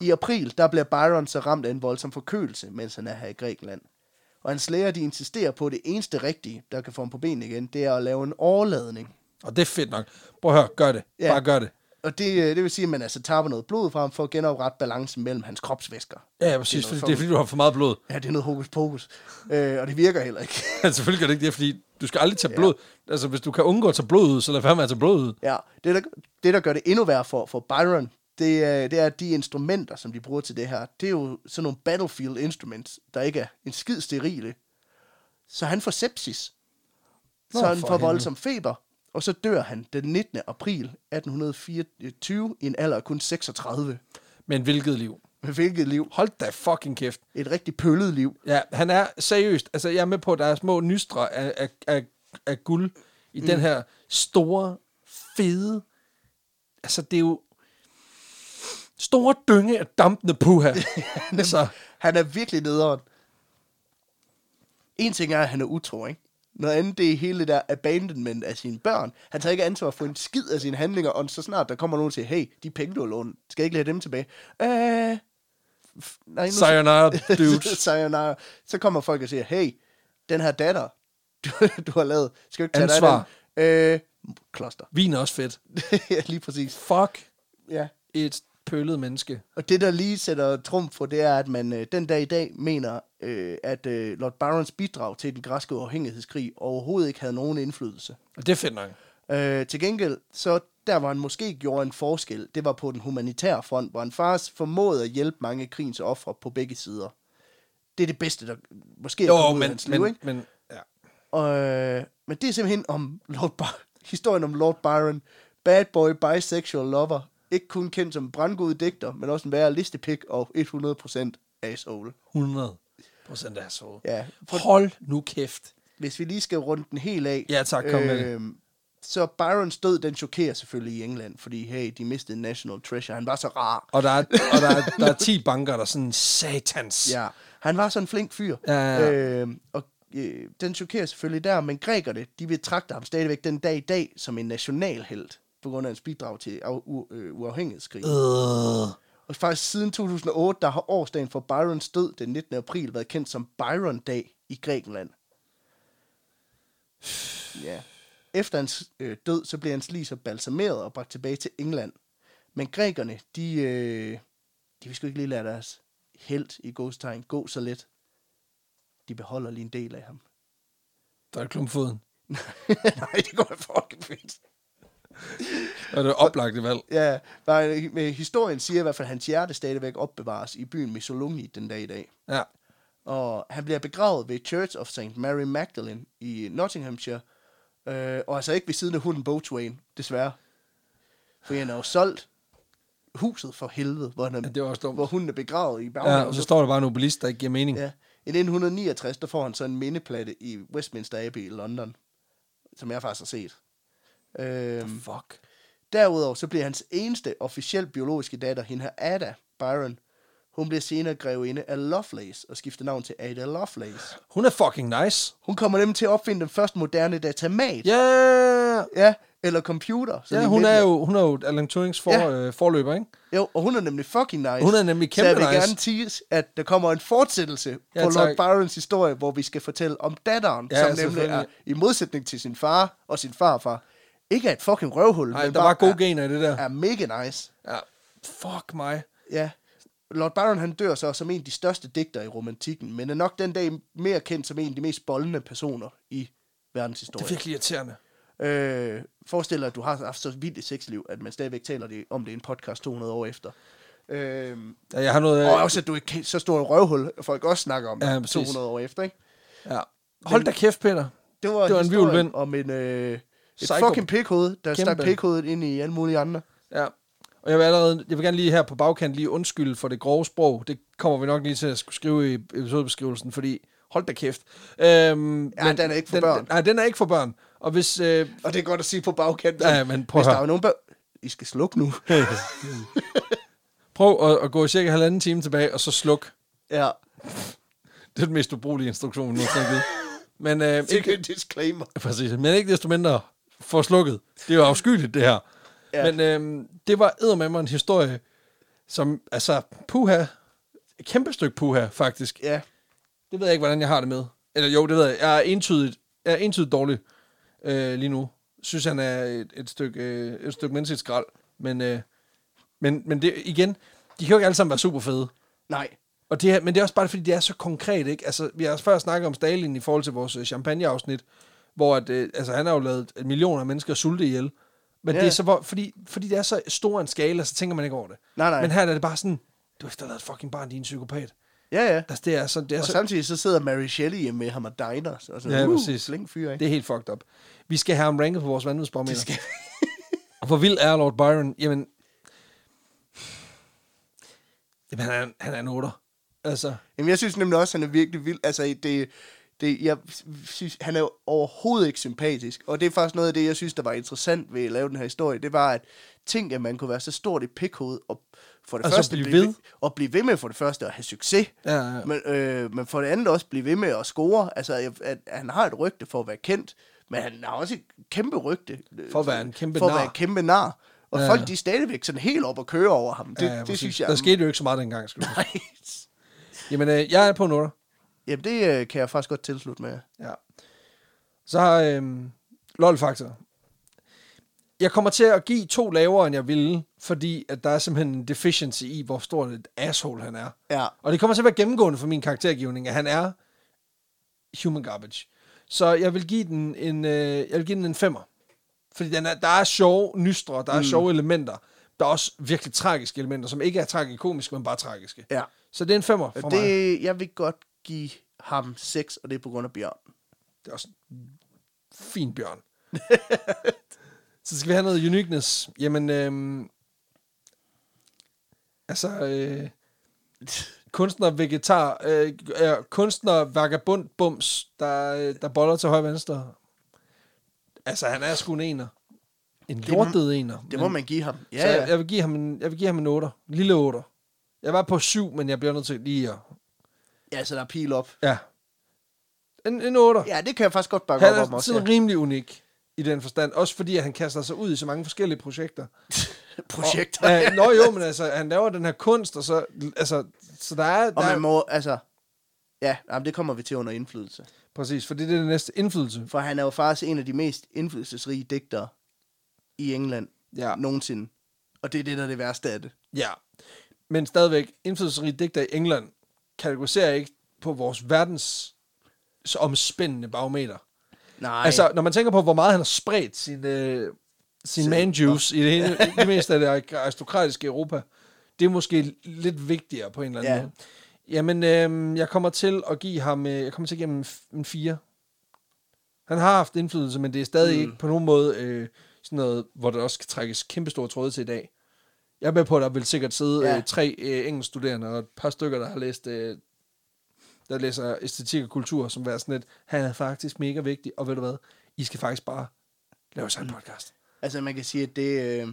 I april, der bliver Byron så ramt af en voldsom forkølelse, mens han er her i Grækenland. Og hans læger, de insisterer på, at det eneste rigtige, der kan få ham på benene igen, det er at lave en overladning.
Og det er fedt nok. Prøv at høre, gør det.
Ja.
Bare gør det.
Og det, øh, det vil sige, at man altså taber noget blod fra ham for at genoprette balancen mellem hans kropsvæsker.
Ja, ja præcis.
noget
fordi, det er
fucking-
fordi, du har for meget blod.
Ja, det er noget hokus pokus. Øh, og det virker heller ikke.
Selvfølgelig gør det ikke det, fordi du skal aldrig tage blod. Altså, hvis du kan undgå at tage blod ud, så lad være med at tage blod ud.
Ja, det der, det der gør det endnu værre for, for Byron, det, er- det er at de instrumenter, som de bruger til det her. Det er jo sådan nogle battlefield instruments, der ikke er en skid sterile. Så han får sepsis.
Nå,
Nå, så han
for
får
helvede.
voldsom feber, og så dør han den 19. april 1824 i en alder af kun 36.
Men hvilket liv.
Med hvilket liv?
Hold da fucking kæft.
Et rigtig pøllet liv.
Ja, han er seriøst. Altså, jeg er med på, at der er små nystre af, af, af, af guld i mm. den her store, fede... Altså, det er jo... Store dynge af dampende puha. altså,
Han er virkelig nederen. En ting er, at han er utro, ikke? Noget andet, det er hele det der abandonment af sine børn. Han tager ikke ansvar for en skid af sine handlinger, og så snart der kommer nogen til, hey, de penge, du har lånt, skal jeg ikke lade dem tilbage? Øh, f- nej, nu-
sayonara, dudes.
Sayonara. Så kommer folk og siger, hey, den her datter, du, du har lavet, skal du ikke tage
Ansvar.
dig af den? Øh, kloster.
Vin er også fedt.
ja, lige præcis.
Fuck
Ja.
et pøllet menneske.
Og det, der lige sætter trumf for, det er, at man øh, den dag i dag mener, øh, at øh, Lord Barons bidrag til den græske uafhængighedskrig overhovedet ikke havde nogen indflydelse.
Og det er fedt nok.
Øh, til gengæld, så der, hvor han måske gjorde en forskel, det var på den humanitære front, hvor han faktisk formåede at hjælpe mange af krigens ofre på begge sider. Det er det bedste, der måske er
Jo,
kommet ud af
men,
hans liv,
men,
ikke?
men ja.
Og, øh, men det er simpelthen om Lord Bar- historien om Lord Byron, bad boy, bisexual lover, ikke kun kendt som en brandgod digter, men også en værre listepik og 100% asshole.
100 procent asshole.
Ja,
Hold nu kæft.
hvis vi lige skal runde den helt af. øhm,
Ja, tak, kom med det.
Så Byrons død, den chokerer selvfølgelig i England, fordi hey, de mistede en national treasure. Han var så rar.
Og der er, og der er, der er 10 banker, der er sådan satans.
Ja, han var sådan en flink fyr.
Ja, ja,
Øhm, og øh, den chokerer selvfølgelig der, men grækerne, de betragter ham stadigvæk den dag i dag som en nationalhelt, på grund af hans bidrag til af, u, øh, uafhængighedskrig.
Øh.
Og faktisk siden 2008, der har årsdagen for Byrons død den 19. april været kendt som Byron-dag i Grækenland. Ja. Efter hans øh, død, så blev hans lig så balsameret og bragt tilbage til England. Men grækerne, de, øh, de vil sgu ikke lige lade deres held i godstegn gå så let. De beholder lige en del af ham.
Der er klumpfoden.
Nej, det går fucking fint.
Og det er oplagte valg.
Ja, nej, men historien siger i hvert fald, at hans hjerte stadigvæk opbevares i byen Missolonghi den dag i dag.
Ja.
Og han bliver begravet ved Church of St. Mary Magdalene i Nottinghamshire. Øh, og altså ikke ved siden af hunden Boatwain, desværre. For han har jo solgt huset for helvede, hvor, han
ja,
er,
det var også dumt.
hvor hunden er begravet i
Ja, og så
baghaven.
står der bare en obelisk, der ikke giver mening.
Ja, I 1969, der får han så en mindeplade i Westminster Abbey i London, som jeg faktisk har set. Øhm,
Fuck.
Derudover så bliver hans eneste officielt biologiske datter, hende her Ada Byron, hun bliver senere grevinde af Lovelace og skifter navn til Ada Lovelace.
Hun er fucking nice.
Hun kommer nemlig til at opfinde den første moderne datamat.
Ja,
ja eller computer. som
ja
de
hun,
midt i-
er jo, hun er jo Alan Turings for,
Ja.
øh, forløber, ikke?
Jo, og hun er nemlig fucking nice.
Hun er nemlig kæmpe
Så jeg vil
nice.
gerne tease, at der kommer en fortsættelse
Ja,
ja, på
tak.
Lord Byrons historie, hvor vi skal fortælle om datteren,
Ja,
som nemlig
selvfølgelig.
er i modsætning til sin far og sin farfar. Ikke er et fucking røvhul,
Nej,
men
der
bare
var gode
er,
gener i det der.
er mega nice.
Ja. Fuck mig.
Ja. Lord Byron han dør så som en af de største digtere i romantikken, men er nok den dag mere kendt som en af de mest boldende personer i
Det er
verdenshistorien.
virkelig irriterende.
Øh, forestil dig, at du har haft så vildt et sexliv, at man stadigvæk taler det, om det i en podcast 200 år efter. Øh,
Ja, jeg har noget...
og også, at du er et ke- så stor et røvhul, at folk også snakker om
Ja,
ja,
præcis.
200 år efter. Ikke?
ja. Hold da kæft, Peter.
Det var,
Det var en
historien
hvirvelvind.
om en, øh, et
Psycho.
fucking pikhoved, der
Kæmpe.
stak pikhovedet ind i alle mulige andre.
Ja. Og jeg vil, allerede, jeg vil gerne lige her på bagkant lige undskylde for det grove sprog. Det kommer vi nok lige til at skulle skrive i episodebeskrivelsen, fordi hold da kæft. Øhm, ja, men,
den er ikke for børn.
Nej, den er ikke for børn. Og hvis... Øh,
Og det er godt at sige på bagkanten.
ja, men prøv
Hvis
at
der
høre.
er nogen bag... I skal slukke nu.
Prøv at, at gå cirka halvanden time tilbage, og så sluk.
ja,
Det er den mest ubrugelige instruktion, vi nogensinde har givet. Men, øh,
det er en disclaimer.
Præcis, men ikke desto mindre for slukket. Det er jo afskyeligt, det her. Ja.
Ja.
Men øhm, det var eddermame en historie, som, altså, puha, et kæmpe stykke puha, faktisk.
Ja,
Det ved jeg ikke, hvordan jeg har det med. Eller jo, det ved jeg. Jeg er entydigt, jeg er entydigt dårlig øh, lige nu. synes, han er et, et stykke, øh, et stykke menneskeligt skrald. Men, øh, men, men det, igen, de kan jo ikke alle sammen være super fede.
Nej.
Og det her, men det er også bare, fordi det er så konkret, ikke? Altså, vi har også før snakket om Stalin i forhold til vores øh, champagneafsnit, hvor at, øh, altså, han har jo lavet millioner af mennesker sulte ihjel. Men ja. det
Ja.
er så, hvor, fordi, fordi det er så stor en skala, så tænker man ikke over det.
Nej, nej.
Men her er det bare sådan, du efterlader et fucking barn, din psykopat.
Ja, ja.
Altså, det er, så, det er
Og
så
samtidig så sidder Mary Shelley hjemme med ham og diner. Så, så,
Ja, præcis.
Uh, Flink fyr, ikke?
Det er helt fucked up. Vi skal have ham ranket på vores vanvidsbarometer.
skal
Og hvor vild er Lord Byron? Jamen, Jamen han, er, han er en otter. Altså,
Jamen, jeg synes nemlig også, at han er virkelig vild. Altså, det, det, jeg synes, han er jo overhovedet ikke sympatisk. Og det er faktisk noget af det, jeg synes, der var interessant ved at lave den her historie. Det var, at tænk, at man kunne være så stort et pikhoved, og for det
Og så
første
blive ved.
og blive ved med for det første at have succes.
Ja, ja, ja.
Men, øh, men for det andet også blive ved med at score. Altså, at, at han har et rygte for at være kendt, men han har også et kæmpe rygte. øh,
For at være en kæmpe
for
nar.
At være en kæmpe nar. Og
Ja,
ja. folk,
ja.
de er stadigvæk sådan helt op og køre over ham. Det,
ja,
ja, det
præcis.
synes jeg...
Der skete jo ikke så meget dengang. Skal du. huske.
Nej.
Jamen, øh, jeg er på en otter.
Jamen, det øh, kan jeg faktisk godt tilslutte med.
Ja. Så har øhm, LOL-faktor. Jeg kommer til at give to lavere, end jeg ville, fordi at der er simpelthen en deficiency i, hvor stort et asshole han er.
Ja.
Og det kommer til at være gennemgående for min karaktergivning, at han er human garbage. Så jeg vil give den en, øh, jeg vil give den en femmer. Fordi den er, der er sjove nystre, der er mm. sjove elementer. Der er også virkelig tragiske elementer, som ikke er tragikomiske, men bare tragiske.
Ja.
Så det er en femmer for det... mig.
Det, jeg vil godt give ham 6, og det er på grund af Bjørn.
Det er også en fin bjørn. Så skal vi have noget uniqueness. Jamen, øhm, altså, øh, kunstner, vegetar, øh, øh, kunstner, vagabund, bums, der, øh, der boller til højre og venstre. Altså, han er sgu en ener. En
må-
lortet ener.
Det må man give ham. Ja,
Ja, så jeg,
ja.
jeg, vil give ham en, jeg vil give ham en otter. En lille otter. Jeg var på syv, men jeg bliver nødt til lige at...
ja så der er pil op.
Ja. En, en otter.
Ja, det kan jeg faktisk godt bakke
Han
op om
er
også.
sådan
Ja.
rimelig unik i den forstand. Også fordi, at han kaster sig ud i så mange forskellige projekter.
Projekter.
Og,
Og,
ja, nå jo, men altså, han laver den her kunst, og så... Altså, så der er... Der
og
er
man må, altså... Ja, jamen, det kommer vi til under indflydelse.
præcis, for det er det næste indflydelse.
For han er jo faktisk en af de mest indflydelsesrige digtere i England
Ja.
nogensinde. Og det er det, der er det værste af det.
Ja. Men stadigvæk, indflydelsesrige digter i England kategoriserer ikke på vores verdens så omspændende barometer.
Nej.
Ej. Altså, når man tænker på, hvor meget han har spredt sin, øh, sin man juice i det, hele, i det meste af det aristokratiske Europa, det er måske lidt vigtigere på en eller anden ja.
Ja.
måde. Jamen, øh, jeg kommer til at give ham, øh, jeg kommer til at give ham en f- en 4. Han har haft indflydelse, men det er stadig mm. ikke på nogen måde øh, sådan noget, hvor der også skal trækkes kæmpe store tråde til i dag. Jeg er med på, at der vil sikkert sidde ja.
Ja.
øh, tre øh, engelskstuderende og et par stykker, der har læst øh, der læser æstetik og kultur, som er sådan lidt, han er faktisk mega vigtig, og ved du hvad, I skal faktisk bare lave sig en podcast.
altså, man kan sige, at det... Øh,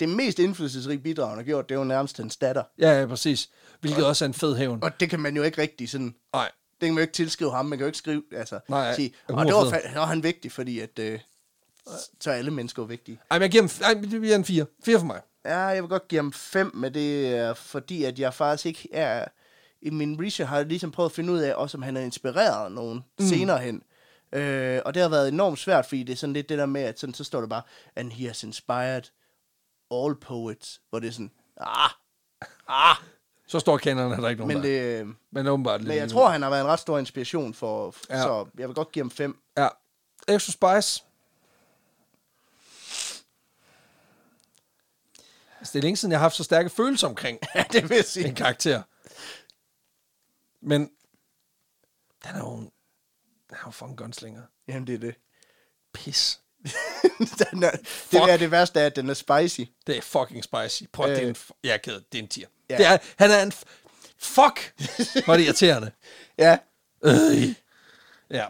det mest indflydelsesrige bidrag, han har gjort, det er jo nærmest hans datter.
Ja, ja, præcis. Hvilket også er en fed hævn.
Og det kan man jo ikke rigtig sådan
Nej,
Det kan man jo ikke tilskrive ham. Man kan jo ikke skrive, altså,
Nej,
sige,
ja,
og det var,
humorfed."
fa- så var han vigtig, fordi at, øh, så er alle mennesker jo vigtige.
Ej, men jeg giver ham, ej, det bliver en 4. 4 for mig.
Ja, jeg vil godt give ham fem, men det er fordi, at jeg faktisk ikke er... I min research har jeg ligesom prøvet at finde ud af, også om han er inspireret af nogen mm. senere hen. Øh, og det har været enormt svært, fordi det er sådan lidt det der med, at sådan, så står der bare, and he has inspired all poets, hvor det er sådan, ah, ah,
Så står kanerne, der er ikke nogen
men,
men, det,
det, øh,
men åbenbart lidt.
men jeg
endnu.
tror, han har været en ret stor inspiration for,
Ja.
ja. så jeg vil godt give ham fem.
Ja. Extra Spice. Altså, det er længe siden, jeg har haft så stærke følelser omkring
Ja, det vil jeg sige.
en karakter. Men han er jo en, han er jo fucking gunslinger.
Jamen, det er det.
Pis.
den er, det er det værste er, at den er spicy.
Det er fucking spicy. Prøv øh. det er
Øh.
en, f- jeg er ked, af det, det er en tier. Ja.
Ja.
Det er, han er en, f- fuck, hvor er det irriterende.
Ja,
Øh. Ja.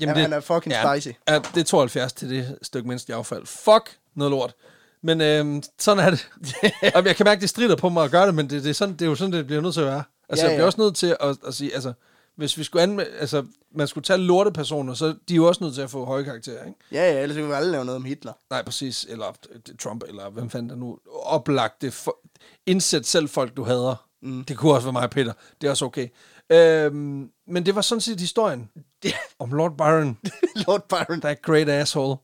Jamen, han er fucking spicy.
Ja, det er 72 til det stykke menneskeligt affald. Fuck noget lort. Men øhm, sådan er det. og jeg kan mærke, det strider på mig at gøre det, men det, det, er, sådan, det er jo sådan, det bliver nødt til at være. Altså, ja,
Ja,
ja. jeg bliver
ja.
også nødt til at, at sige, altså, hvis vi skulle anmelde, altså, man skulle tage lortepersoner, så de er jo også nødt til at få høje karakterer, ikke?
ja, ja, ellers kunne vi aldrig lave noget om Hitler.
Nej, præcis. Eller øh, Trump, eller hvem fanden der nu. Oplagte. For, indsæt selv folk, du hader. Mm. Det kunne også være mig og Peter. Det er også okay. Øhm, men det var sådan set historien om Lord Byron,
Lord Byron.
der er great asshole.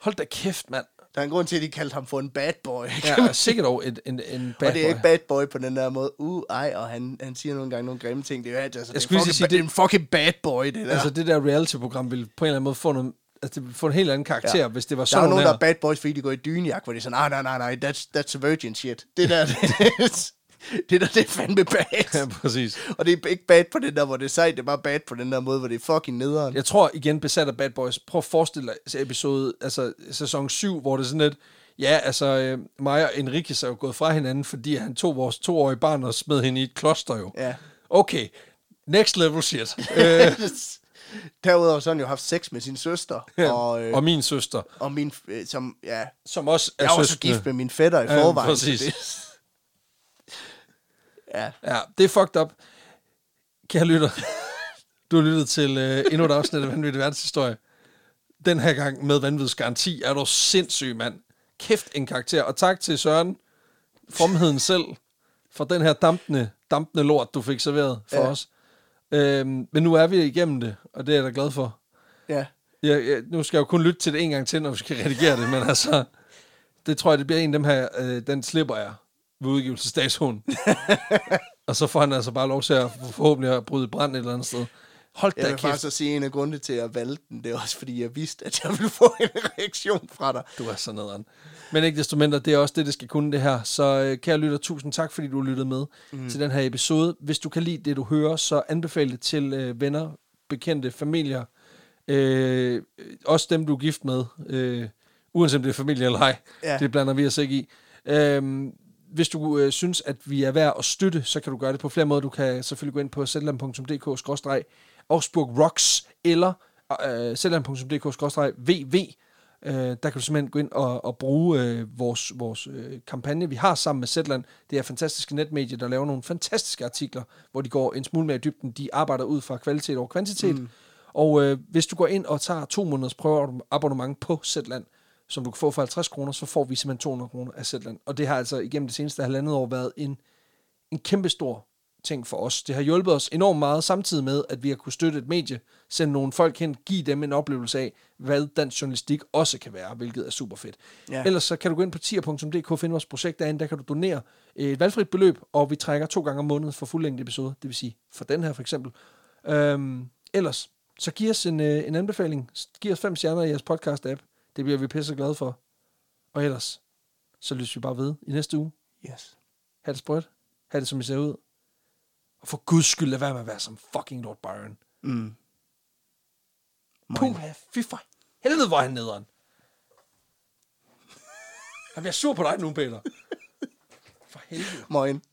Hold da kæft, mand.
Der er en grund til, at de kaldte ham for en bad boy.
Ja, og sikkert dog en, en, en bad
og det er
boy.
ikke bad boy på den der måde. Uh, ej, og han, han siger nogle gange nogle grimme ting. Det er, jo- altså, det er,
skulle lige
fucking,
sige,
sige, det er en fucking bad boy, det der.
Altså, det der reality-program ville på en eller anden måde få, noget, altså, det ville få en helt anden karakter, ja. hvis det var
der er
sådan
jo nogen, der
her.
er bad boys, fordi de går i dynejak, hvor de er sådan, nej, nej, nej, nej, that's, that's virgin shit. Det der, det, det der, det er fandme
Ja,
bad.
præcis.
Og det er ikke bad på den der, hvor det er sejt, det er bare bad på den der måde, hvor det er fucking nederen.
Jeg tror igen, besat af Bad Boys. Prøv at forestille dig episode, altså sæson 7, hvor det er sådan lidt, ja, altså øh, mig og Enrique er jo gået fra hinanden, fordi han tog vores toårige barn og smed hende i et kloster jo.
Ja.
Okay, next level shit. Øh,
Derudover så har han jo haft sex med sin søster, og, øh,
og min søster,
og min, øh, som, ja,
som også er
jeg er også
søskende.
gift med min fætter i
Ja,
forvejen. så
præcis.
det- ja,
Ja, det er fucked up. Kære lytter, du har lyttet til øh, endnu et afsnit af Vanvittig Verdenshistorie. Den her gang med vanvidsgaranti er du sindssyg, mand. Kæft en karakter. Og tak til Søren, fromheden selv, for den her dampende, dampende lort, du fik serveret for ja.
Ja.
os. Øhm, men nu er vi igennem det, og det er jeg da glad for.
ja.
Jeg, jeg, nu skal jeg jo kun lytte til det en gang til, når vi skal redigere det, men altså, det tror jeg, det bliver en af dem her, øh, den slipper jeg ved udgivelsesdatoen. og så får han altså bare lov til at forhåbentlig at bryde i brand et eller andet sted. Hold da
Jeg vil
kæft,
faktisk også sige, at en af grundene til, at jeg valgte den, det er også, fordi jeg vidste, at jeg ville få en reaktion fra dig.
du er så nederen. Men ikke desto mindre, det er også det, det skal kunne det her. Så øh, kære lytter, tusind tak, fordi du lyttede med mm. til den her episode. Hvis du kan lide det, du hører, så anbefal det til øh, venner, bekendte, familier. Øh, også dem, du er gift med. Øh, uanset om det er familie eller ej. Ja.
Ja.
Det blander vi os ikke i. Øhm, hvis du øh, synes, at vi er værd at støtte, så kan du gøre det på flere måder. Du kan selvfølgelig gå ind på zland.dk-augsburg rocks eller øh, zland.dk-vv. Øh, der kan du simpelthen gå ind og, og bruge øh, vores, vores øh, kampagne, vi har sammen med Zetland. Det er fantastiske netmedie, der laver nogle fantastiske artikler, hvor de går en smule mere i dybden. De arbejder ud fra kvalitet over kvantitet. Mm. Og øh, hvis du går ind og tager to måneders prøveabonnement på Zetland, som du kan få for 50 kroner, så får vi simpelthen 200 kroner af Zetland. Og det har altså igennem det seneste halvandet år været en, en kæmpe stor ting for os. Det har hjulpet os enormt meget, samtidig med, at vi har kunne støtte et medie, sende nogle folk hen, give dem en oplevelse af, hvad dansk journalistik også kan være, hvilket er super fedt. Ja.
Ja.
Ellers så kan du gå ind på tier.dk og finde vores projekt derinde, der kan du donere øh, et valgfrit beløb, og vi trækker to gange om måneden for fuldlængde episode, det vil sige for den her for eksempel. Øhm, ellers, så giv os en, øh, en anbefaling. Giv os fem stjerner i jeres podcast-app. Det bliver vi pisse glade for. Og ellers, så lytter vi bare ved i næste uge.
Yes.
Ha' det sprødt. Ha' det, som I ser ud. Og for guds skyld, lad være med at være som fucking Lord Byron.
Mm.
Puh, fy for helvede, hvor er han nederen. Han bliver sur på dig nu, Peter. For helvede.
Moin.